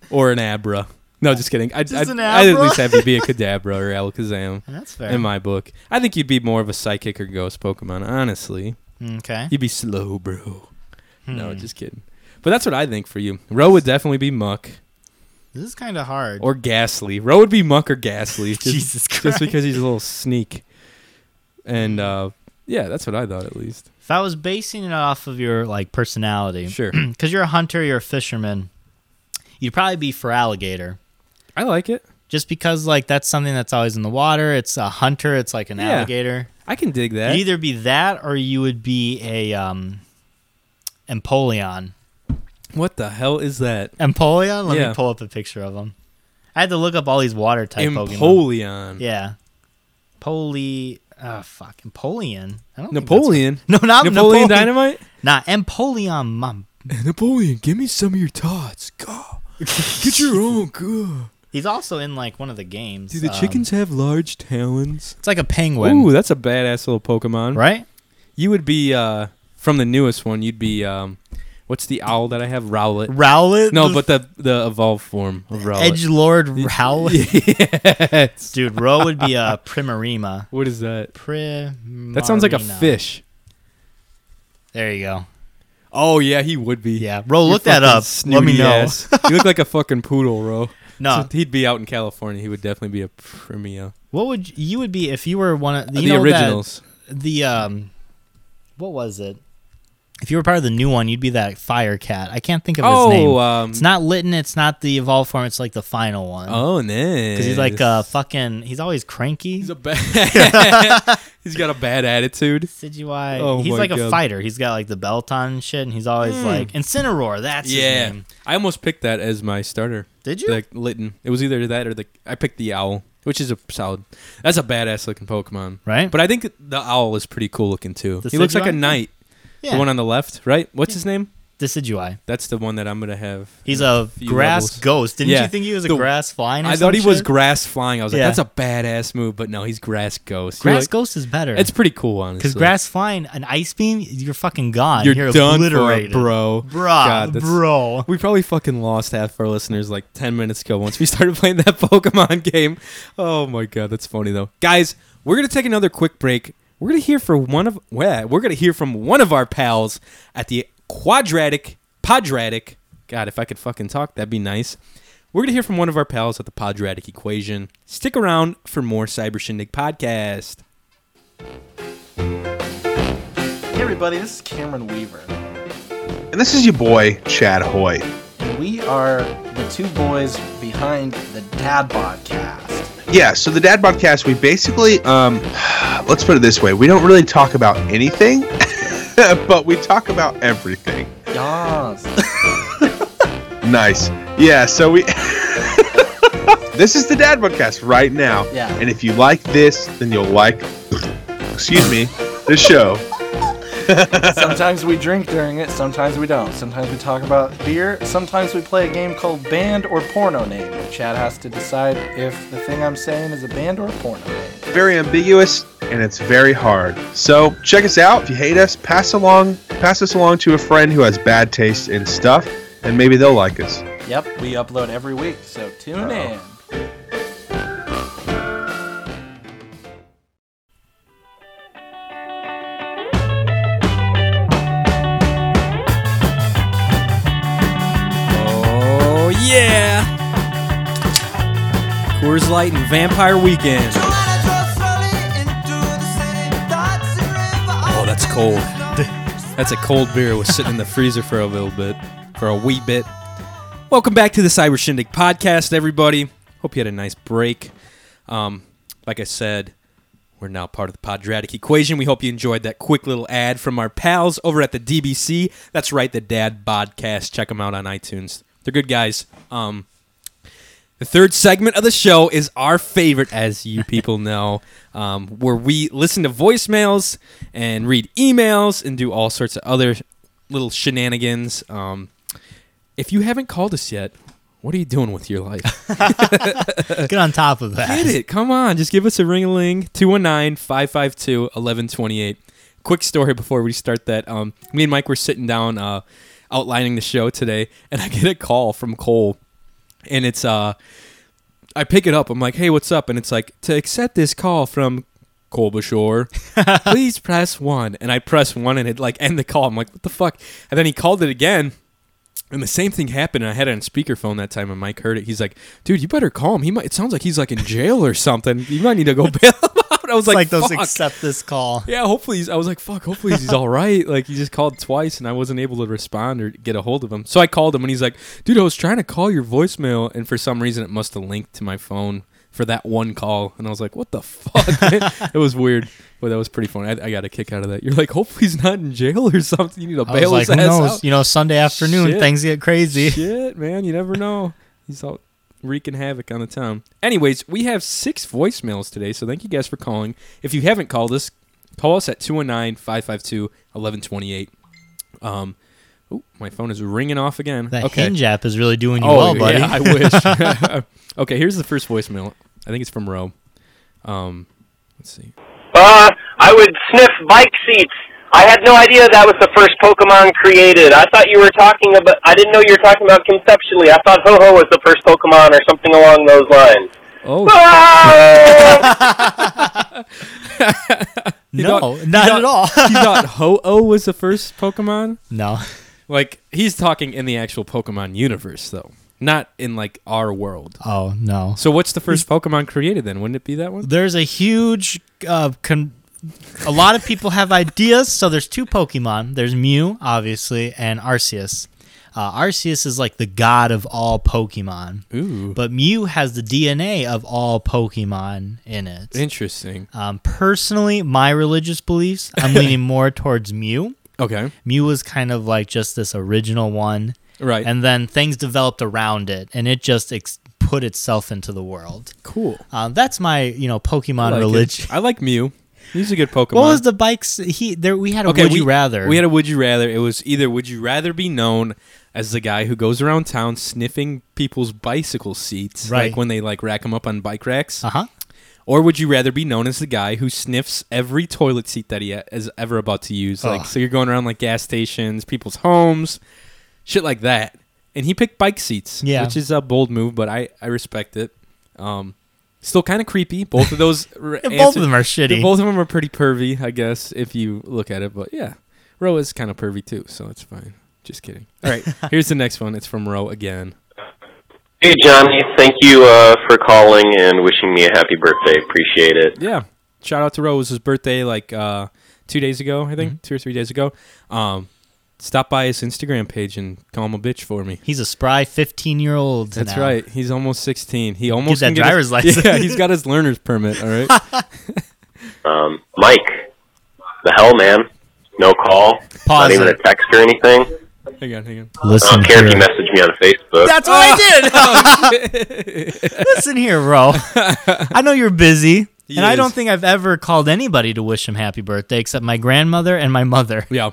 [SPEAKER 1] or an Abra. No, just kidding. I'd,
[SPEAKER 2] Just
[SPEAKER 1] I'd,
[SPEAKER 2] an
[SPEAKER 1] I'd at
[SPEAKER 2] Abra?
[SPEAKER 1] least have you be a Kadabra or Alakazam
[SPEAKER 2] And that's fair.
[SPEAKER 1] in my book. I think you'd be more of a psychic or ghost Pokemon. Honestly,
[SPEAKER 2] Mm, okay.
[SPEAKER 1] you'd be slow, bro. No,
[SPEAKER 2] Hmm.
[SPEAKER 1] just kidding. But that's what I think for you. Roe would definitely be Muck
[SPEAKER 2] this is kind of hard.
[SPEAKER 1] or Ghastly. Roe would be Muck or Ghastly. Just,
[SPEAKER 2] Jesus
[SPEAKER 1] just
[SPEAKER 2] Christ.
[SPEAKER 1] because he's a little sneak. And uh, yeah, that's what I thought at least.
[SPEAKER 2] if I was basing it off of your like personality,
[SPEAKER 1] Sure.
[SPEAKER 2] because you're a hunter, you're a fisherman, you'd probably be for alligator.
[SPEAKER 1] I like it.
[SPEAKER 2] just because like that's something that's always in the water. It's a hunter. It's like an
[SPEAKER 1] Yeah.
[SPEAKER 2] alligator.
[SPEAKER 1] I can dig that.
[SPEAKER 2] You'd either be that or you would be a um, Empoleon.
[SPEAKER 1] What the hell is that?
[SPEAKER 2] Empoleon. Let
[SPEAKER 1] Yeah.
[SPEAKER 2] me pull up a picture of him. I had to look up all these water type Pokemon.
[SPEAKER 1] Empoleon.
[SPEAKER 2] Yeah. Poli. Oh, fuck. Empoleon. I don't think that's
[SPEAKER 1] Napoleon.
[SPEAKER 2] what- No, not
[SPEAKER 1] Napoleon,
[SPEAKER 2] Napoleon.
[SPEAKER 1] Dynamite.
[SPEAKER 2] Nah, Empoleon. Mom.
[SPEAKER 1] Napoleon, give me some of your tots. Go. Get your own. Go.
[SPEAKER 2] He's also in like one of the games.
[SPEAKER 1] Do the
[SPEAKER 2] um,
[SPEAKER 1] chickens have large talons?
[SPEAKER 2] It's like a penguin,
[SPEAKER 1] Ooh, that's a badass little Pokemon.
[SPEAKER 2] right?
[SPEAKER 1] You would be uh from the newest one. You'd be um, what's the owl that I have? Rowlet.
[SPEAKER 2] Rowlet.
[SPEAKER 1] No,
[SPEAKER 2] the
[SPEAKER 1] but the the evolved form of Rowlet.
[SPEAKER 2] Edge Lord Rowlet.
[SPEAKER 1] Yes.
[SPEAKER 2] Dude, Ro would be a Primarima.
[SPEAKER 1] What is that?
[SPEAKER 2] Primarina.
[SPEAKER 1] That sounds like a fish.
[SPEAKER 2] There you go.
[SPEAKER 1] Oh yeah, he would be.
[SPEAKER 2] Yeah, Ro,
[SPEAKER 1] You
[SPEAKER 2] Oh, look that
[SPEAKER 1] fucking
[SPEAKER 2] up. Let me
[SPEAKER 1] snooty
[SPEAKER 2] know.
[SPEAKER 1] ass. you look like a fucking poodle, bro.
[SPEAKER 2] No,
[SPEAKER 1] So he'd be out in California. He would definitely be a premium.
[SPEAKER 2] what would you, you would be if you were one of you
[SPEAKER 1] Uh, the
[SPEAKER 2] know that-
[SPEAKER 1] originals.
[SPEAKER 2] the um, what was it? If you were part of the new one, you'd be that fire cat. I can't think of his
[SPEAKER 1] oh,
[SPEAKER 2] name.
[SPEAKER 1] um,
[SPEAKER 2] It's not Litten. It's not the evolved form. It's like the final one.
[SPEAKER 1] oh, nice.
[SPEAKER 2] Because he's like uh fucking. He's always cranky.
[SPEAKER 1] he's a bad. he's got a bad attitude.
[SPEAKER 2] Sidui.
[SPEAKER 1] Oh
[SPEAKER 2] uh, he's
[SPEAKER 1] my
[SPEAKER 2] like a
[SPEAKER 1] God.
[SPEAKER 2] fighter. He's got like the belt on and shit, and he's always
[SPEAKER 1] Hmm.
[SPEAKER 2] like Incineroar. That's
[SPEAKER 1] Yeah.
[SPEAKER 2] his name.
[SPEAKER 1] I almost picked that as my starter.
[SPEAKER 2] Did you?
[SPEAKER 1] The Litten. It was either that or the. I picked the owl, which is a solid. That's a badass looking Pokemon.
[SPEAKER 2] right?
[SPEAKER 1] But I think the owl is pretty cool looking too.
[SPEAKER 2] The
[SPEAKER 1] he looks like a
[SPEAKER 2] Sidui?
[SPEAKER 1] knight.
[SPEAKER 2] yeah.
[SPEAKER 1] The one on the left, right? What's his name?
[SPEAKER 2] Decidui.
[SPEAKER 1] That's the one that I'm gonna have.
[SPEAKER 2] He's a
[SPEAKER 1] few
[SPEAKER 2] grass
[SPEAKER 1] levels.
[SPEAKER 2] ghost. Didn't
[SPEAKER 1] Yeah.
[SPEAKER 2] you think he was a
[SPEAKER 1] The-
[SPEAKER 2] grass flying? Or
[SPEAKER 1] I
[SPEAKER 2] some
[SPEAKER 1] thought he was
[SPEAKER 2] shit?
[SPEAKER 1] grass flying. I was like,
[SPEAKER 2] Yeah.
[SPEAKER 1] that's a badass move, but no, he's grass ghost. You're
[SPEAKER 2] grass
[SPEAKER 1] like,
[SPEAKER 2] ghost is better.
[SPEAKER 1] It's pretty cool, honestly.
[SPEAKER 2] because grass flying an ice beam, you're fucking gone.
[SPEAKER 1] you're,
[SPEAKER 2] You're,
[SPEAKER 1] done, for it,
[SPEAKER 2] obliterated,
[SPEAKER 1] bro.
[SPEAKER 2] Bruh,
[SPEAKER 1] God, that's-
[SPEAKER 2] bro.
[SPEAKER 1] We probably fucking lost half of our listeners like 10 minutes ago once we started playing that Pokemon game. Oh my god, that's funny though. Guys, we're going to take another quick break. We're going to hear for one of well, we're going to hear from one of our pals at the Quadratic Podratic. God, if I could fucking talk, that'd be nice. We're going to hear from one of our pals at the Podratic Equation. Stick around for more Cyber Shindig podcast.
[SPEAKER 3] Hey everybody, this is Cameron Weaver.
[SPEAKER 4] And this is your boy, Chad Hoy.
[SPEAKER 3] and We are the two boys behind the Dad Podcast.
[SPEAKER 4] Yeah, so the Dad Podcast, we basically, um, let's put it this way we don't really talk about anything, but we talk about everything.
[SPEAKER 3] Yas.
[SPEAKER 4] Nice. Yeah, so we. this is the Dad Podcast right now.
[SPEAKER 3] Yeah.
[SPEAKER 4] And if you like this, then you'll like, excuse me, the show.
[SPEAKER 3] sometimes we drink during it, sometimes we don't. Sometimes we talk about beer, sometimes we play a game called Band or Porno Name. Chad has to decide if the thing I'm saying is a band or a porno name.
[SPEAKER 4] Very ambiguous and it's very hard. So check us out. If you hate us, pass along, pass us along to a friend who has bad taste in stuff, and maybe they'll like us.
[SPEAKER 3] Yep, we upload every week, so tune in.
[SPEAKER 1] Oh yeah. Coors Light and Vampire Weekend. Oh, that's cold. That's a cold beer. It was sitting in the freezer for a little bit, for a wee bit. Welcome back to the Cyber Shindig podcast, everybody. Hope you had a nice break. Um, like I said, we're now part of the Podratic Equation. We hope you enjoyed that quick little ad from our pals over at the DBC. That's right, the Dad Podcast. Check them out on iTunes. They're good guys. Um, the third segment of the show is our favorite, as you people know, um, where we listen to voicemails and read emails and do all sorts of other little shenanigans. Um, if you haven't called us yet, what are you doing with your life?
[SPEAKER 2] Get on top of that.
[SPEAKER 1] Get it. Come on. Just give us a ring a ling 219 552 1128. Quick story before we start that. Um, me and Mike were sitting down uh, outlining the show today, and I get a call from Cole, and it's uh, I pick it up. I'm like, hey, what's up? And it's like, to accept this call from Cole Bashore, please press one. And I press one, and it like end the call. I'm like, what the fuck? And then he called it again. And the same thing happened. And I had it on speakerphone that time, and Mike heard it. He's like, "Dude, you better call him. He might. It sounds like he's like in jail or something. You might need to go bail him out." out. I was
[SPEAKER 2] It's like,
[SPEAKER 1] like,
[SPEAKER 2] those
[SPEAKER 1] "Fuck."
[SPEAKER 2] accept this call.
[SPEAKER 1] Yeah, hopefully he's, I was like, fuck, hopefully he's all right. Like he just called twice and I wasn't able to respond or get a hold of him. So I called him and he's like, dude, I was trying to call your voicemail and for some reason it must have linked to my phone for that one call. And I was like, what the fuck? it was weird, but that was pretty funny. I, I got a kick out of that. You're like, hopefully he's not in jail or something. You need to
[SPEAKER 2] I was
[SPEAKER 1] bail
[SPEAKER 2] like,
[SPEAKER 1] his
[SPEAKER 2] who
[SPEAKER 1] ass
[SPEAKER 2] knows?
[SPEAKER 1] out.
[SPEAKER 2] You know, Sunday afternoon,
[SPEAKER 1] Shit.
[SPEAKER 2] things get crazy.
[SPEAKER 1] Shit, man, you never know. He's out wreaking havoc on the town. Anyways, we have six voicemails today, so thank you guys for calling. If you haven't called us, call us at oh 219-552-1128. Um, ooh, my phone is ringing off again.
[SPEAKER 2] That
[SPEAKER 1] okay.
[SPEAKER 2] hinge app is really doing you
[SPEAKER 1] oh,
[SPEAKER 2] well, buddy.
[SPEAKER 1] yeah, I wish. okay, here's the first voicemail. I think it's from Roe. Um, let's see.
[SPEAKER 5] Uh, I would sniff bike seats. I had no idea that was the first Pokemon created. I thought you were talking about. I didn't know you were talking about conceptually. I thought Ho Ho was the first Pokemon or something along those lines.
[SPEAKER 1] Oh,
[SPEAKER 5] Ah!
[SPEAKER 2] no,
[SPEAKER 1] thought-
[SPEAKER 2] not
[SPEAKER 1] you
[SPEAKER 2] at all.
[SPEAKER 1] you thought Ho-Oh was the first Pokemon?
[SPEAKER 2] no.
[SPEAKER 1] Like he's talking in the actual Pokemon universe, though, not in like our world.
[SPEAKER 2] Oh, no.
[SPEAKER 1] So what's the first Pokemon created then? Wouldn't it be that one?
[SPEAKER 2] There's a huge. Uh, con- a lot of people have ideas. So there's two Pokemon there's Mew, obviously, and Arceus. Uh, Arceus is like the god of all Pokemon.
[SPEAKER 1] Ooh,
[SPEAKER 2] But Mew has the DNA of all Pokemon in it.
[SPEAKER 1] interesting.
[SPEAKER 2] Um, personally, my religious beliefs, I'm leaning more towards Mew.
[SPEAKER 1] Okay,
[SPEAKER 2] Mew was kind of like just this original one,
[SPEAKER 1] right.
[SPEAKER 2] and then things developed around it, and it just ex- put itself into the world.
[SPEAKER 1] cool.
[SPEAKER 2] Um, that's my, you know, Pokemon
[SPEAKER 1] I like
[SPEAKER 2] religion.
[SPEAKER 1] it. I like Mew. He's a good Pokemon.
[SPEAKER 2] What was the bikes? He there. We had a would
[SPEAKER 1] we,
[SPEAKER 2] you rather.
[SPEAKER 1] We had a would you rather. It was either would you rather be known as the guy who goes around town sniffing people's bicycle seats,
[SPEAKER 2] Right.
[SPEAKER 1] like when they like rack them up on bike racks,
[SPEAKER 2] uh huh.
[SPEAKER 1] or would you rather be known as the guy who sniffs every toilet seat that he is ever about to use? Like,
[SPEAKER 2] Ugh.
[SPEAKER 1] so you're going around like gas stations, people's homes, shit like that. And he picked bike seats,
[SPEAKER 2] Yeah.
[SPEAKER 1] which is a bold move, but I, I respect it. Um, still kind of creepy. Both of those. r-
[SPEAKER 2] Both
[SPEAKER 1] answer-
[SPEAKER 2] of them are shitty.
[SPEAKER 1] Both of them are pretty pervy, I guess, if you look at it. But yeah, Roe is kind of pervy too, so it's fine. Just kidding. All right, here's the next one. It's from Roe again.
[SPEAKER 5] Hey Johnny, thank you uh, for calling and wishing me a happy birthday. Appreciate it.
[SPEAKER 1] Yeah. Shout out to Ro. It was his birthday like uh, two days ago, I
[SPEAKER 2] Mm-hmm.
[SPEAKER 1] think, two or three days ago. Um, stop by his Instagram page and call him a bitch for me.
[SPEAKER 2] He's a spry 15 year old.
[SPEAKER 1] That's right. He's almost 16. He almost
[SPEAKER 2] that
[SPEAKER 1] can get his-
[SPEAKER 2] driver's license.
[SPEAKER 1] Yeah, he's got his learner's permit. All right.
[SPEAKER 5] Um, Mike, the hell, man? No call,
[SPEAKER 2] Pause
[SPEAKER 5] not even
[SPEAKER 2] it.
[SPEAKER 5] a text or anything.
[SPEAKER 1] hang on, hang on.
[SPEAKER 5] I
[SPEAKER 2] Listen
[SPEAKER 5] don't care if
[SPEAKER 2] here.
[SPEAKER 5] you message me on Facebook.
[SPEAKER 2] That's what I did.
[SPEAKER 1] Oh.
[SPEAKER 2] Listen here, bro. I know you're busy.
[SPEAKER 1] He
[SPEAKER 2] and I
[SPEAKER 1] is.
[SPEAKER 2] don't think I've ever called anybody to wish him happy birthday except my grandmother and my mother
[SPEAKER 1] Yeah.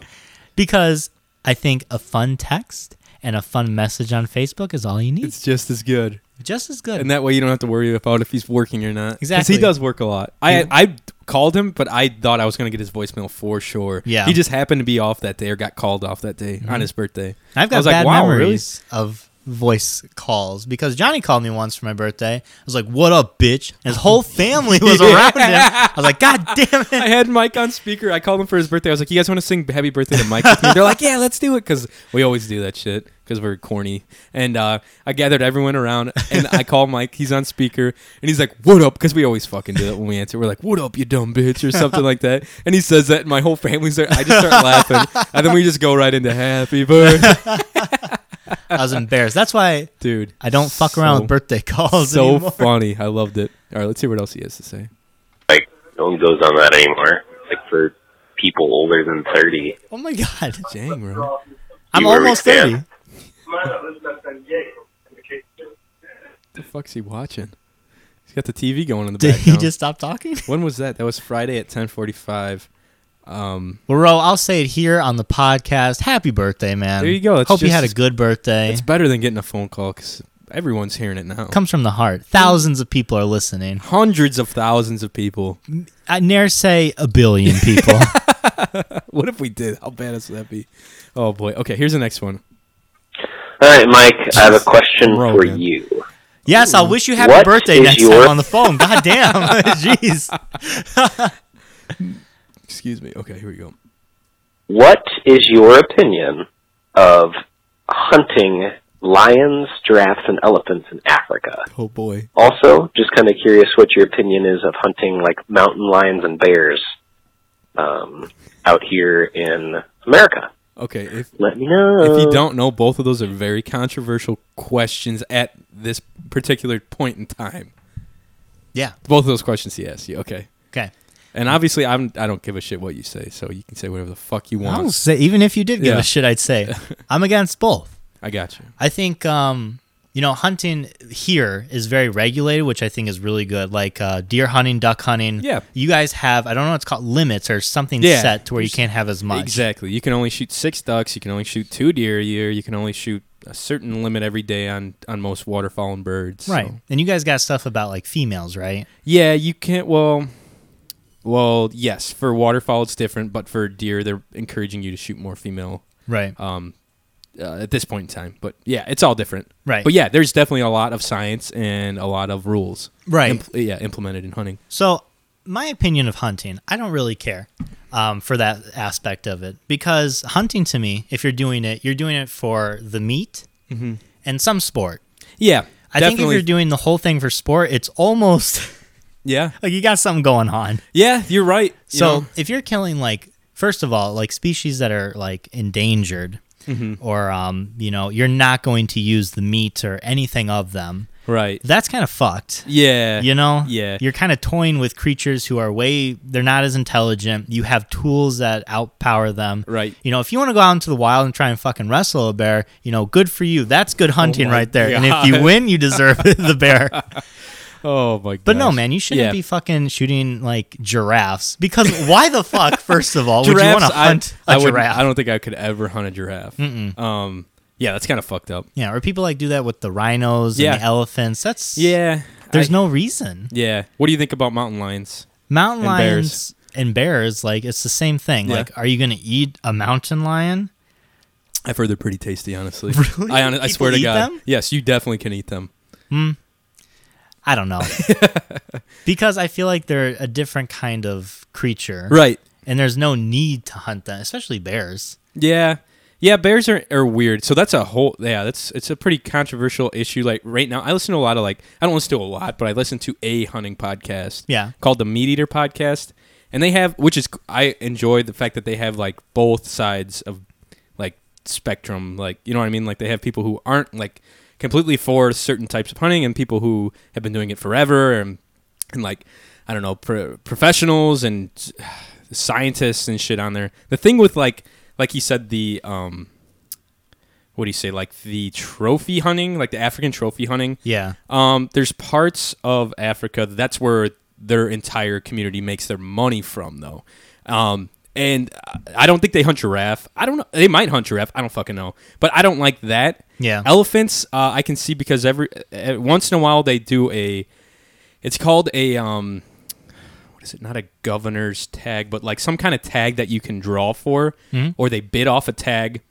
[SPEAKER 2] because I think a fun text and a fun message on Facebook is all you need.
[SPEAKER 1] It's just as good.
[SPEAKER 2] Just as good.
[SPEAKER 1] And that way you don't have to worry about if he's working or not. 'Cause
[SPEAKER 2] Exactly.
[SPEAKER 1] he does work a lot. I I called him, but I thought I was going to get his voicemail for sure.
[SPEAKER 2] Yeah. Mm-hmm.
[SPEAKER 1] He just happened to be off that day or got called off that day on his birthday.
[SPEAKER 2] I've
[SPEAKER 1] I
[SPEAKER 2] got
[SPEAKER 1] was like,
[SPEAKER 2] bad
[SPEAKER 1] wow, really?
[SPEAKER 2] memories of voice calls because Johnny called me once for my birthday. I was like, "What up, bitch?" And his whole family was around him. I was like, "God damn
[SPEAKER 1] I
[SPEAKER 2] it!"
[SPEAKER 1] had Mike on speaker. I called him for his birthday. I was like, "You guys want to sing Happy Birthday to Mike?" With me? They're like, "Yeah, let's do it." Because we always do that shit. Because we're corny. And uh, I gathered everyone around, and I call Mike. He's on speaker, and he's like, "What up?" Because we always fucking do that when we answer. We're like, "What up, you dumb bitch?" or something like that. And he says that, and my whole family's there. I just start laughing, and then we just go right into Happy Birthday,
[SPEAKER 2] I was embarrassed. That's why
[SPEAKER 1] dude.
[SPEAKER 2] I don't fuck around
[SPEAKER 1] So-
[SPEAKER 2] with birthday calls
[SPEAKER 1] So
[SPEAKER 2] anymore.
[SPEAKER 1] funny. I loved it. All right, let's hear what else he has to say.
[SPEAKER 5] like no one goes on that anymore. Like for people older than thirty.
[SPEAKER 2] Oh my god,
[SPEAKER 1] Dang, bro.
[SPEAKER 2] I'm
[SPEAKER 5] You were
[SPEAKER 2] almost
[SPEAKER 5] right there.
[SPEAKER 2] thirty.
[SPEAKER 1] What the fuck's he watching? He's got the TV going in the
[SPEAKER 2] Did
[SPEAKER 1] background.
[SPEAKER 2] he just stop talking?
[SPEAKER 1] When was that? That was Friday at 10:45. Um,
[SPEAKER 2] Well, Ro, I'll say it here on the podcast. Happy birthday, man!
[SPEAKER 1] There you go. That's
[SPEAKER 2] Hope you
[SPEAKER 1] just
[SPEAKER 2] had a
[SPEAKER 1] as-
[SPEAKER 2] good birthday.
[SPEAKER 1] it's better than getting a phone call because everyone's hearing it now.
[SPEAKER 2] Comes from the heart. Thousands of people are listening.
[SPEAKER 1] Hundreds of thousands of people.
[SPEAKER 2] I dare say a billion people.
[SPEAKER 1] What if we did? How bad would that be? Oh boy. Okay, here's the next one.
[SPEAKER 5] All right, Mike, I have a question
[SPEAKER 1] Bro,
[SPEAKER 5] for
[SPEAKER 1] man.
[SPEAKER 5] you.
[SPEAKER 2] yes, I'll wish you happy
[SPEAKER 5] What
[SPEAKER 2] birthday
[SPEAKER 5] is
[SPEAKER 2] next
[SPEAKER 5] your-
[SPEAKER 2] time on the phone. God damn, jeez.
[SPEAKER 1] Excuse me. Okay, here we go.
[SPEAKER 5] What is your opinion of hunting lions, giraffes, and elephants in Africa.
[SPEAKER 1] Oh boy.
[SPEAKER 5] Also, just kind of curious what your opinion is of hunting like mountain lions and bears um, out here in America.
[SPEAKER 1] Okay, if
[SPEAKER 5] Let me know.
[SPEAKER 1] if you don't know, both of those are very controversial questions at this particular point in time.
[SPEAKER 2] Yeah.
[SPEAKER 1] Both of those questions he asked you. Okay.
[SPEAKER 2] Okay.
[SPEAKER 1] And obviously, I'm I don't give a shit what you say, so you can say whatever the fuck you
[SPEAKER 2] I'll
[SPEAKER 1] want.
[SPEAKER 2] say, even if you did give
[SPEAKER 1] Yeah.
[SPEAKER 2] a shit, I'd say I'm against both.
[SPEAKER 1] I got you.
[SPEAKER 2] I think um, you know hunting here is very regulated, which I think is really good. Like uh, deer hunting, duck hunting.
[SPEAKER 1] Yeah.
[SPEAKER 2] you guys have I don't know what it's called limits or something
[SPEAKER 1] Yeah.
[SPEAKER 2] set to where you can't have as much.
[SPEAKER 1] Exactly. You can only shoot six ducks. You can only shoot two deer a year. You can only shoot a certain limit every day on on most waterfowl and birds. so-
[SPEAKER 2] Right, and you guys got stuff about like females, right?
[SPEAKER 1] Yeah, you can't. Well, well, yes. For waterfowl, it's different, but for deer, they're encouraging you to shoot more female
[SPEAKER 2] Right.
[SPEAKER 1] um, uh, at this point in time. But yeah, it's all different.
[SPEAKER 2] Right.
[SPEAKER 1] But yeah, there's definitely a lot of science and a lot of rules.
[SPEAKER 2] Right.
[SPEAKER 1] Impl- yeah, implemented in hunting.
[SPEAKER 2] So, my opinion of hunting, I don't really care um, for that aspect of it because hunting to me, if you're doing it, you're doing it for the meat and some sport.
[SPEAKER 1] Yeah.
[SPEAKER 2] I think if
[SPEAKER 1] Mm-hmm. definitely.
[SPEAKER 2] you're doing the whole thing for sport, it's almost
[SPEAKER 1] yeah.
[SPEAKER 2] like you got something going on.
[SPEAKER 1] Yeah, you're right. you
[SPEAKER 2] So,
[SPEAKER 1] know?
[SPEAKER 2] if you're killing like first of all, like species that are like endangered
[SPEAKER 1] Mm-hmm.
[SPEAKER 2] or um, you know, you're not going to use the meat or anything of them.
[SPEAKER 1] right.
[SPEAKER 2] That's kind of fucked.
[SPEAKER 1] Yeah.
[SPEAKER 2] you know
[SPEAKER 1] Yeah.
[SPEAKER 2] you're kind of toying with creatures who are way they're not as intelligent you have tools that outpower them
[SPEAKER 1] Right.
[SPEAKER 2] you know if you want to go out into the wild and try and fucking wrestle a bear you know good for you that's good hunting
[SPEAKER 1] my
[SPEAKER 2] right there and if you
[SPEAKER 1] God.
[SPEAKER 2] win you deserve the bear
[SPEAKER 1] oh my god.
[SPEAKER 2] but no man you shouldn't be fucking shooting like giraffes because why the fuck first of all Oh, would you want to hunt a
[SPEAKER 1] I, I wouldn't-
[SPEAKER 2] giraffe
[SPEAKER 1] I don't think I could ever hunt a giraffe. Um, yeah, that's kind of fucked up.
[SPEAKER 2] yeah or people like do that with the rhinos
[SPEAKER 1] Yeah.
[SPEAKER 2] and the elephants that's
[SPEAKER 1] Yeah.
[SPEAKER 2] there's
[SPEAKER 1] I-
[SPEAKER 2] no reason
[SPEAKER 1] Yeah. What do you think about mountain lions?
[SPEAKER 2] mountain
[SPEAKER 1] And bears.
[SPEAKER 2] lions and bears like it's the same thing
[SPEAKER 1] Yeah.
[SPEAKER 2] like are you gonna eat a mountain lion
[SPEAKER 1] I've heard they're pretty tasty, honestly.
[SPEAKER 2] Really?
[SPEAKER 1] I, hon- I
[SPEAKER 2] People
[SPEAKER 1] swear to
[SPEAKER 2] eat
[SPEAKER 1] God.
[SPEAKER 2] them?
[SPEAKER 1] Yes, you definitely can eat them.
[SPEAKER 2] i don't know because i feel like they're a different kind of creature
[SPEAKER 1] Right.
[SPEAKER 2] and there's no need to hunt them especially bears
[SPEAKER 1] Yeah. Yeah, bears are, are weird. So that's a whole yeah, that's it's a pretty controversial issue. Like right now, I listen to a lot of like I don't listen to a lot, but I listen to a hunting podcast.
[SPEAKER 2] Yeah.
[SPEAKER 1] Called the Meat Eater Podcast. And they have which is I enjoy the fact that they have like both sides of like spectrum. Like you know what I mean? Like they have people who aren't like completely for certain types of hunting and people who have been doing it forever and and like I don't know pro- professionals and scientists and shit on there. The thing with like like you said the um what do you say like the trophy hunting like the African trophy hunting.
[SPEAKER 2] yeah
[SPEAKER 1] Um, there's parts of Africa that's where their entire community makes their money from, though. Um, and I don't think they hunt giraffe. I don't know. They might hunt giraffe. I don't fucking know. But I don't like that.
[SPEAKER 2] Yeah.
[SPEAKER 1] Elephants, uh, I can see because every uh, once in a while they do a. It's called a um, what is it? Not a governor's tag, but like some kind of tag that you can draw for,
[SPEAKER 2] Mm-hmm.
[SPEAKER 1] or they bid off a tag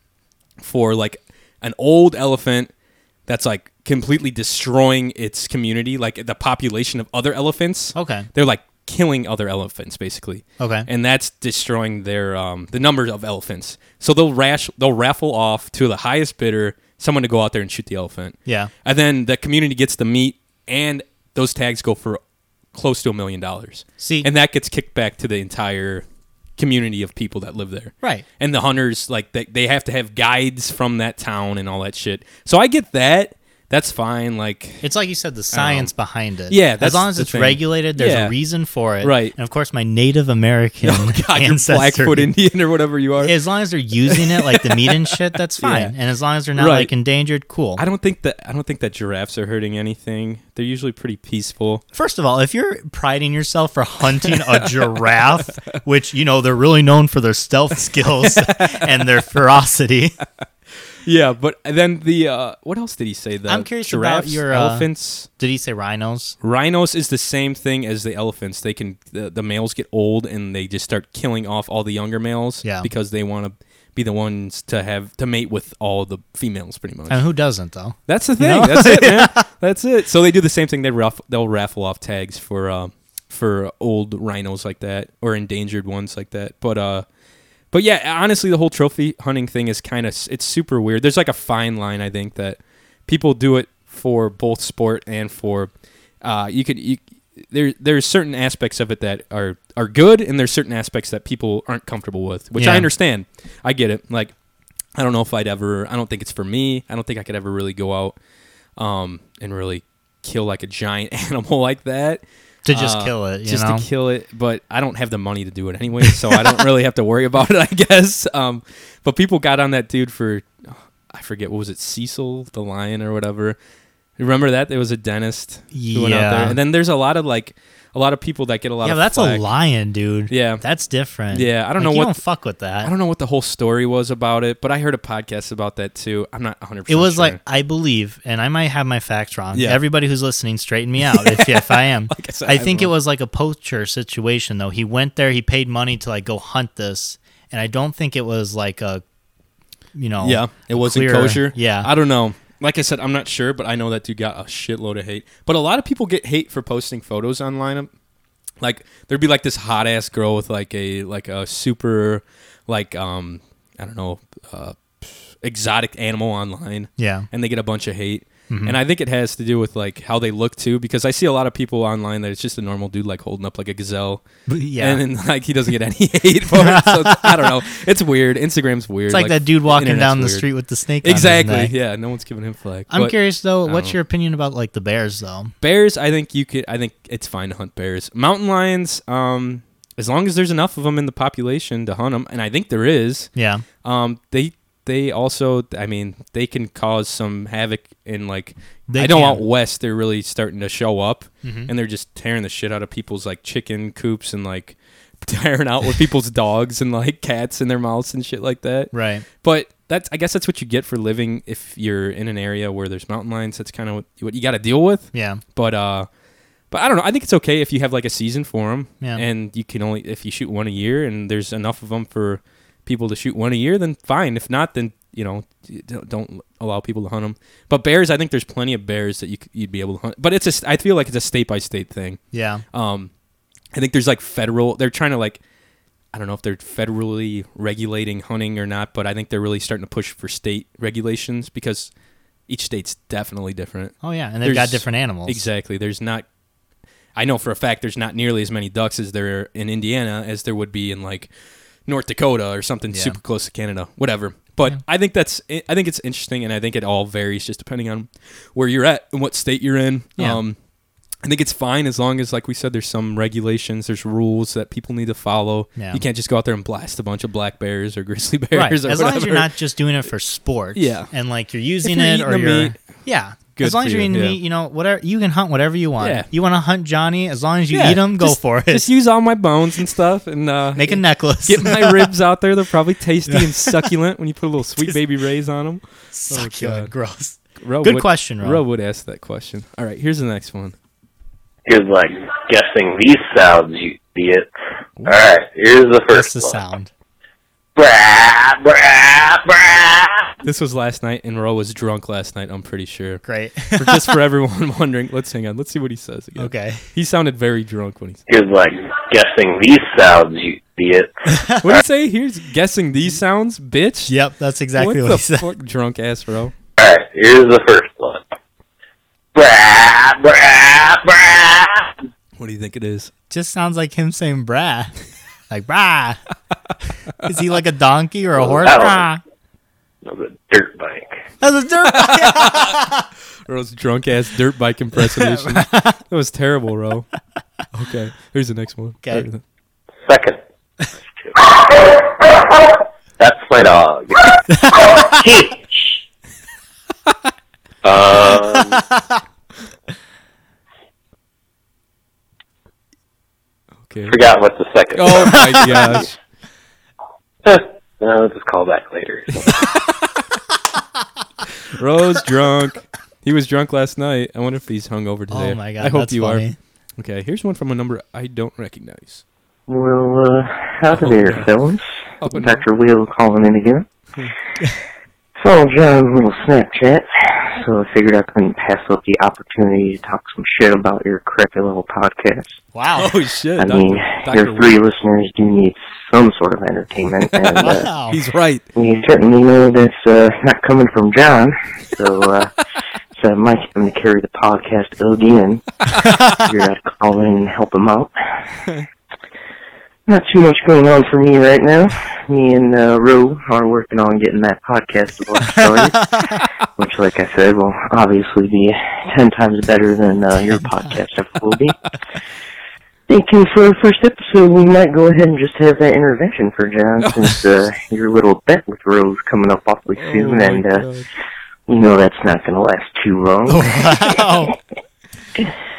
[SPEAKER 1] for like an old elephant that's like completely destroying its community, like the population of other elephants.
[SPEAKER 2] Okay.
[SPEAKER 1] They're like killing other elephants basically.
[SPEAKER 2] Okay.
[SPEAKER 1] And that's destroying their um the numbers of elephants. So they'll rash they'll raffle off to the highest bidder someone to go out there and shoot the elephant.
[SPEAKER 2] Yeah.
[SPEAKER 1] And then the community gets the meat and those tags go for close to a million dollars.
[SPEAKER 2] See-
[SPEAKER 1] And that gets kicked back to the entire community of people that live there
[SPEAKER 2] Right.
[SPEAKER 1] and the hunters like they, they have to have guides from that town and all that shit so i get that that's fine like
[SPEAKER 2] it's like you said the science behind it
[SPEAKER 1] Yeah,
[SPEAKER 2] as
[SPEAKER 1] that's
[SPEAKER 2] long as
[SPEAKER 1] the
[SPEAKER 2] it's
[SPEAKER 1] thing.
[SPEAKER 2] regulated there's
[SPEAKER 1] Yeah.
[SPEAKER 2] a reason for it
[SPEAKER 1] Right.
[SPEAKER 2] and of course my native american
[SPEAKER 1] oh god you're
[SPEAKER 2] ancestor
[SPEAKER 1] blackfoot indian or whatever you are
[SPEAKER 2] as long as they're using it like the meat and shit that's fine
[SPEAKER 1] Yeah.
[SPEAKER 2] and as long as they're not
[SPEAKER 1] Right.
[SPEAKER 2] like endangered cool
[SPEAKER 1] i don't think that i don't think that giraffes are hurting anything they're usually pretty peaceful
[SPEAKER 2] First of all, if you're priding yourself for hunting a giraffe, which you know they're really known for their stealth skills and their ferocity,
[SPEAKER 1] yeah but then the uh what else did he say the
[SPEAKER 2] I'm curious about
[SPEAKER 1] giraffes,
[SPEAKER 2] your, uh,
[SPEAKER 1] elephants
[SPEAKER 2] did he say rhinos?
[SPEAKER 1] rhinos is the same thing as the elephants they can the, the males get old and they just start killing off all the younger males
[SPEAKER 2] Yeah.
[SPEAKER 1] because they want to be the ones to have to mate with all the females pretty much
[SPEAKER 2] And Uh, who doesn't though?
[SPEAKER 1] That's the thing. That's it, man. That's it. So they do the same thing. They raff- they'll raffle off tags for uh, for old rhinos like that or endangered ones like that. But uh, but yeah, honestly, the whole trophy hunting thing is kind of it's super weird. There's like a fine line, I think that people do it for both sport and for uh, you could you, there there's certain aspects of it that are are good and there's certain aspects that people aren't comfortable with, which
[SPEAKER 2] Yeah.
[SPEAKER 1] I understand. I get it. Like I don't know if I'd ever I don't think it's for me. I don't think I could ever really go out um, and really kill like a giant animal like that.
[SPEAKER 2] to just
[SPEAKER 1] Uh,
[SPEAKER 2] kill it. You
[SPEAKER 1] just
[SPEAKER 2] know?
[SPEAKER 1] to kill it. But I don't have the money to do it anyway, so I don't really have to worry about it. I guess. Um, but people got on that dude for I forget what was it, Cecil the lion or whatever. Remember that there was a dentist who went out there,
[SPEAKER 2] Yeah.
[SPEAKER 1] and then there's a lot of like a lot of people that get a lot.
[SPEAKER 2] yeah,
[SPEAKER 1] of
[SPEAKER 2] but that's
[SPEAKER 1] flack.
[SPEAKER 2] a lion, dude.
[SPEAKER 1] Yeah.
[SPEAKER 2] that's different.
[SPEAKER 1] Yeah, I don't
[SPEAKER 2] Like,
[SPEAKER 1] know
[SPEAKER 2] you
[SPEAKER 1] what-
[SPEAKER 2] don't fuck with that.
[SPEAKER 1] I don't know what the whole story was about it, but I heard a podcast about that too. I'm not 100.
[SPEAKER 2] It
[SPEAKER 1] percent
[SPEAKER 2] was like I believe, and I might have my facts wrong.
[SPEAKER 1] Yeah.
[SPEAKER 2] Everybody who's listening, straighten me out if, if I am.
[SPEAKER 1] Like I said, I
[SPEAKER 2] I
[SPEAKER 1] don't
[SPEAKER 2] think
[SPEAKER 1] know.
[SPEAKER 2] it was like a poacher situation though. He went there, he paid money to like go hunt this, and I don't think it was like a, you know,
[SPEAKER 1] yeah, it wasn't
[SPEAKER 2] clear-
[SPEAKER 1] kosher.
[SPEAKER 2] Yeah,
[SPEAKER 1] I don't know. Like I said, I'm not sure, but I know that dude got a shitload of hate. But a lot of people get hate for posting photos online. of- Like there'd be like this hot ass girl with like a like a super like um I don't know uh, exotic animal online.
[SPEAKER 2] yeah, Mm-hmm.
[SPEAKER 1] and they get a bunch of hate. And I think it has to do with like how they look too, because I see a lot of people online that it's just a normal dude like holding up like a gazelle,
[SPEAKER 2] yeah.
[SPEAKER 1] and then like he doesn't get any hate for it. So it's, I don't know. It's weird. Instagram's weird.
[SPEAKER 2] it's like, that dude walking down the
[SPEAKER 1] internet's weird.
[SPEAKER 2] street with the snake. on his
[SPEAKER 1] Exactly.
[SPEAKER 2] neck.
[SPEAKER 1] Yeah. No one's giving him flag.
[SPEAKER 2] I'm
[SPEAKER 1] But
[SPEAKER 2] curious though.
[SPEAKER 1] I
[SPEAKER 2] What's
[SPEAKER 1] don't
[SPEAKER 2] your opinion about like the bears though?
[SPEAKER 1] Bears. I think you could. I think it's fine to hunt bears. Mountain lions. Um, as long as there's enough of them in the population to hunt them, and I think there is.
[SPEAKER 2] Yeah,
[SPEAKER 1] Um, they they also, I mean, they can cause some havoc in like.
[SPEAKER 2] They
[SPEAKER 1] I know
[SPEAKER 2] can. Mm-hmm.
[SPEAKER 1] out west they're really starting to show up, and they're just tearing the shit out of people's like chicken coops and like tearing out with people's dogs and like cats in their mouths and shit like that.
[SPEAKER 2] right.
[SPEAKER 1] But that's I guess that's what you get for living if you're in an area where there's mountain lions. That's kind of what, what you got to deal with.
[SPEAKER 2] Yeah,
[SPEAKER 1] But uh, but I don't know. I think it's okay if you have like a season for them,
[SPEAKER 2] Yeah.
[SPEAKER 1] and you can only if you shoot one a year, and there's enough of them for people to shoot one a year, then fine. If not, then you know you don't, don't allow people to hunt them. But bears, I think there's plenty of bears that you c- you'd be able to hunt. But it's a s- I feel like it's a state by state thing.
[SPEAKER 2] yeah.
[SPEAKER 1] Um, I think there's like federal. They're trying to like, I don't know if they're federally regulating hunting or not, but I think they're really starting to push for state regulations because each state's definitely different.
[SPEAKER 2] Oh yeah, and they've got
[SPEAKER 1] There's-
[SPEAKER 2] different animals.
[SPEAKER 1] Exactly. There's not. I know for a fact there's not nearly as many ducks as there in Indiana as there would be in like North Dakota or something
[SPEAKER 2] Yeah.
[SPEAKER 1] super close to Canada, whatever. But I think that's I think it's interesting, and I think it all varies just depending on where you're at and what state you're in.
[SPEAKER 2] Yeah.
[SPEAKER 1] Um, I think it's fine as long as, like we said, there's some regulations, there's rules that people need to follow.
[SPEAKER 2] Yeah.
[SPEAKER 1] You can't just go out there and blast a bunch of black bears or grizzly bears.
[SPEAKER 2] right.
[SPEAKER 1] Or
[SPEAKER 2] As long as
[SPEAKER 1] whatever.
[SPEAKER 2] you're not just doing it for sport.
[SPEAKER 1] Yeah.
[SPEAKER 2] And like you're using
[SPEAKER 1] you're
[SPEAKER 2] it
[SPEAKER 1] eating
[SPEAKER 2] or
[SPEAKER 1] the
[SPEAKER 2] you're
[SPEAKER 1] meat,
[SPEAKER 2] yeah.
[SPEAKER 1] good
[SPEAKER 2] as long
[SPEAKER 1] for
[SPEAKER 2] as you're
[SPEAKER 1] you,
[SPEAKER 2] eating the
[SPEAKER 1] yeah.
[SPEAKER 2] meat, you know whatever you can hunt whatever you want.
[SPEAKER 1] Yeah.
[SPEAKER 2] You want to hunt Johnny? As long as you eat him, go
[SPEAKER 1] just-
[SPEAKER 2] for it.
[SPEAKER 1] Just use all my bones and stuff, and uh,
[SPEAKER 2] Make a necklace.
[SPEAKER 1] get my ribs out there. They're probably tasty and succulent when you put a little sweet baby rays on them.
[SPEAKER 2] Succulent.
[SPEAKER 1] God.
[SPEAKER 2] Gross.
[SPEAKER 1] Ro
[SPEAKER 2] Good
[SPEAKER 1] would,
[SPEAKER 2] question, Ro.
[SPEAKER 1] Ro would ask that question. All right, here's the next one.
[SPEAKER 5] He's like guessing these sounds, you idiot. All right, here's the
[SPEAKER 2] That's
[SPEAKER 5] first
[SPEAKER 2] the
[SPEAKER 5] one.
[SPEAKER 2] sound.
[SPEAKER 5] Brah, brah, brah.
[SPEAKER 1] This was last night, and Ro was drunk last night. I'm pretty sure.
[SPEAKER 2] Great.
[SPEAKER 1] For, just for everyone wondering, let's hang on. Let's see what he says again.
[SPEAKER 2] okay.
[SPEAKER 1] He sounded very drunk when he.
[SPEAKER 5] He was like guessing these sounds, you idiot.
[SPEAKER 1] What did he say? Here's guessing these sounds, bitch.
[SPEAKER 2] Yep. That's exactly
[SPEAKER 1] what
[SPEAKER 2] what,
[SPEAKER 1] the
[SPEAKER 2] he said.
[SPEAKER 1] fuck, drunk ass Ro?
[SPEAKER 5] All right, here's the first one. Brah, brah, brah.
[SPEAKER 1] What do you think it is?
[SPEAKER 2] Just sounds like him saying "brah," like "brah." Is he like a donkey or a horse?
[SPEAKER 5] I don't-
[SPEAKER 2] Brah.
[SPEAKER 5] That was a dirt bike.
[SPEAKER 2] That's a dirt. bike.
[SPEAKER 1] Ro's drunk ass dirt bike impersonation. that was terrible, Ro. Okay, here's the next one.
[SPEAKER 2] Okay.
[SPEAKER 5] Second. That's my dog. um,
[SPEAKER 1] Okay.
[SPEAKER 5] forgot what the second.
[SPEAKER 1] Oh my gosh.
[SPEAKER 5] no, just call back later.
[SPEAKER 1] Rose drunk. He was drunk last night. I wonder if he's hung over today.
[SPEAKER 2] oh my god.
[SPEAKER 1] I hope
[SPEAKER 2] that's
[SPEAKER 1] you
[SPEAKER 2] funny.
[SPEAKER 1] are. Okay, here's one from a number I don't recognize.
[SPEAKER 6] Well, uh, howdy
[SPEAKER 3] Oh,
[SPEAKER 6] there, fellas.
[SPEAKER 1] Up and
[SPEAKER 6] Dr. Will calling in again.
[SPEAKER 3] Hmm.
[SPEAKER 6] Saw John's little Snapchat, so I figured I couldn't pass up the opportunity to talk some shit about your crappy little podcast.
[SPEAKER 2] Wow.
[SPEAKER 1] Oh shit.
[SPEAKER 6] I
[SPEAKER 1] Dr.
[SPEAKER 6] mean,
[SPEAKER 1] Dr.
[SPEAKER 6] your three listeners do need some sort of entertainment, and uh,
[SPEAKER 2] Wow.
[SPEAKER 1] He's right.
[SPEAKER 6] we certainly know that's uh, not coming from John. So, uh, so Mike's going to carry the podcast again. You're going to call in and help him out. Not too much going on for me right now. Me and uh, Rue are working on getting that podcast launch started, which, like I said, will obviously be ten times better than uh, your podcast ever will be. Stay tuned for our first episode. We might go ahead and just have that intervention for John, since uh, your little bet with Rose coming up awfully soon, and uh, we know that's not going to last too long.
[SPEAKER 2] wow.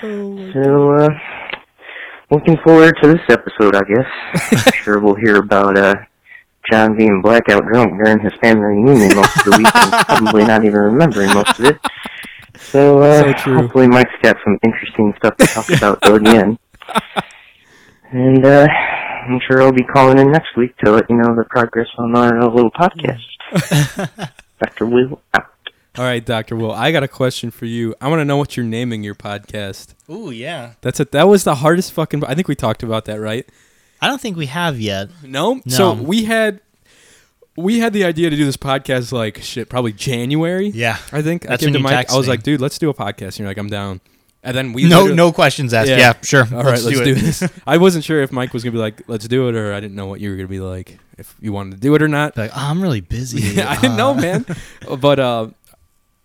[SPEAKER 6] So, uh, looking forward to this episode, I guess. I'm sure we'll hear about, uh, John being blackout drunk during his family reunion most of the weekend, probably not even remembering most of it. So, uh,
[SPEAKER 1] So true.
[SPEAKER 6] hopefully Mike's got some interesting stuff to talk about again. And, uh, I'm sure I'll be calling in next week to let you know the progress on our uh, little podcast. Dr. Will out.
[SPEAKER 1] All right, Doctor Will, I got a question for you. I want to know what you're naming your podcast.
[SPEAKER 2] Ooh, yeah.
[SPEAKER 1] That's it. That was the hardest fucking. I think we talked about that, right?
[SPEAKER 2] I don't think we have yet.
[SPEAKER 1] No. So
[SPEAKER 2] No.
[SPEAKER 1] we had we had the idea to do this podcast like shit, probably January.
[SPEAKER 2] Yeah.
[SPEAKER 1] I think
[SPEAKER 2] That's
[SPEAKER 1] I came
[SPEAKER 2] when
[SPEAKER 1] to
[SPEAKER 2] you
[SPEAKER 1] Mike. I was
[SPEAKER 2] texted
[SPEAKER 1] like,
[SPEAKER 2] me.
[SPEAKER 1] dude, let's do a podcast. And you're like, I'm down. And then we
[SPEAKER 2] No,
[SPEAKER 1] literally-
[SPEAKER 2] no questions asked. Yeah, sure.
[SPEAKER 1] All right, let's, do,
[SPEAKER 2] it.
[SPEAKER 1] this. I wasn't sure if Mike was gonna be like, let's do it, or I didn't know what you were gonna be like if you wanted to do it or not.
[SPEAKER 2] Like, oh, I'm really busy. Uh,
[SPEAKER 1] Yeah, I didn't know, man. but uh,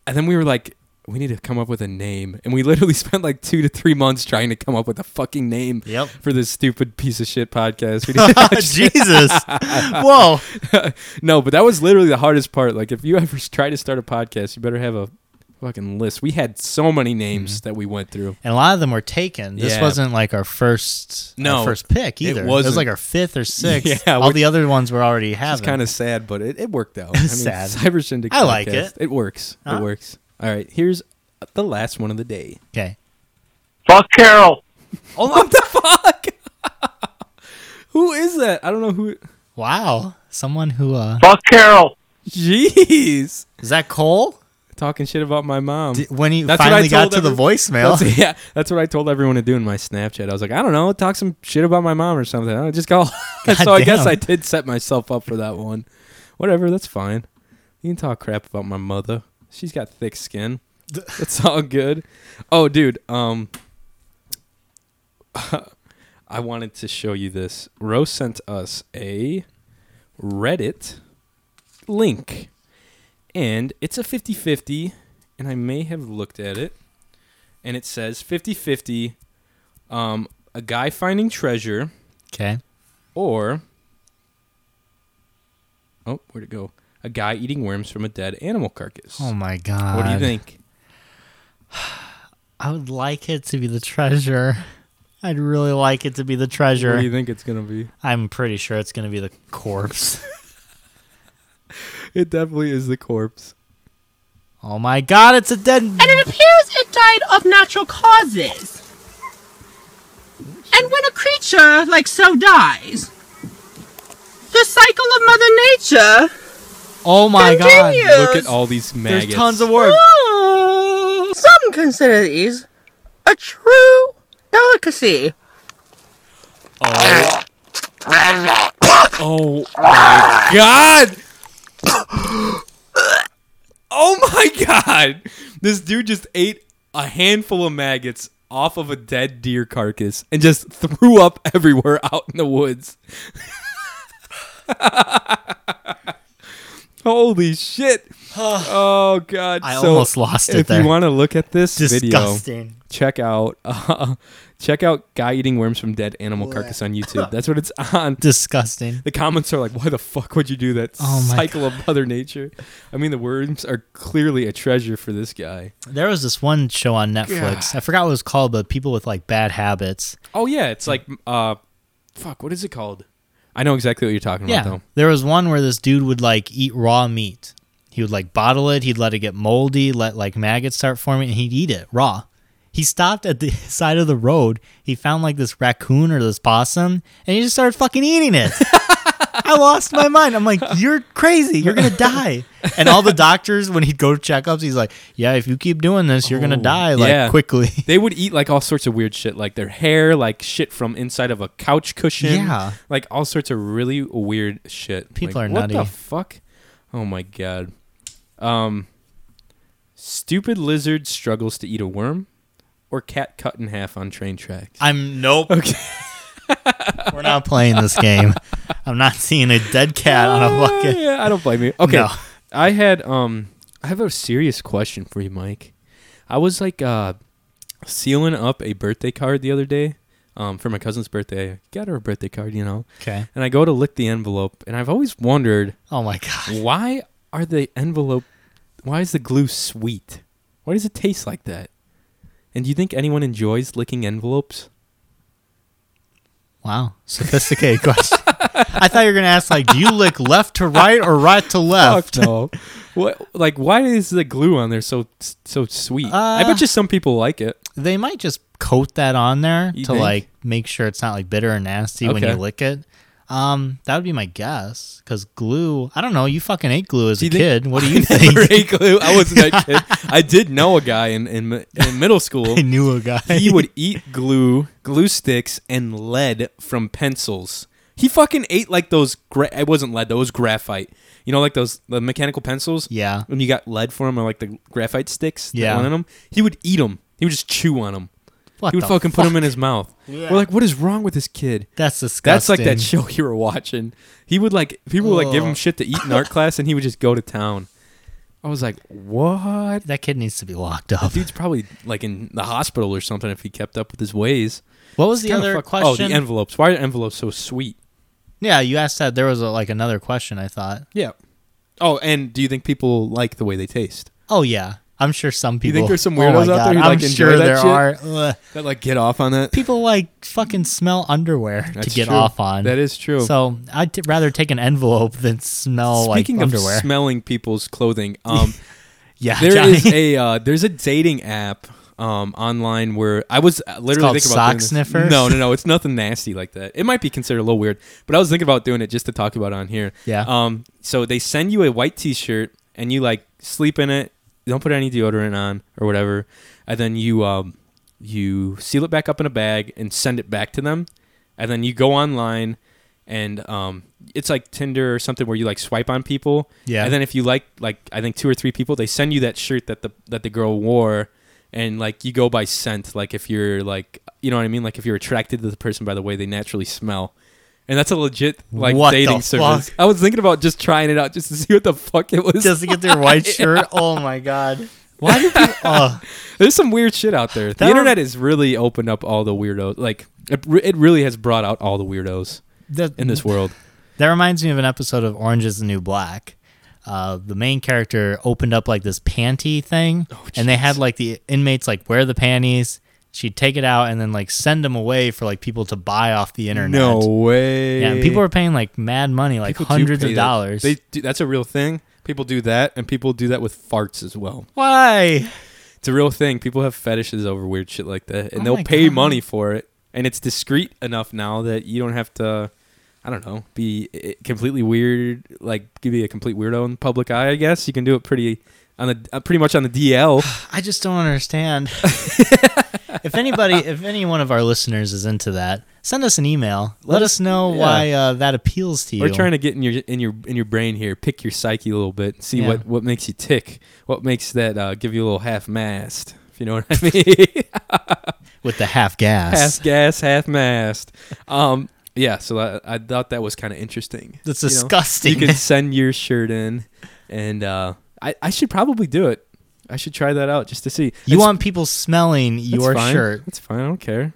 [SPEAKER 1] and then we were like, we need to come up with a name, and we literally spent like two to three months trying to come up with a fucking name
[SPEAKER 2] Yep.
[SPEAKER 1] for this stupid piece of shit podcast. We didn't-
[SPEAKER 2] Uh, Jesus. Whoa.
[SPEAKER 1] no, but that was literally the hardest part. Like, if you ever try to start a podcast, you better have a fucking list. We had so many names that we went through.
[SPEAKER 2] And a lot of them were taken. This
[SPEAKER 1] Yeah.
[SPEAKER 2] wasn't like our first our
[SPEAKER 1] No,
[SPEAKER 2] first pick
[SPEAKER 1] it
[SPEAKER 2] either.
[SPEAKER 1] wasn't.
[SPEAKER 2] was like our fifth or sixth.
[SPEAKER 1] Yeah,
[SPEAKER 2] All
[SPEAKER 1] we're-
[SPEAKER 2] the other ones were already having.
[SPEAKER 1] It's kind of sad, but it, it worked out. I mean,
[SPEAKER 2] Sad.
[SPEAKER 1] Cyber Shindig
[SPEAKER 2] I like
[SPEAKER 1] podcast,
[SPEAKER 2] it.
[SPEAKER 1] It works.
[SPEAKER 2] Huh?
[SPEAKER 1] It works. All right, here's the last one of the day.
[SPEAKER 2] okay.
[SPEAKER 5] Fuck Carol.
[SPEAKER 1] Oh, what the fuck? who is that? I don't know who.
[SPEAKER 2] Wow. Someone who uh
[SPEAKER 5] Fuck Carol.
[SPEAKER 1] Jeez.
[SPEAKER 2] is that Cole?
[SPEAKER 1] Talking shit about my mom.
[SPEAKER 2] Di- When he
[SPEAKER 1] That's what I
[SPEAKER 2] finally got
[SPEAKER 1] told
[SPEAKER 2] to the
[SPEAKER 1] every-
[SPEAKER 2] voicemail.
[SPEAKER 1] That's- yeah, that's what I told everyone to do in my Snapchat. I was like, I don't know, talk some shit about my mom or something. I just call. so I guess
[SPEAKER 2] damn.
[SPEAKER 1] I did set myself up for that one. Whatever, that's fine. You can talk crap about my mother. She's got thick skin. It's all good. Oh, dude. Um, I wanted to show you this. Rose sent us a Reddit link, and it's a 50 50, and I may have looked at it, and it says 50 50 um, a guy finding treasure
[SPEAKER 2] Okay.
[SPEAKER 1] or. Oh, where'd it go? A guy eating worms from a dead animal carcass.
[SPEAKER 2] Oh my god.
[SPEAKER 1] what do you think?
[SPEAKER 2] I would like it to be the treasure. I'd really like it to be the
[SPEAKER 1] What
[SPEAKER 2] treasure.
[SPEAKER 1] do you think it's gonna be?
[SPEAKER 2] I'm pretty sure it's gonna be the corpse.
[SPEAKER 1] It definitely is the corpse.
[SPEAKER 2] oh my god, it's a dead
[SPEAKER 7] and it appears it died of natural causes. And when a creature like so dies, the cycle of Mother Nature.
[SPEAKER 2] Oh my god.
[SPEAKER 7] Continue.
[SPEAKER 1] Look at all these maggots.
[SPEAKER 2] There's tons of worms.
[SPEAKER 7] Oh, some consider these a true delicacy.
[SPEAKER 1] Oh my god! Oh my god! This dude just ate a handful of maggots off of a dead deer carcass and just threw up everywhere out in the woods. Holy shit! Oh god!
[SPEAKER 2] I almost lost it
[SPEAKER 1] If
[SPEAKER 2] there.
[SPEAKER 1] you want to look at this video,
[SPEAKER 2] Disgusting.
[SPEAKER 1] check out uh, check out guy eating worms from dead animal carcass on YouTube. That's what it's on
[SPEAKER 2] Disgusting.
[SPEAKER 1] the comments are like, "Why the fuck would you do that?"
[SPEAKER 2] Oh my
[SPEAKER 1] cycle of Mother Nature. I mean, the worms are clearly a treasure for this guy.
[SPEAKER 2] There was this one show on Netflix. I forgot what it was called, but people with like bad habits.
[SPEAKER 1] Oh yeah, it's like, uh, fuck, what is it called? I know exactly what you're talking
[SPEAKER 2] Yeah.
[SPEAKER 1] about
[SPEAKER 2] There was one where this dude would like eat raw meat. He would like bottle it, he'd let it get moldy, let like maggots start forming, and he'd eat it raw. He stopped at the side of the road. He found like this raccoon or this possum, and he just started fucking eating it. I lost my mind. I'm like, you're crazy. You're gonna die. And all the doctors, when he'd go to checkups, he's like, yeah, if you keep doing this, you're gonna die like
[SPEAKER 1] yeah.
[SPEAKER 2] quickly.
[SPEAKER 1] They would eat like all sorts of weird shit, like their hair, like shit from inside of a couch cushion.
[SPEAKER 2] Yeah.
[SPEAKER 1] Like all sorts of really weird shit.
[SPEAKER 2] People
[SPEAKER 1] Like,
[SPEAKER 2] are
[SPEAKER 1] what the
[SPEAKER 2] nutty.
[SPEAKER 1] fuck? Oh my god. Um Stupid lizard struggles to eat a worm or cat cut in half on train tracks.
[SPEAKER 2] I'm nope. Okay. We're not playing this game. I'm not seeing a dead cat on a
[SPEAKER 1] Ah,
[SPEAKER 2] bucket.
[SPEAKER 1] yeah, I don't blame you. Okay.
[SPEAKER 2] No.
[SPEAKER 1] I had um I have a serious question for you, Mike. I was like uh sealing up a birthday card the other day um for my cousin's birthday. I got her a birthday card, you know.
[SPEAKER 2] Okay.
[SPEAKER 1] And I go to lick the envelope and I've always wondered
[SPEAKER 2] Oh my god.
[SPEAKER 1] why are the envelope why is the glue sweet? Why does it taste like that? And do you think anyone enjoys licking envelopes?
[SPEAKER 2] Wow. Sophisticated question. I thought you were gonna ask like, do you lick left to right or right to left?
[SPEAKER 1] Fuck no. what like why is the glue on there so so sweet? I bet you some people like it.
[SPEAKER 2] They might just coat that on there
[SPEAKER 1] You
[SPEAKER 2] to
[SPEAKER 1] think?
[SPEAKER 2] like make sure it's not like bitter or nasty when you
[SPEAKER 1] Okay.
[SPEAKER 2] lick it. Um, that would be my guess. Cause glue, I don't know. You fucking ate glue as
[SPEAKER 1] Do
[SPEAKER 2] a
[SPEAKER 1] you think-
[SPEAKER 2] kid. What do you
[SPEAKER 1] I never
[SPEAKER 2] think?
[SPEAKER 1] ate glue. I wasn't that kid. I did know a guy in in, mi- in middle school.
[SPEAKER 2] I knew a guy.
[SPEAKER 1] He would eat glue, glue sticks, and lead from pencils. He fucking ate like those. Gra- it wasn't lead. That was graphite. You know, like those the mechanical pencils.
[SPEAKER 2] Yeah.
[SPEAKER 1] When you got lead for them, or like the graphite sticks.
[SPEAKER 2] Yeah.
[SPEAKER 1] Yeah. On them, he would eat them. He would just chew on them.
[SPEAKER 2] What
[SPEAKER 1] he would
[SPEAKER 2] the
[SPEAKER 1] fucking put them in his mouth. We're like, what is wrong with this kid?
[SPEAKER 2] That's disgusting.
[SPEAKER 1] That's like that show you were watching. He would like people would like give him
[SPEAKER 2] Ugh.
[SPEAKER 1] shit to eat in art class, and he would just go to town. I was like, what?
[SPEAKER 2] That kid needs to be locked up.
[SPEAKER 1] Dude's probably like in the hospital or something if he kept up with his ways.
[SPEAKER 2] What was the
[SPEAKER 1] Kinda
[SPEAKER 2] other
[SPEAKER 1] fuck-
[SPEAKER 2] question?
[SPEAKER 1] Oh, the envelopes. Why are envelopes so sweet?
[SPEAKER 2] yeah, you asked that. There was a, like another question. I thought.
[SPEAKER 1] Yeah. Oh, and do you think people like the way they taste?
[SPEAKER 2] Oh yeah, I'm sure some people.
[SPEAKER 1] think there's some
[SPEAKER 2] Oh my
[SPEAKER 1] weirdos out there
[SPEAKER 2] God,
[SPEAKER 1] who,
[SPEAKER 2] I'm
[SPEAKER 1] like, enjoy
[SPEAKER 2] sure
[SPEAKER 1] that
[SPEAKER 2] there
[SPEAKER 1] shit?
[SPEAKER 2] are. Ugh.
[SPEAKER 1] That like get off on that.
[SPEAKER 2] People like fucking smell underwear to
[SPEAKER 1] That's
[SPEAKER 2] get
[SPEAKER 1] true.
[SPEAKER 2] off on.
[SPEAKER 1] That is true.
[SPEAKER 2] So I'd t- rather take an envelope than smell
[SPEAKER 1] Speaking
[SPEAKER 2] like
[SPEAKER 1] of
[SPEAKER 2] underwear.
[SPEAKER 1] smelling people's clothing, um,
[SPEAKER 2] yeah,
[SPEAKER 1] there
[SPEAKER 2] Johnny.
[SPEAKER 1] is a uh, there's a dating app um, online where I was uh, literally
[SPEAKER 2] called
[SPEAKER 1] thinking
[SPEAKER 2] Sock
[SPEAKER 1] about doing this.
[SPEAKER 2] Sniffer?
[SPEAKER 1] No, no, no, it's nothing nasty like that. It might be considered a little weird, but I was thinking about doing it just to talk about on here.
[SPEAKER 2] Yeah.
[SPEAKER 1] Um. So they send you a white T-shirt and you like sleep in it. You Don't put any deodorant on or whatever, and then you um you seal it back up in a bag and send it back to them, and then you go online. And um, it's like Tinder or something where you like swipe on people,
[SPEAKER 2] Yeah.
[SPEAKER 1] And then if you like, like I think two or three people, they send you that shirt that the that the girl wore, and like you go by scent. Like if you're like, you know what I mean? Like if you're attracted to the person by the way they naturally smell, and that's a legit like
[SPEAKER 2] What the
[SPEAKER 1] dating service.
[SPEAKER 2] fuck?
[SPEAKER 1] I was thinking about just trying it out just to see what the fuck it was.
[SPEAKER 2] just to get their white shirt. Oh my god. Why do people? Oh,
[SPEAKER 1] There's some weird shit out there. The
[SPEAKER 2] That rem-
[SPEAKER 1] internet has really opened up all the weirdos. Like it, re- it really has brought out all the weirdos
[SPEAKER 2] that,
[SPEAKER 1] in this world.
[SPEAKER 2] That reminds me of an episode of Orange is the New Black. Uh, the main character opened up like this panty thing,
[SPEAKER 1] Oh,
[SPEAKER 2] and they had like the inmates like wear the panties. She'd take it out and then like send them away for like people to buy off the internet.
[SPEAKER 1] No way.
[SPEAKER 2] yeah, and people are paying like mad money, like
[SPEAKER 1] People do
[SPEAKER 2] hundreds
[SPEAKER 1] pay
[SPEAKER 2] of
[SPEAKER 1] that.
[SPEAKER 2] dollars.
[SPEAKER 1] They do, that's a real thing. People do that, and people do that with farts as well.
[SPEAKER 2] Why?
[SPEAKER 1] It's a real thing. People have fetishes over weird shit like that, and
[SPEAKER 2] Oh my
[SPEAKER 1] they'll pay
[SPEAKER 2] God.
[SPEAKER 1] money for it. And it's discreet enough now that you don't have to, I don't know, be eh, completely weird, like be a complete weirdo in public eye. I guess you can do it pretty on the uh, pretty much on the DL.
[SPEAKER 2] I just don't understand. if anybody, if any one of our listeners is into that, send us an email. Let, us, know
[SPEAKER 1] yeah.
[SPEAKER 2] why uh, that appeals to you.
[SPEAKER 1] We're trying to get in your in your in your brain here, pick your psyche a little bit, and see
[SPEAKER 2] Yeah.
[SPEAKER 1] what what makes you tick, what makes that uh, give you a little half mast. If you know what I mean.
[SPEAKER 2] with the half gas.
[SPEAKER 1] half gas, half mast. Um, yeah, so I, I thought that was kind of interesting.
[SPEAKER 2] That's
[SPEAKER 1] You know?
[SPEAKER 2] disgusting.
[SPEAKER 1] You can send your shirt in, and uh, I, I should probably do it. I should try that out just to see.
[SPEAKER 2] You
[SPEAKER 1] It's-
[SPEAKER 2] want people smelling
[SPEAKER 1] that's
[SPEAKER 2] your
[SPEAKER 1] fine.
[SPEAKER 2] shirt.
[SPEAKER 1] That's fine. I don't care.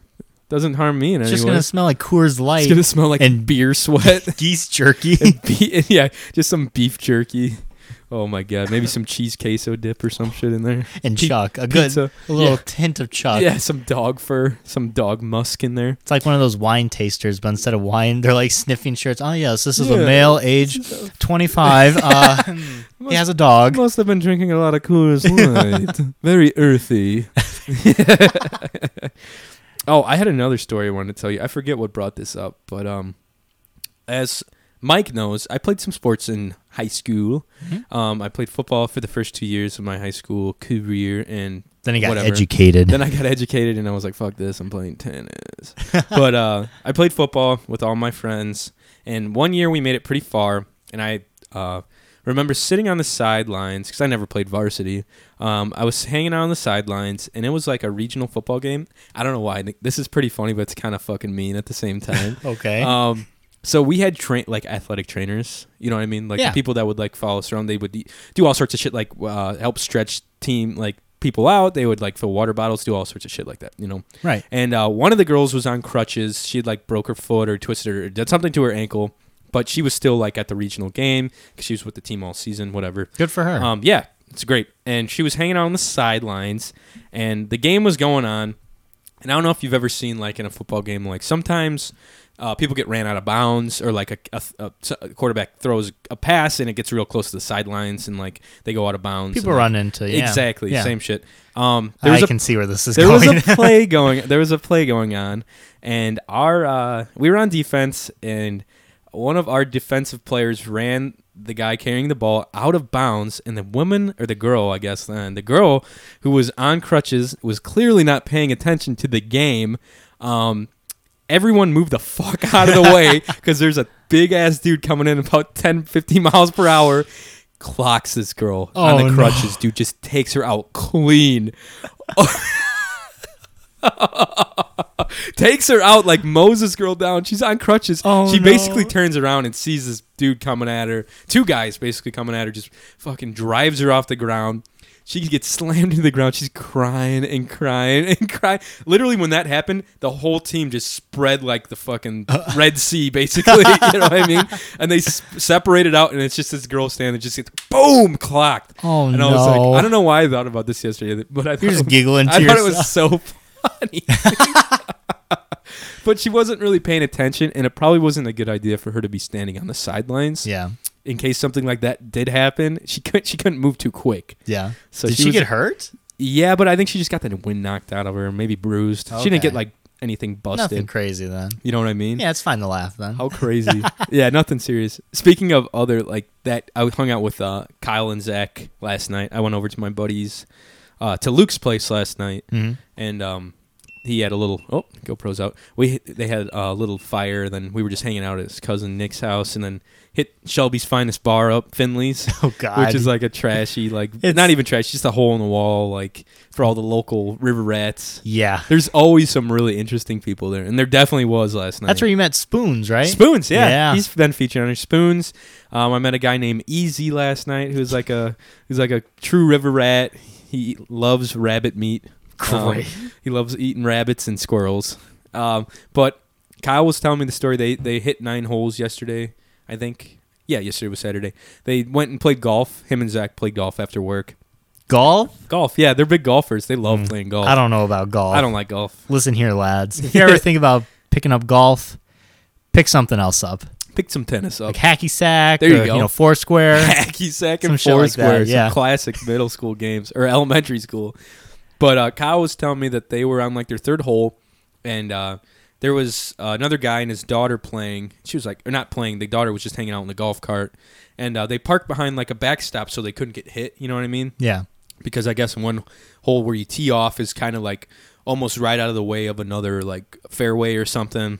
[SPEAKER 1] Doesn't harm me in
[SPEAKER 2] It's
[SPEAKER 1] any
[SPEAKER 2] just
[SPEAKER 1] way.
[SPEAKER 2] gonna smell like Coors Light
[SPEAKER 1] it's gonna smell like
[SPEAKER 2] and
[SPEAKER 1] beer sweat.
[SPEAKER 2] geese jerky.
[SPEAKER 1] Be- yeah, just some beef jerky. Oh my god, maybe some cheese queso dip or some shit in there.
[SPEAKER 2] and
[SPEAKER 1] Pe-
[SPEAKER 2] chuck. A good
[SPEAKER 1] pizza.
[SPEAKER 2] a little
[SPEAKER 1] Yeah.
[SPEAKER 2] tint of chuck.
[SPEAKER 1] Yeah, some dog fur, some dog musk in there.
[SPEAKER 2] It's like one of those wine tasters, but instead of wine, they're like sniffing shirts. Oh yes, this is
[SPEAKER 1] Yeah.
[SPEAKER 2] a male age twenty five. Uh, hmm, he has a dog.
[SPEAKER 1] Must have been drinking a lot of Coors Light. Very earthy. oh, I had another story I wanted to tell you. I forget what brought this up, but um, as Mike knows. I played some sports in high school. Um, I played football for the first two years of my high school career, and
[SPEAKER 2] Then he got
[SPEAKER 1] whatever.
[SPEAKER 2] educated.
[SPEAKER 1] Then I got educated, and I was like, "Fuck this! I'm playing tennis." but uh, I played football with all my friends, and one year we made it pretty far. And I uh, remember sitting on the sidelines because I never played varsity. Um, I was hanging out on the sidelines, and it was like a regional football game. I don't know why. This is pretty funny, but it's kind of fucking mean at the same time.
[SPEAKER 2] okay.
[SPEAKER 1] Um, so we had train like athletic trainers. You know what I mean? Like
[SPEAKER 2] Yeah.
[SPEAKER 1] people that would like follow us around. They would e, do all sorts of shit, like uh, help stretch team like people out. They would like fill water bottles, do all sorts of shit like that. You know?
[SPEAKER 2] Right.
[SPEAKER 1] And uh, one of the girls was on crutches. She had like broke her foot or twisted her, did something to her ankle, but she was still like at the regional game 'cause she was with the team all season. Whatever.
[SPEAKER 2] Good for her.
[SPEAKER 1] Um, yeah, it's great. And she was hanging out on the sidelines, and the game was going on. And I don't know if you've ever seen like in a football game, like sometimes uh, people get ran out of bounds, or like a, a, a- a quarterback throws a pass and it gets real close to the sidelines, and like they go out of bounds.
[SPEAKER 2] People
[SPEAKER 1] and,
[SPEAKER 2] run
[SPEAKER 1] like-
[SPEAKER 2] into- yeah.
[SPEAKER 1] exactly
[SPEAKER 2] Yeah.
[SPEAKER 1] same shit. Um, there
[SPEAKER 2] I
[SPEAKER 1] was a
[SPEAKER 2] can see where this is
[SPEAKER 1] there
[SPEAKER 2] going.
[SPEAKER 1] was a play going. There was a play going on, and our uh, we were on defense, and one of our defensive players ran the guy carrying the ball out of bounds, and the woman or the girl, I guess then the girl who was on crutches was clearly not paying attention to the game. Um, everyone moved the fuck out of the way because there's a big ass dude coming in about 10 15 miles per hour clocks this girl on
[SPEAKER 2] Oh,
[SPEAKER 1] the
[SPEAKER 2] no.
[SPEAKER 1] crutches dude just takes her out clean takes her out like Moses girl down. She's on crutches.
[SPEAKER 2] Oh,
[SPEAKER 1] she
[SPEAKER 2] no.
[SPEAKER 1] basically turns around and sees this dude coming at her. Two guys basically coming at her, just fucking drives her off the ground. She gets slammed to the ground. She's crying and crying and crying. Literally, when that happened, the whole team just spread like the fucking Red Sea, basically. you know what I mean? And they s- separated out, and it's just this girl standing, just gets boom clocked.
[SPEAKER 2] Oh,
[SPEAKER 1] and I was
[SPEAKER 2] no.
[SPEAKER 1] like, I don't know why I thought about this yesterday, but I thought
[SPEAKER 2] You're just giggling to
[SPEAKER 1] I thought it
[SPEAKER 2] yourself.
[SPEAKER 1] was so funny. but she wasn't really paying attention, and it probably wasn't a good idea for her to be standing on the sidelines.
[SPEAKER 2] yeah.
[SPEAKER 1] In case something like that did happen, she couldn't. She couldn't move too quick.
[SPEAKER 2] Yeah.
[SPEAKER 1] So
[SPEAKER 2] Did
[SPEAKER 1] she
[SPEAKER 2] she,
[SPEAKER 1] was-
[SPEAKER 2] get hurt?
[SPEAKER 1] Yeah, but I think she just got that wind knocked out of her, maybe bruised. She didn't
[SPEAKER 2] Okay.
[SPEAKER 1] get like anything busted.
[SPEAKER 2] Nothing crazy then.
[SPEAKER 1] You know what I mean?
[SPEAKER 2] Yeah, it's fine to laugh then.
[SPEAKER 1] How crazy. yeah, nothing serious. Speaking of other like that, I hung out with uh, Kyle and Zach last night. I went over to my buddies uh, to Luke's place last night,
[SPEAKER 2] Mm-hmm.
[SPEAKER 1] and um, he had a little. Oh, GoPro's out. We they had a little fire. Then we were just hanging out at his cousin Nick's house, and then hit Shelby's finest bar up, Finley's.
[SPEAKER 2] Oh, God.
[SPEAKER 1] which is like a trashy, like
[SPEAKER 2] It's-
[SPEAKER 1] not even trash, just a hole in the wall, like for all the local river rats.
[SPEAKER 2] Yeah.
[SPEAKER 1] There's always some really interesting people there, and there definitely was last night.
[SPEAKER 2] That's where you met Spoons, right?
[SPEAKER 1] Spoons, yeah.
[SPEAKER 2] Yeah.
[SPEAKER 1] He's been featured on his Spoons. Um, I met a guy named Easy last night who's like a who's like a true river rat. He loves rabbit meat. Um,
[SPEAKER 2] Great.
[SPEAKER 1] he loves eating rabbits and squirrels. Um, but Kyle was telling me the story. They they hit nine holes yesterday, I think. Yeah, yesterday was Saturday. They went and played golf. Him and Zach played golf after work.
[SPEAKER 2] golf?
[SPEAKER 1] Golf, yeah, they're big golfers. They love playing golf.
[SPEAKER 2] Mm. I don't know about golf.
[SPEAKER 1] I don't like golf.
[SPEAKER 2] Listen here, lads. If you ever think about picking up golf, pick something else up.
[SPEAKER 1] Pick some tennis up.
[SPEAKER 2] Like hacky sack,
[SPEAKER 1] There you
[SPEAKER 2] or,
[SPEAKER 1] go.
[SPEAKER 2] know, foursquare.
[SPEAKER 1] hacky sack
[SPEAKER 2] Some
[SPEAKER 1] and
[SPEAKER 2] shit like that,
[SPEAKER 1] foursquare.
[SPEAKER 2] yeah.
[SPEAKER 1] Some classic middle school games or elementary school. But uh, Kyle was telling me that they were on like their third hole, and uh, there was uh, another guy and his daughter playing. She was like, or not playing. The daughter was just hanging out in the golf cart, and uh, they parked behind like a backstop so they couldn't get hit. You know what I mean?
[SPEAKER 2] yeah.
[SPEAKER 1] because I guess one hole where you tee off is kind of like almost right out of the way of another like fairway or something.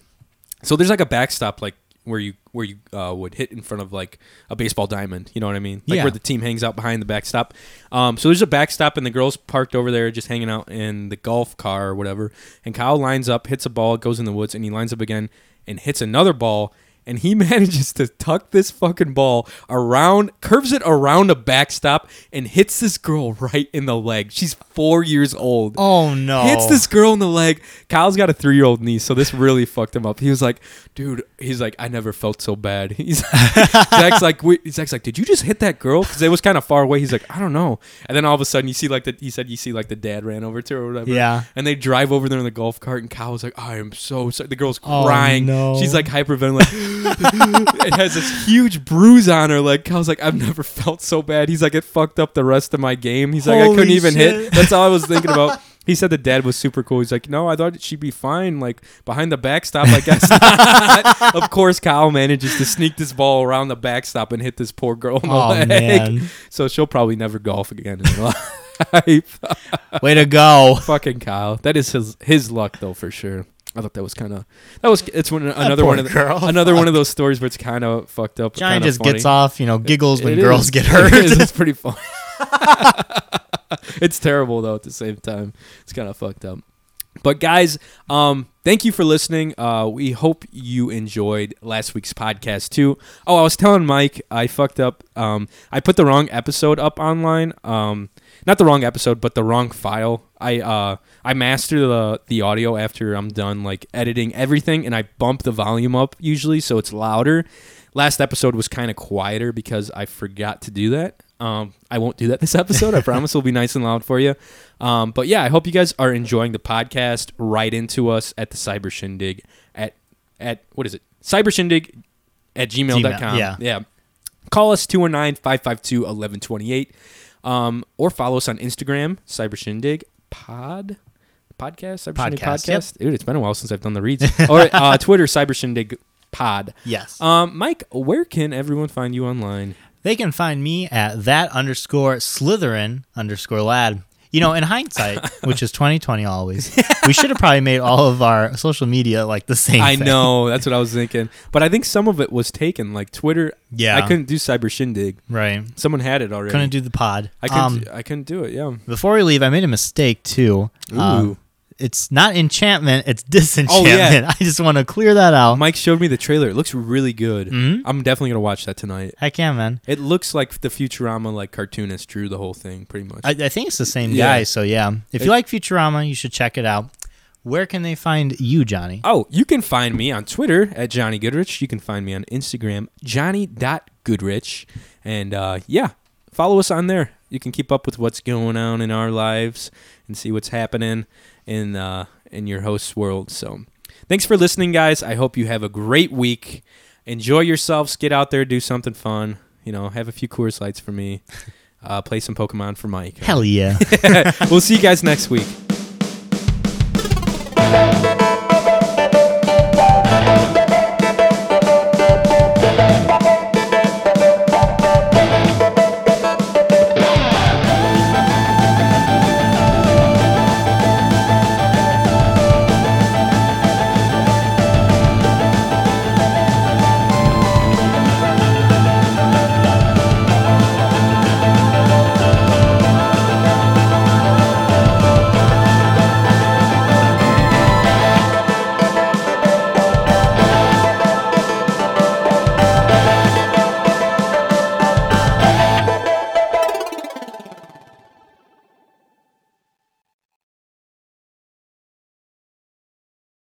[SPEAKER 1] So there's like a backstop like where you where you uh, would hit in front of like a baseball diamond. You know what I mean? Like
[SPEAKER 2] Yeah.
[SPEAKER 1] where the team hangs out behind the backstop. Um, so there's a backstop and the girls parked over there just hanging out in the golf car or whatever. And Kyle lines up, hits a ball, goes in the woods, and he lines up again and hits another ball. And he manages to tuck this fucking ball around, curves it around a backstop, and hits this girl right in the leg. She's four years old.
[SPEAKER 2] Oh, no.
[SPEAKER 1] Hits this girl in the leg. Kyle's got a three year old niece, so this really fucked him up. He was like, dude, he's like, I never felt so bad. He's Zach's like, wait, Zach's like, did you just hit that girl? Because it was kind of far away. He's like, I don't know. And then all of a sudden, you see like the he said you see like the dad ran over to her or whatever.
[SPEAKER 2] Yeah.
[SPEAKER 1] And they drive over there in the golf cart, and Kyle was like, I am so sorry. The girl's
[SPEAKER 2] Oh,
[SPEAKER 1] crying.
[SPEAKER 2] no.
[SPEAKER 1] She's like hyperventilating. it has this huge bruise on her. Like Kyle's like, I've never felt so bad. He's like, it fucked up the rest of my game. He's like, I
[SPEAKER 2] Holy
[SPEAKER 1] couldn't even
[SPEAKER 2] shit.
[SPEAKER 1] hit. That's all I was thinking about. He He said the dad was super cool. He's like, no, I thought she'd be fine, like behind the backstop. I guess not. of course, Kyle manages to sneak this ball around the backstop and hit this poor girl in the
[SPEAKER 2] Oh,
[SPEAKER 1] leg.
[SPEAKER 2] man.
[SPEAKER 1] So she'll probably never golf again in her life.
[SPEAKER 2] Way to go.
[SPEAKER 1] Fucking Kyle. That is his his luck though for sure. I thought that was kind of that was it's one another
[SPEAKER 2] poor
[SPEAKER 1] one of the,
[SPEAKER 2] girl.
[SPEAKER 1] another one of those stories where it's kind of fucked up. but
[SPEAKER 2] Johnny
[SPEAKER 1] kinda
[SPEAKER 2] just
[SPEAKER 1] funny.
[SPEAKER 2] gets off, you know, giggles when
[SPEAKER 1] It
[SPEAKER 2] girls
[SPEAKER 1] is.
[SPEAKER 2] get
[SPEAKER 1] It is.
[SPEAKER 2] hurt.
[SPEAKER 1] It's pretty fun. it's terrible though at the same time. It's kind of fucked up. But guys, um, thank you for listening. Uh, we hope you enjoyed last week's podcast too. Oh, I was telling Mike I fucked up. Um, I put the wrong episode up online. Um, not the wrong episode, but the wrong file. I uh, I master the the audio after I'm done like editing everything, and I bump the volume up usually so it's louder. Last episode was kind of quieter because I forgot to do that. Um, I won't do that this episode. I promise we'll be nice and loud for you. Um, but yeah, I hope you guys are enjoying the podcast. Write into us at the Cyber Shindig at at what is it? Cyber Shindig at gmail.com.
[SPEAKER 2] Gmail, yeah.
[SPEAKER 1] yeah. Call us 219-552-1128. Um, or follow us on Instagram, Cyber Shindig Pod Podcast. Cyber Shindig
[SPEAKER 2] Podcast,
[SPEAKER 1] Podcast.
[SPEAKER 2] yep.
[SPEAKER 1] Dude, it's been a while since I've done the reads. or uh, Twitter, Cyber Shindig Pod.
[SPEAKER 2] yes.
[SPEAKER 1] Um, Mike, where can everyone find you online?
[SPEAKER 2] They can find me at that underscore Slytherin underscore lad. You know, in hindsight, which is 2020 always, we should have probably made all of our social media like the same
[SPEAKER 1] I
[SPEAKER 2] thing.
[SPEAKER 1] know that's what I was thinking, but I think some of it was taken, like Twitter.
[SPEAKER 2] Yeah.
[SPEAKER 1] I couldn't do Cyber Shindig.
[SPEAKER 2] Right.
[SPEAKER 1] Someone had it already.
[SPEAKER 2] Couldn't do the pod.
[SPEAKER 1] I couldn't.
[SPEAKER 2] um,
[SPEAKER 1] I couldn't do it. Yeah.
[SPEAKER 2] before we leave, I made a mistake too. Uh,
[SPEAKER 1] Oooo.
[SPEAKER 2] it's not enchantment,
[SPEAKER 1] Oh,
[SPEAKER 2] it's disenchantment. I just want to clear that out.
[SPEAKER 1] Mike showed me the trailer. It looks really good.
[SPEAKER 2] Mm-hmm.
[SPEAKER 1] I'm definitely gonna watch that tonight.
[SPEAKER 2] Heck yeah, man.
[SPEAKER 1] It looks like the Futurama like cartoonist drew the whole thing, pretty much.
[SPEAKER 2] I, I think it's the same
[SPEAKER 1] Yeah.
[SPEAKER 2] guy. So yeah, if you like Futurama, you should check it out. Where can they find you, Johnny?
[SPEAKER 1] Oh, you can find me on Twitter at Johnny Goodrich. You can find me on Instagram, Johnny.Goodrich. And uh, yeah, follow us on there. You can keep up with what's going on in our lives and see what's happening in uh, in your host's world. So thanks for listening, guys. I hope you have a great week. Enjoy yourselves. Get out there, do something fun. You know, have a few Coors Lights for me. Uh, play some Pokemon for Mike.
[SPEAKER 2] Hell yeah.
[SPEAKER 1] we'll see you guys next week.